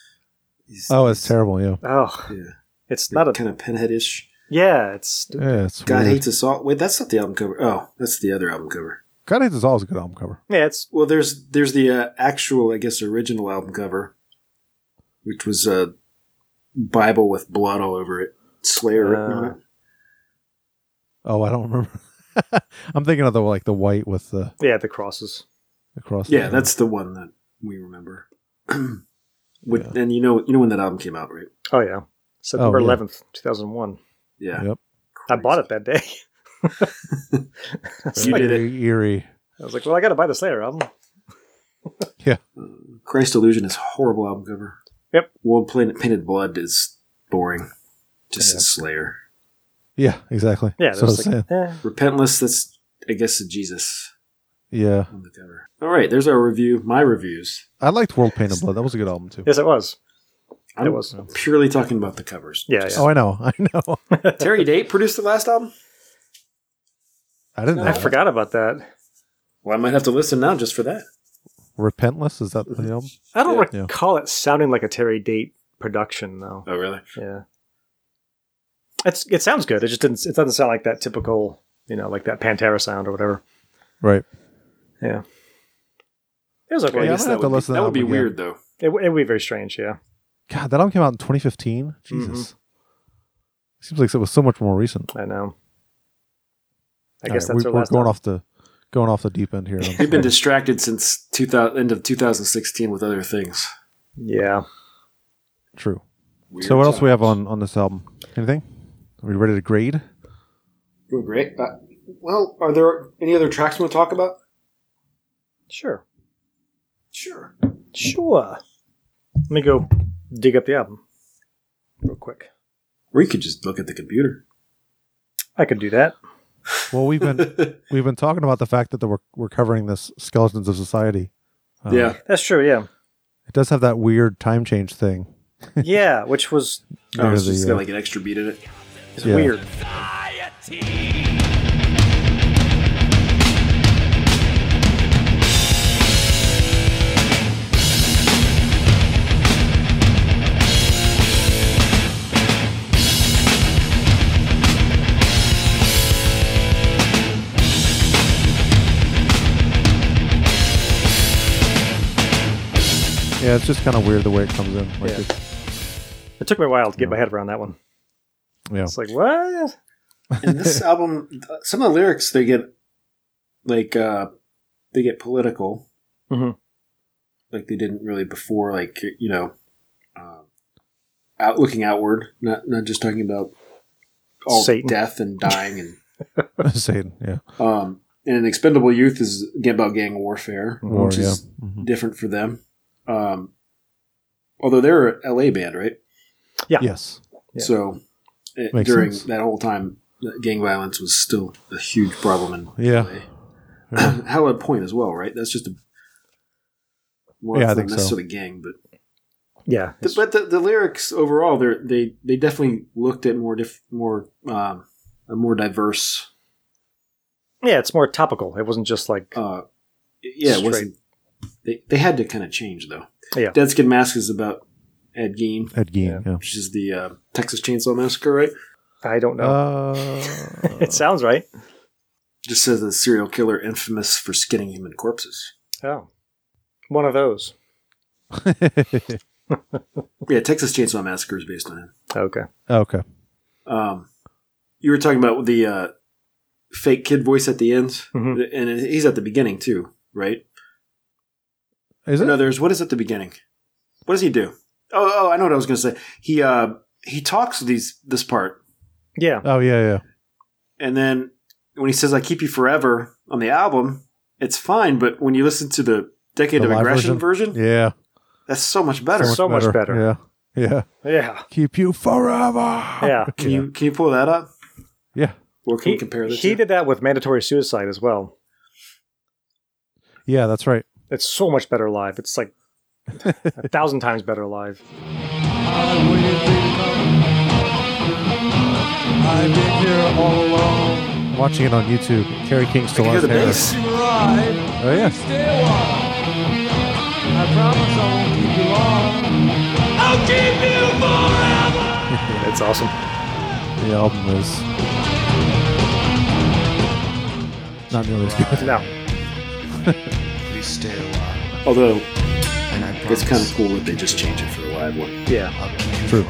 Speaker 3: it's-
Speaker 1: Oh, it's terrible. Yeah,
Speaker 2: Oh,
Speaker 3: Yeah.
Speaker 2: it's not a.
Speaker 3: kind of pinheadish.
Speaker 2: Yeah, it's.
Speaker 1: yeah, it's
Speaker 3: God
Speaker 1: weird.
Speaker 3: hates us all. Wait, that's not the album cover. Oh, that's the other album cover.
Speaker 1: God hates is always a good album cover.
Speaker 2: Yeah, it's.
Speaker 3: Well, there's there's the uh, actual, I guess, original album cover, which was a Bible with blood all over it, Slayer written on
Speaker 2: Uh.
Speaker 3: it.
Speaker 1: Oh, I don't remember. I'm thinking of the like the white with the,
Speaker 2: Yeah, the crosses.
Speaker 1: the cross.
Speaker 3: Yeah, that's the one that we remember. With, And you know, you know when that album came out, right?
Speaker 2: Oh, yeah. September
Speaker 1: yeah.
Speaker 2: 11th, 2001.
Speaker 3: Yeah,
Speaker 1: Yep.
Speaker 2: I bought it that day. I was
Speaker 3: You
Speaker 2: like-
Speaker 3: did it.
Speaker 1: Very eerie.
Speaker 2: I was like, well, I got to buy the Slayer album.
Speaker 3: Christ Illusion is a horrible album cover.
Speaker 2: Yep.
Speaker 3: Well, Planet Painted Blood is boring. Just a Slayer.
Speaker 1: Yeah, exactly.
Speaker 2: Yeah,
Speaker 1: so I was
Speaker 2: there's
Speaker 1: saying.
Speaker 2: like, eh,
Speaker 3: Repentless. That's I guess a Jesus
Speaker 1: yeah,
Speaker 3: on the cover. All right, there's our review. My reviews.
Speaker 1: I liked World Pain and Blood. That was a good album too.
Speaker 2: yes, it was.
Speaker 3: I'm
Speaker 2: was.
Speaker 3: purely talking about the covers.
Speaker 2: Yeah, yeah.
Speaker 1: Oh, I know, I know.
Speaker 3: Terry Date produced the last album.
Speaker 1: I didn't. know
Speaker 2: I
Speaker 1: that.
Speaker 2: forgot about that.
Speaker 3: Well, I might have to listen now just for that.
Speaker 1: Repentless is that the album?
Speaker 2: I don't
Speaker 1: Yeah.
Speaker 2: recall it sounding like a Terry Date production, though.
Speaker 3: Oh, really?
Speaker 2: Yeah, it's it sounds good. It just didn't. It doesn't sound like that typical, you know, like that Pantera sound or whatever.
Speaker 1: Right.
Speaker 2: Yeah, it was okay.
Speaker 1: Yeah, I
Speaker 2: It
Speaker 1: might have to listen. to
Speaker 3: that would be
Speaker 1: album again.
Speaker 3: weird, though.
Speaker 2: w- it would be very strange. Yeah,
Speaker 1: God, that album came out in 2015.
Speaker 2: Mm-hmm.
Speaker 1: Jesus. Seems like it was so much more recent.
Speaker 2: I know. I
Speaker 1: All right,
Speaker 2: guess that's
Speaker 1: we,
Speaker 2: our
Speaker 1: we're
Speaker 2: last.
Speaker 1: going
Speaker 2: one.
Speaker 1: off the going off the deep end here. I'm
Speaker 3: We've been
Speaker 1: sorry.
Speaker 3: distracted since 2000, end of 2016 with other things.
Speaker 2: Yeah.
Speaker 1: True. so what else we have on on this album? Anything? Are we ready to grade?
Speaker 3: Doing great. Uh, well, are there any other tracks we want to talk about?
Speaker 2: Sure.
Speaker 3: Sure.
Speaker 2: Sure. Let me go dig up the album real quick.
Speaker 3: Or you could just look at the computer.
Speaker 2: I could do that.
Speaker 1: Well, we've been we've been talking about the fact that the, we're we're covering this Skeletons of Society.
Speaker 2: Oh,
Speaker 1: Uh,
Speaker 3: yeah.
Speaker 2: That's true. Yeah.
Speaker 1: it does have that weird time change thing.
Speaker 2: Yeah. Which was
Speaker 3: Oh, it's
Speaker 1: Near the,
Speaker 3: just
Speaker 1: uh,
Speaker 3: got like an extra beat in it.
Speaker 2: it's
Speaker 1: Yeah.
Speaker 2: weird.
Speaker 1: yeah, it's just kind of weird the way it comes in. Like
Speaker 2: Yeah.
Speaker 1: it's-
Speaker 2: It took me a while to get my head around that one.
Speaker 1: yeah.
Speaker 2: It's like what?
Speaker 3: And this album, some of the lyrics they get like uh they get political,
Speaker 2: Mhm.
Speaker 3: like they didn't really before. Like you know, uh, out looking outward, not not just talking about all
Speaker 2: Satan.
Speaker 3: death and dying and
Speaker 1: Satan, yeah.
Speaker 3: Um, and Expendable Youth is ga- about gang warfare,
Speaker 1: War,
Speaker 3: which
Speaker 1: yeah.
Speaker 3: is different for them. Um, although they're a LA band, right?
Speaker 2: Yeah.
Speaker 1: Yes.
Speaker 2: Yeah.
Speaker 3: So it,
Speaker 1: Makes
Speaker 3: during
Speaker 1: sense.
Speaker 3: that whole time, that gang violence was still a huge problem in
Speaker 1: Yeah.
Speaker 3: LA. Hallowed Point as well, right? That's just a well,
Speaker 1: Yeah, I
Speaker 3: it's not
Speaker 1: think so.
Speaker 3: necessarily gang, but
Speaker 2: Yeah.
Speaker 3: the, but the, the lyrics overall, they they they definitely looked at more diff, more um, a more diverse.
Speaker 2: Yeah. It's more topical. It wasn't just like
Speaker 3: Uh, yeah, it wasn't they, they had to kind of change though.
Speaker 2: Yeah.
Speaker 3: Dead Skin Mask is about Ed Gein,
Speaker 1: Ed Gein, yeah.
Speaker 3: which is the uh, Texas Chainsaw Massacre, right?
Speaker 2: I don't know.
Speaker 1: Uh,
Speaker 2: it sounds right.
Speaker 3: Just says the serial killer infamous for skinning human corpses.
Speaker 2: Oh. One of those.
Speaker 3: Yeah, Texas Chainsaw Massacre is based on him.
Speaker 2: Okay.
Speaker 1: okay.
Speaker 3: Um, you were talking about the uh, fake kid voice at the end,
Speaker 1: Mm-hmm.
Speaker 2: Mhm.
Speaker 3: and he's at the beginning too, right?
Speaker 1: Is it?
Speaker 3: No, there's what is at the beginning? What does he do? Oh, oh, I know what I was going to say. He uh, he talks these this part,
Speaker 2: Yeah.
Speaker 1: oh yeah,
Speaker 3: And then when he says "I keep you forever" on the album, it's fine. But when you listen to the Decade
Speaker 1: The
Speaker 3: of
Speaker 1: live
Speaker 3: Aggression version,
Speaker 1: yeah. Yeah.
Speaker 3: that's so much better.
Speaker 2: So much better.
Speaker 1: Yeah. Yeah.
Speaker 2: Yeah.
Speaker 1: Keep you forever.
Speaker 2: Yeah.
Speaker 3: can you can you pull that up?
Speaker 1: Yeah.
Speaker 3: Or can we compare this?
Speaker 2: he
Speaker 3: to?
Speaker 2: did that with mandatory suicide as well.
Speaker 1: Yeah, that's right.
Speaker 2: It's so much better live. It's like a thousand times better live.
Speaker 1: Watching it on YouTube. Carrie King
Speaker 3: I
Speaker 1: still
Speaker 3: can hear
Speaker 1: has
Speaker 3: the
Speaker 1: hair.
Speaker 3: bass.
Speaker 1: Oh yeah.
Speaker 2: It's awesome.
Speaker 1: The album is not nearly as good.
Speaker 2: No.
Speaker 3: Although it's kind of cool that they just change it for the live one.
Speaker 2: Yeah.
Speaker 1: True.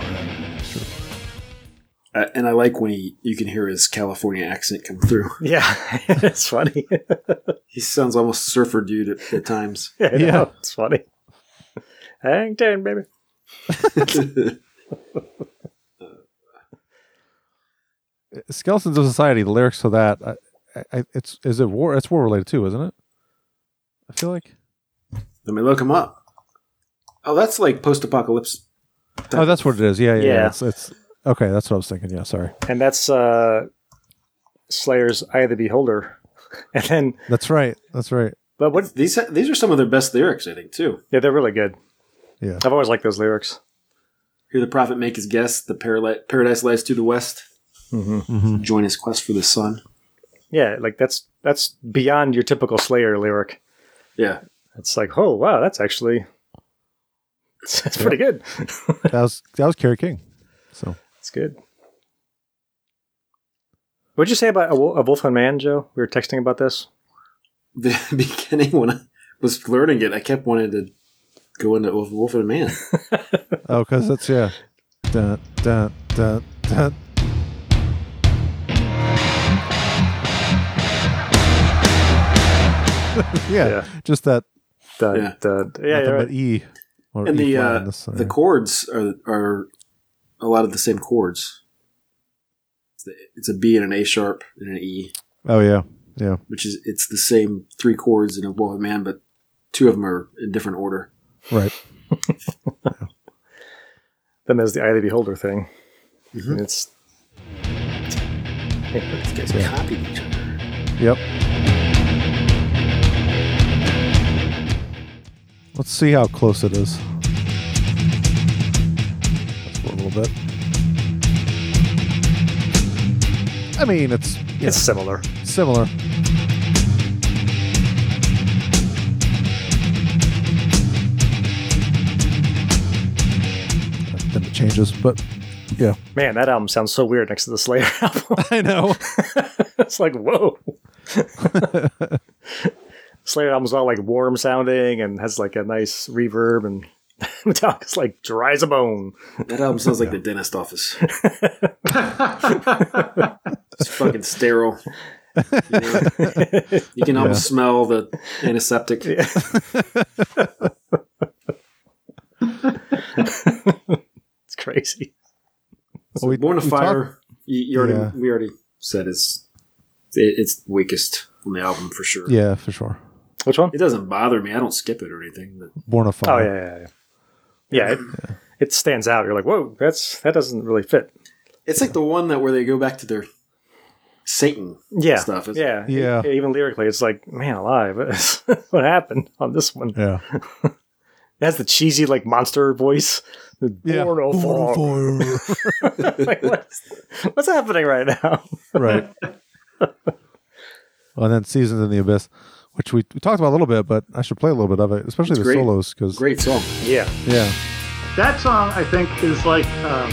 Speaker 3: Uh, and I like when he you can hear his California accent come through.
Speaker 2: Yeah. it's funny.
Speaker 3: He sounds almost surfer dude at, at times.
Speaker 2: yeah.
Speaker 1: Yeah.
Speaker 2: It's funny. Hang down, baby.
Speaker 1: Skeletons of Society. The lyrics to that. I, I, it's is it war? It's war related too, isn't it? I feel like.
Speaker 3: Let me look him up. Oh, that's like post-apocalypse.
Speaker 1: Oh, that's what it is. Yeah, yeah. yeah.
Speaker 2: Yeah.
Speaker 1: It's, it's okay. That's what I was thinking. Yeah, sorry.
Speaker 2: And that's uh, Slayer's Eye of the Beholder. And then,
Speaker 1: That's right. That's right.
Speaker 2: but what?
Speaker 3: These these are some of their best lyrics, I think, too.
Speaker 2: Yeah, they're really good.
Speaker 1: Yeah.
Speaker 2: I've always liked those lyrics.
Speaker 3: Hear the prophet make his guess. The parali- paradise lies to the west.
Speaker 2: Mm-hmm.
Speaker 3: Join his quest for the sun.
Speaker 2: Yeah, like that's that's beyond your typical Slayer lyric.
Speaker 3: Yeah,
Speaker 2: It's like, oh wow, that's actually that's pretty good.
Speaker 1: That was that was Carrie King. So
Speaker 2: That's good. What'd you say about a, Wo- a Wolf and Man, Joe? We were texting about this.
Speaker 3: the beginning when I was learning it, I kept wanting to go into Wolf, Wolf and Man.
Speaker 1: oh, because that's yeah. Dun, dun, dun, dun. yeah,
Speaker 2: Yeah.
Speaker 1: just that
Speaker 2: The,
Speaker 3: Yeah.
Speaker 2: the,
Speaker 1: nothing
Speaker 2: yeah, you're
Speaker 1: but
Speaker 2: right.
Speaker 1: E Or
Speaker 3: And
Speaker 1: E
Speaker 3: the
Speaker 1: flat
Speaker 3: uh,
Speaker 1: on this,
Speaker 3: the chords are are a lot of the same chords. It's a- It's a B and an A sharp and an E,
Speaker 1: oh yeah, yeah.
Speaker 3: which is it's the same three chords in a Wolf Man, but two of them are in different order.
Speaker 1: Right.
Speaker 2: Then there's the Eye of the Beholder thing.
Speaker 1: Mm-hmm.
Speaker 2: And it's
Speaker 3: These guys copied each other.
Speaker 1: Yep. Let's see how close it is. That's for a little bit. I mean, it's yeah,
Speaker 2: it's similar.
Speaker 1: similar. Then it changes, but yeah,
Speaker 2: Man, that album sounds so weird next to the Slayer album.
Speaker 1: I know.
Speaker 2: it's like whoa. Slayer album's all like warm sounding and has like a nice reverb, and Metallica's like dry as a bone.
Speaker 3: That album sounds like the dentist office. it's fucking sterile. You, know? You can almost smell the antiseptic.
Speaker 2: It's crazy.
Speaker 1: Well, we-
Speaker 3: Born to
Speaker 1: we talked-
Speaker 3: Fire. you, you already,
Speaker 1: Yeah.
Speaker 3: we already said it's it, it's weakest on the album for sure.
Speaker 1: yeah, for sure.
Speaker 2: Which one?
Speaker 3: It doesn't bother me. I don't skip it or anything. But
Speaker 1: Born a
Speaker 2: Oh
Speaker 1: Fire.
Speaker 2: yeah, yeah, yeah. Yeah, it, it stands out. You're like, whoa, that's that doesn't really fit.
Speaker 3: it's like the one that where they go back to their Satan.
Speaker 2: Yeah,
Speaker 3: Stuff, isn't
Speaker 2: yeah,
Speaker 1: Yeah.
Speaker 2: E- Even lyrically, it's like, man, alive. what happened on this one?
Speaker 3: Oh,
Speaker 1: Yeah.
Speaker 2: It has the cheesy like monster voice.
Speaker 1: Yeah.
Speaker 2: Born of Fire. like, what's, what's happening right now?
Speaker 1: right. well, and then Seasons in the Abyss, which we, we talked about a little bit, but I should play a little bit of it, especially
Speaker 3: It's
Speaker 1: the
Speaker 3: great.
Speaker 1: solos, because
Speaker 3: Great song.
Speaker 2: Yeah,
Speaker 1: yeah,
Speaker 4: That song, I think, is like um,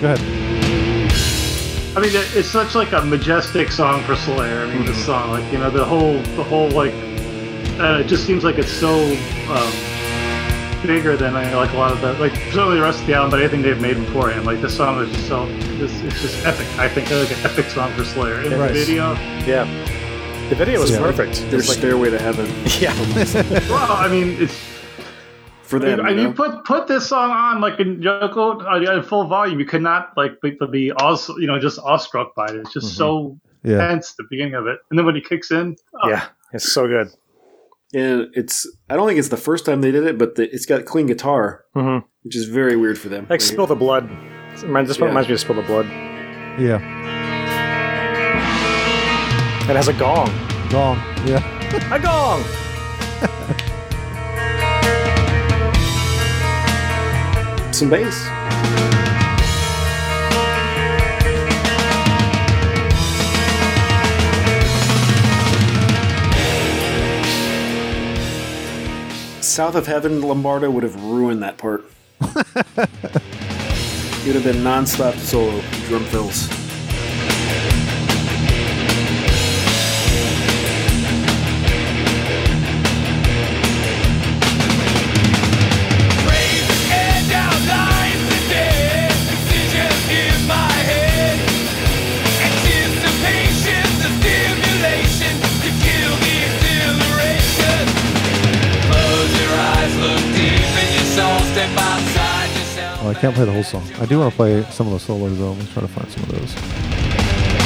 Speaker 1: go ahead,
Speaker 4: I mean, it- it's such like a majestic song for Slayer. I mean, this song, like you know, the whole, the whole like, uh, it just seems like it's so um, bigger than I like a lot of the like certainly the rest of the album, but anything they've made beforehand. Like this song is just so, this it's just epic. I think like an epic song for Slayer. In the
Speaker 2: Right.
Speaker 4: video,
Speaker 2: yeah. The video was
Speaker 1: Yeah.
Speaker 2: perfect.
Speaker 3: Their
Speaker 2: It's like-
Speaker 3: Stairway to Heaven
Speaker 2: yeah,
Speaker 4: well, I mean, it's
Speaker 3: for them.
Speaker 4: and
Speaker 3: you
Speaker 4: you
Speaker 3: know?
Speaker 4: put put this song on like in Yoko uh, in full volume, you could not like be, be also you know just awestruck by it. It's just so
Speaker 1: yeah,
Speaker 4: tense the beginning of it, and then when he kicks in, oh,
Speaker 2: yeah. It's so good.
Speaker 3: and it's I don't think it's the first time they did it, but the, it's got clean guitar,
Speaker 2: Mhm.
Speaker 3: which is very weird for them.
Speaker 2: Like spill the blood. It reminds- This one
Speaker 3: Yeah.
Speaker 2: reminds me of Spill the Blood. It
Speaker 1: yeah,
Speaker 2: has a gong.
Speaker 1: gong, yeah,
Speaker 2: A gong.
Speaker 3: some bass. South of Heaven, Lombardo would have ruined that part. it would have been non-stop solo drum fills.
Speaker 1: well, Oh, I can't play the whole song. I do want to play some of the solos though. Let's try to find some of those.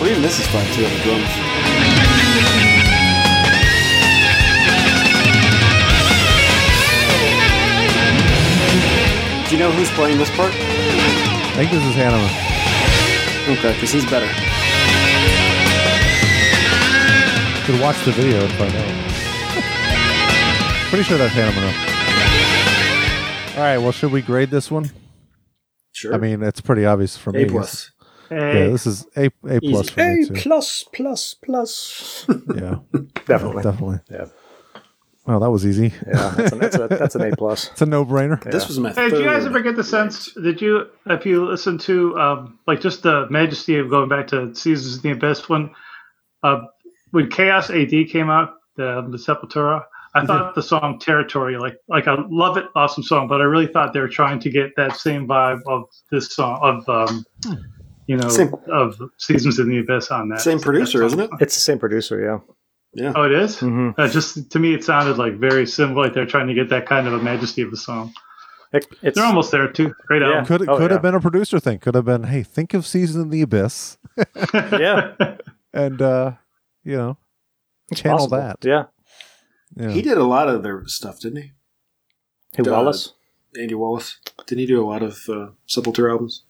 Speaker 3: Well, even this is fun too. The drums. Do you know who's playing this part?
Speaker 1: I think this is Hannah.
Speaker 3: Okay, because he's better.
Speaker 1: Could watch the video and find out. Pretty sure that's Hannah Monroe. All right, well, should we grade this one?
Speaker 3: Sure.
Speaker 1: I mean, it's pretty obvious for me.
Speaker 3: A plus.
Speaker 1: Yeah,
Speaker 4: hey,
Speaker 1: this is A A plus
Speaker 3: Easy.
Speaker 1: for me too.
Speaker 2: plus plus plus.
Speaker 1: Yeah,
Speaker 2: Definitely.
Speaker 1: definitely.
Speaker 2: Yeah.
Speaker 1: Oh, that was easy.
Speaker 2: Yeah, that's an, that's a, that's an A plus.
Speaker 1: It's a no-brainer.
Speaker 3: This was my
Speaker 4: Hey,
Speaker 3: third.
Speaker 4: do you guys ever get the sense that you, if you listen to um, like just the majesty of going back to Seasons of the Abyss when, uh, when Chaos AD came out, the, the Sepultura,
Speaker 3: Mm-hmm.
Speaker 4: I thought the song Territory, like like I love it, awesome song, but I really thought they were trying to get that same vibe of this song of um, you know
Speaker 3: Same.
Speaker 4: of Seasons in the Abyss on that
Speaker 3: Same producer, isn't it?
Speaker 2: It's the same producer, yeah.
Speaker 4: Oh, it is?
Speaker 3: Mm-hmm.
Speaker 4: Uh, just to me, it sounded like very similar. Like they're trying to get that kind of a majesty of the song.
Speaker 2: It, it's
Speaker 4: They're almost there too. Great
Speaker 2: Yeah.
Speaker 4: album.
Speaker 1: Could could
Speaker 2: Oh, yeah.
Speaker 1: have been a producer thing. Could have been, hey, think of season in the abyss,
Speaker 2: yeah,
Speaker 1: and uh, you know, channel
Speaker 2: possible.
Speaker 1: that.
Speaker 2: Yeah,
Speaker 1: Yeah.
Speaker 3: He did a lot of their stuff, didn't he?
Speaker 2: hey
Speaker 3: Duh.
Speaker 2: Wallace.
Speaker 3: Andy Wallace. Didn't he do a lot of uh, Sepultura albums?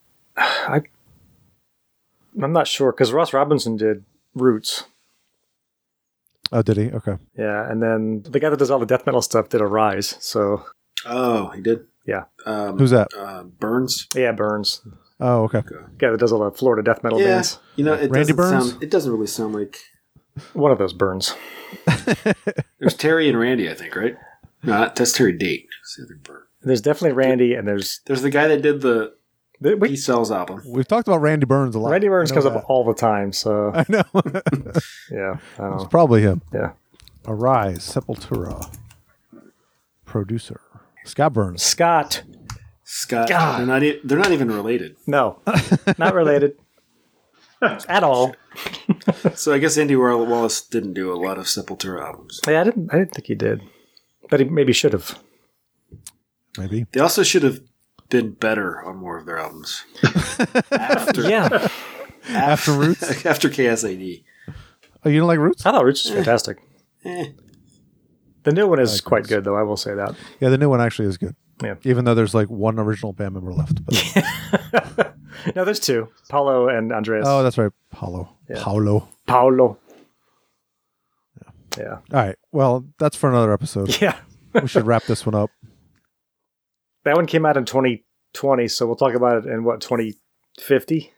Speaker 2: I'm not sure because Ross Robinson did Roots.
Speaker 1: Oh, did he? Okay.
Speaker 2: Yeah, and then the guy that does all the death metal stuff did Arise. So
Speaker 3: Oh, he did.
Speaker 2: Yeah.
Speaker 3: Um,
Speaker 1: Who's that?
Speaker 3: Uh, Burns.
Speaker 2: yeah, Burns,
Speaker 1: Oh, okay.
Speaker 2: guy that does all the Florida death metal
Speaker 3: Yeah.
Speaker 2: bands.
Speaker 3: You know, it
Speaker 1: Randy
Speaker 3: doesn't
Speaker 1: Burns?
Speaker 3: sound. It doesn't really sound like.
Speaker 2: One of those Burns.
Speaker 3: It was Terry and Randy, I think, right? No, not, that's Terry Date. It's the other Burns.
Speaker 2: There's definitely Randy, and there's
Speaker 3: There's the guy that did the
Speaker 2: there, we,
Speaker 3: He Sells album.
Speaker 1: We've talked about Randy Burns a lot.
Speaker 2: Randy Burns
Speaker 1: I know
Speaker 2: comes up all the time. So
Speaker 1: that. I know.
Speaker 2: yeah, I don't
Speaker 1: it's
Speaker 2: know.
Speaker 1: probably him.
Speaker 2: yeah.
Speaker 1: Arise, Sepultura, producer Scott Burns.
Speaker 2: Scott,
Speaker 3: Scott.
Speaker 2: God.
Speaker 3: They're not. e- They're not even related.
Speaker 2: no, not related at all.
Speaker 3: So I guess Andy Wa- Wallace didn't do a lot of Sepultura albums.
Speaker 2: Yeah, I didn't. I didn't think he did, but he maybe should have.
Speaker 1: Maybe
Speaker 3: They also should have been better on more of their albums. after
Speaker 2: Yeah,
Speaker 1: after Roots.
Speaker 3: after KSAD.
Speaker 1: Oh, you don't like Roots?
Speaker 2: I thought Roots was fantastic.
Speaker 3: Eh.
Speaker 2: The new one is quite good, though. I will say that.
Speaker 1: Yeah, the new one actually is good.
Speaker 2: Yeah.
Speaker 1: Even though there's like one original band member left. But,
Speaker 2: No, there's two: Paulo and Andreas.
Speaker 1: oh, that's right, Paulo. Paulo. All
Speaker 2: Paulo. Yeah.
Speaker 1: right. Well, that's for another episode.
Speaker 2: Yeah.
Speaker 1: we should wrap this one up.
Speaker 2: That one came out in 2020, so we'll talk about it in what 2050.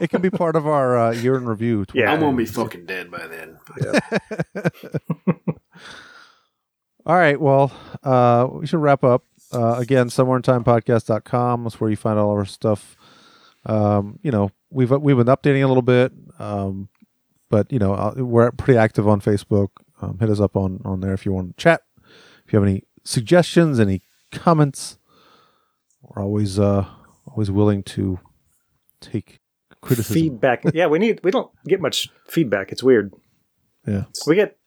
Speaker 1: It can be part of our uh, year in review.
Speaker 2: Yeah.
Speaker 3: I'm gonna be fucking dead by then.
Speaker 1: All right. Well, uh, we should wrap up. Uh, again, somewhereitimepodcast.com is where you find all of our stuff. Um, you know, we've we've been updating a little bit, um, but you know, uh, we're pretty active on Facebook. Um, hit us up on on there if you want to chat. If you have any suggestions, any comments, we're always uh, always willing to take criticism.
Speaker 2: Feedback. yeah, we need. We don't get much feedback. It's weird.
Speaker 1: Yeah.
Speaker 2: We get,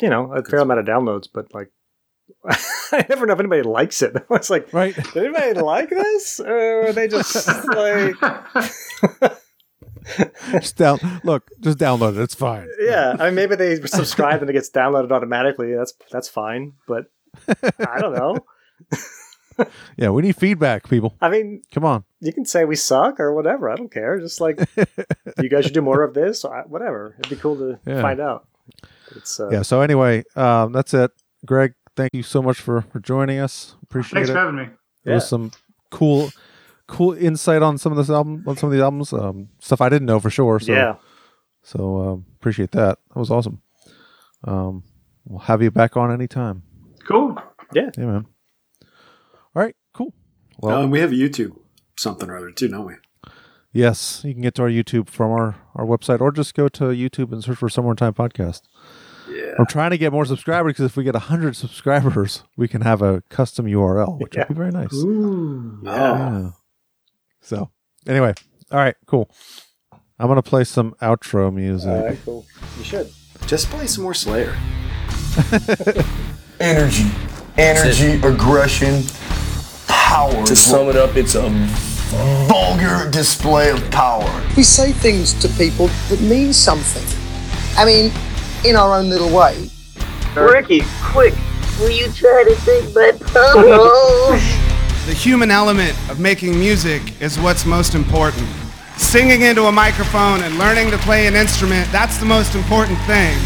Speaker 2: you know, a fair amount of downloads, but like, I never know if anybody likes it. It's like,
Speaker 1: Right.
Speaker 2: did anybody like this, or are they just like,
Speaker 1: Just down. Look, just download it. It's fine.
Speaker 2: yeah? I mean, maybe they subscribe and it gets downloaded automatically. That's that's fine, but I don't know.
Speaker 1: Yeah, we need feedback, people.
Speaker 2: I mean,
Speaker 1: Come on.
Speaker 2: you can say we suck or whatever. I don't care. Just like you guys should do more of this. Or I- whatever. It'd be cool to
Speaker 1: Yeah.
Speaker 2: find out. It's uh,
Speaker 1: yeah so anyway um, that's it greg thank you so much for, for joining us appreciate
Speaker 4: Thanks
Speaker 1: it
Speaker 4: for having me.
Speaker 1: it was
Speaker 2: Yeah.
Speaker 1: some cool cool insight on some of this album on some of these albums um, stuff i didn't know for sure so
Speaker 2: yeah.
Speaker 1: so um, appreciate that that was awesome um, we'll have you back on anytime
Speaker 4: Cool.
Speaker 1: yeah man all right cool
Speaker 3: Oh,
Speaker 1: well
Speaker 3: and we have YouTube something or other too, don't we?
Speaker 1: yes you can get to our youtube from our, our website or just go to youtube and search for somewhere in time podcast
Speaker 3: Yeah.
Speaker 1: I'm trying to get more subscribers because if we get 100 subscribers, we can have a custom URL, which would be very nice.
Speaker 3: Oh,
Speaker 1: Yeah. So, anyway, all right, cool. I'm gonna play some outro music.
Speaker 2: All right, cool. You should.
Speaker 3: just play some more Slayer.
Speaker 11: energy, energy, aggression, power. To sum it up, it's a vulgar display of power.
Speaker 7: We say things to people that mean something. I mean, in our own little way.
Speaker 12: Ricky, quick, will you try to take my phone? the human element of making music is what's most important. Singing into a microphone and learning to play an instrument, that's the most important thing.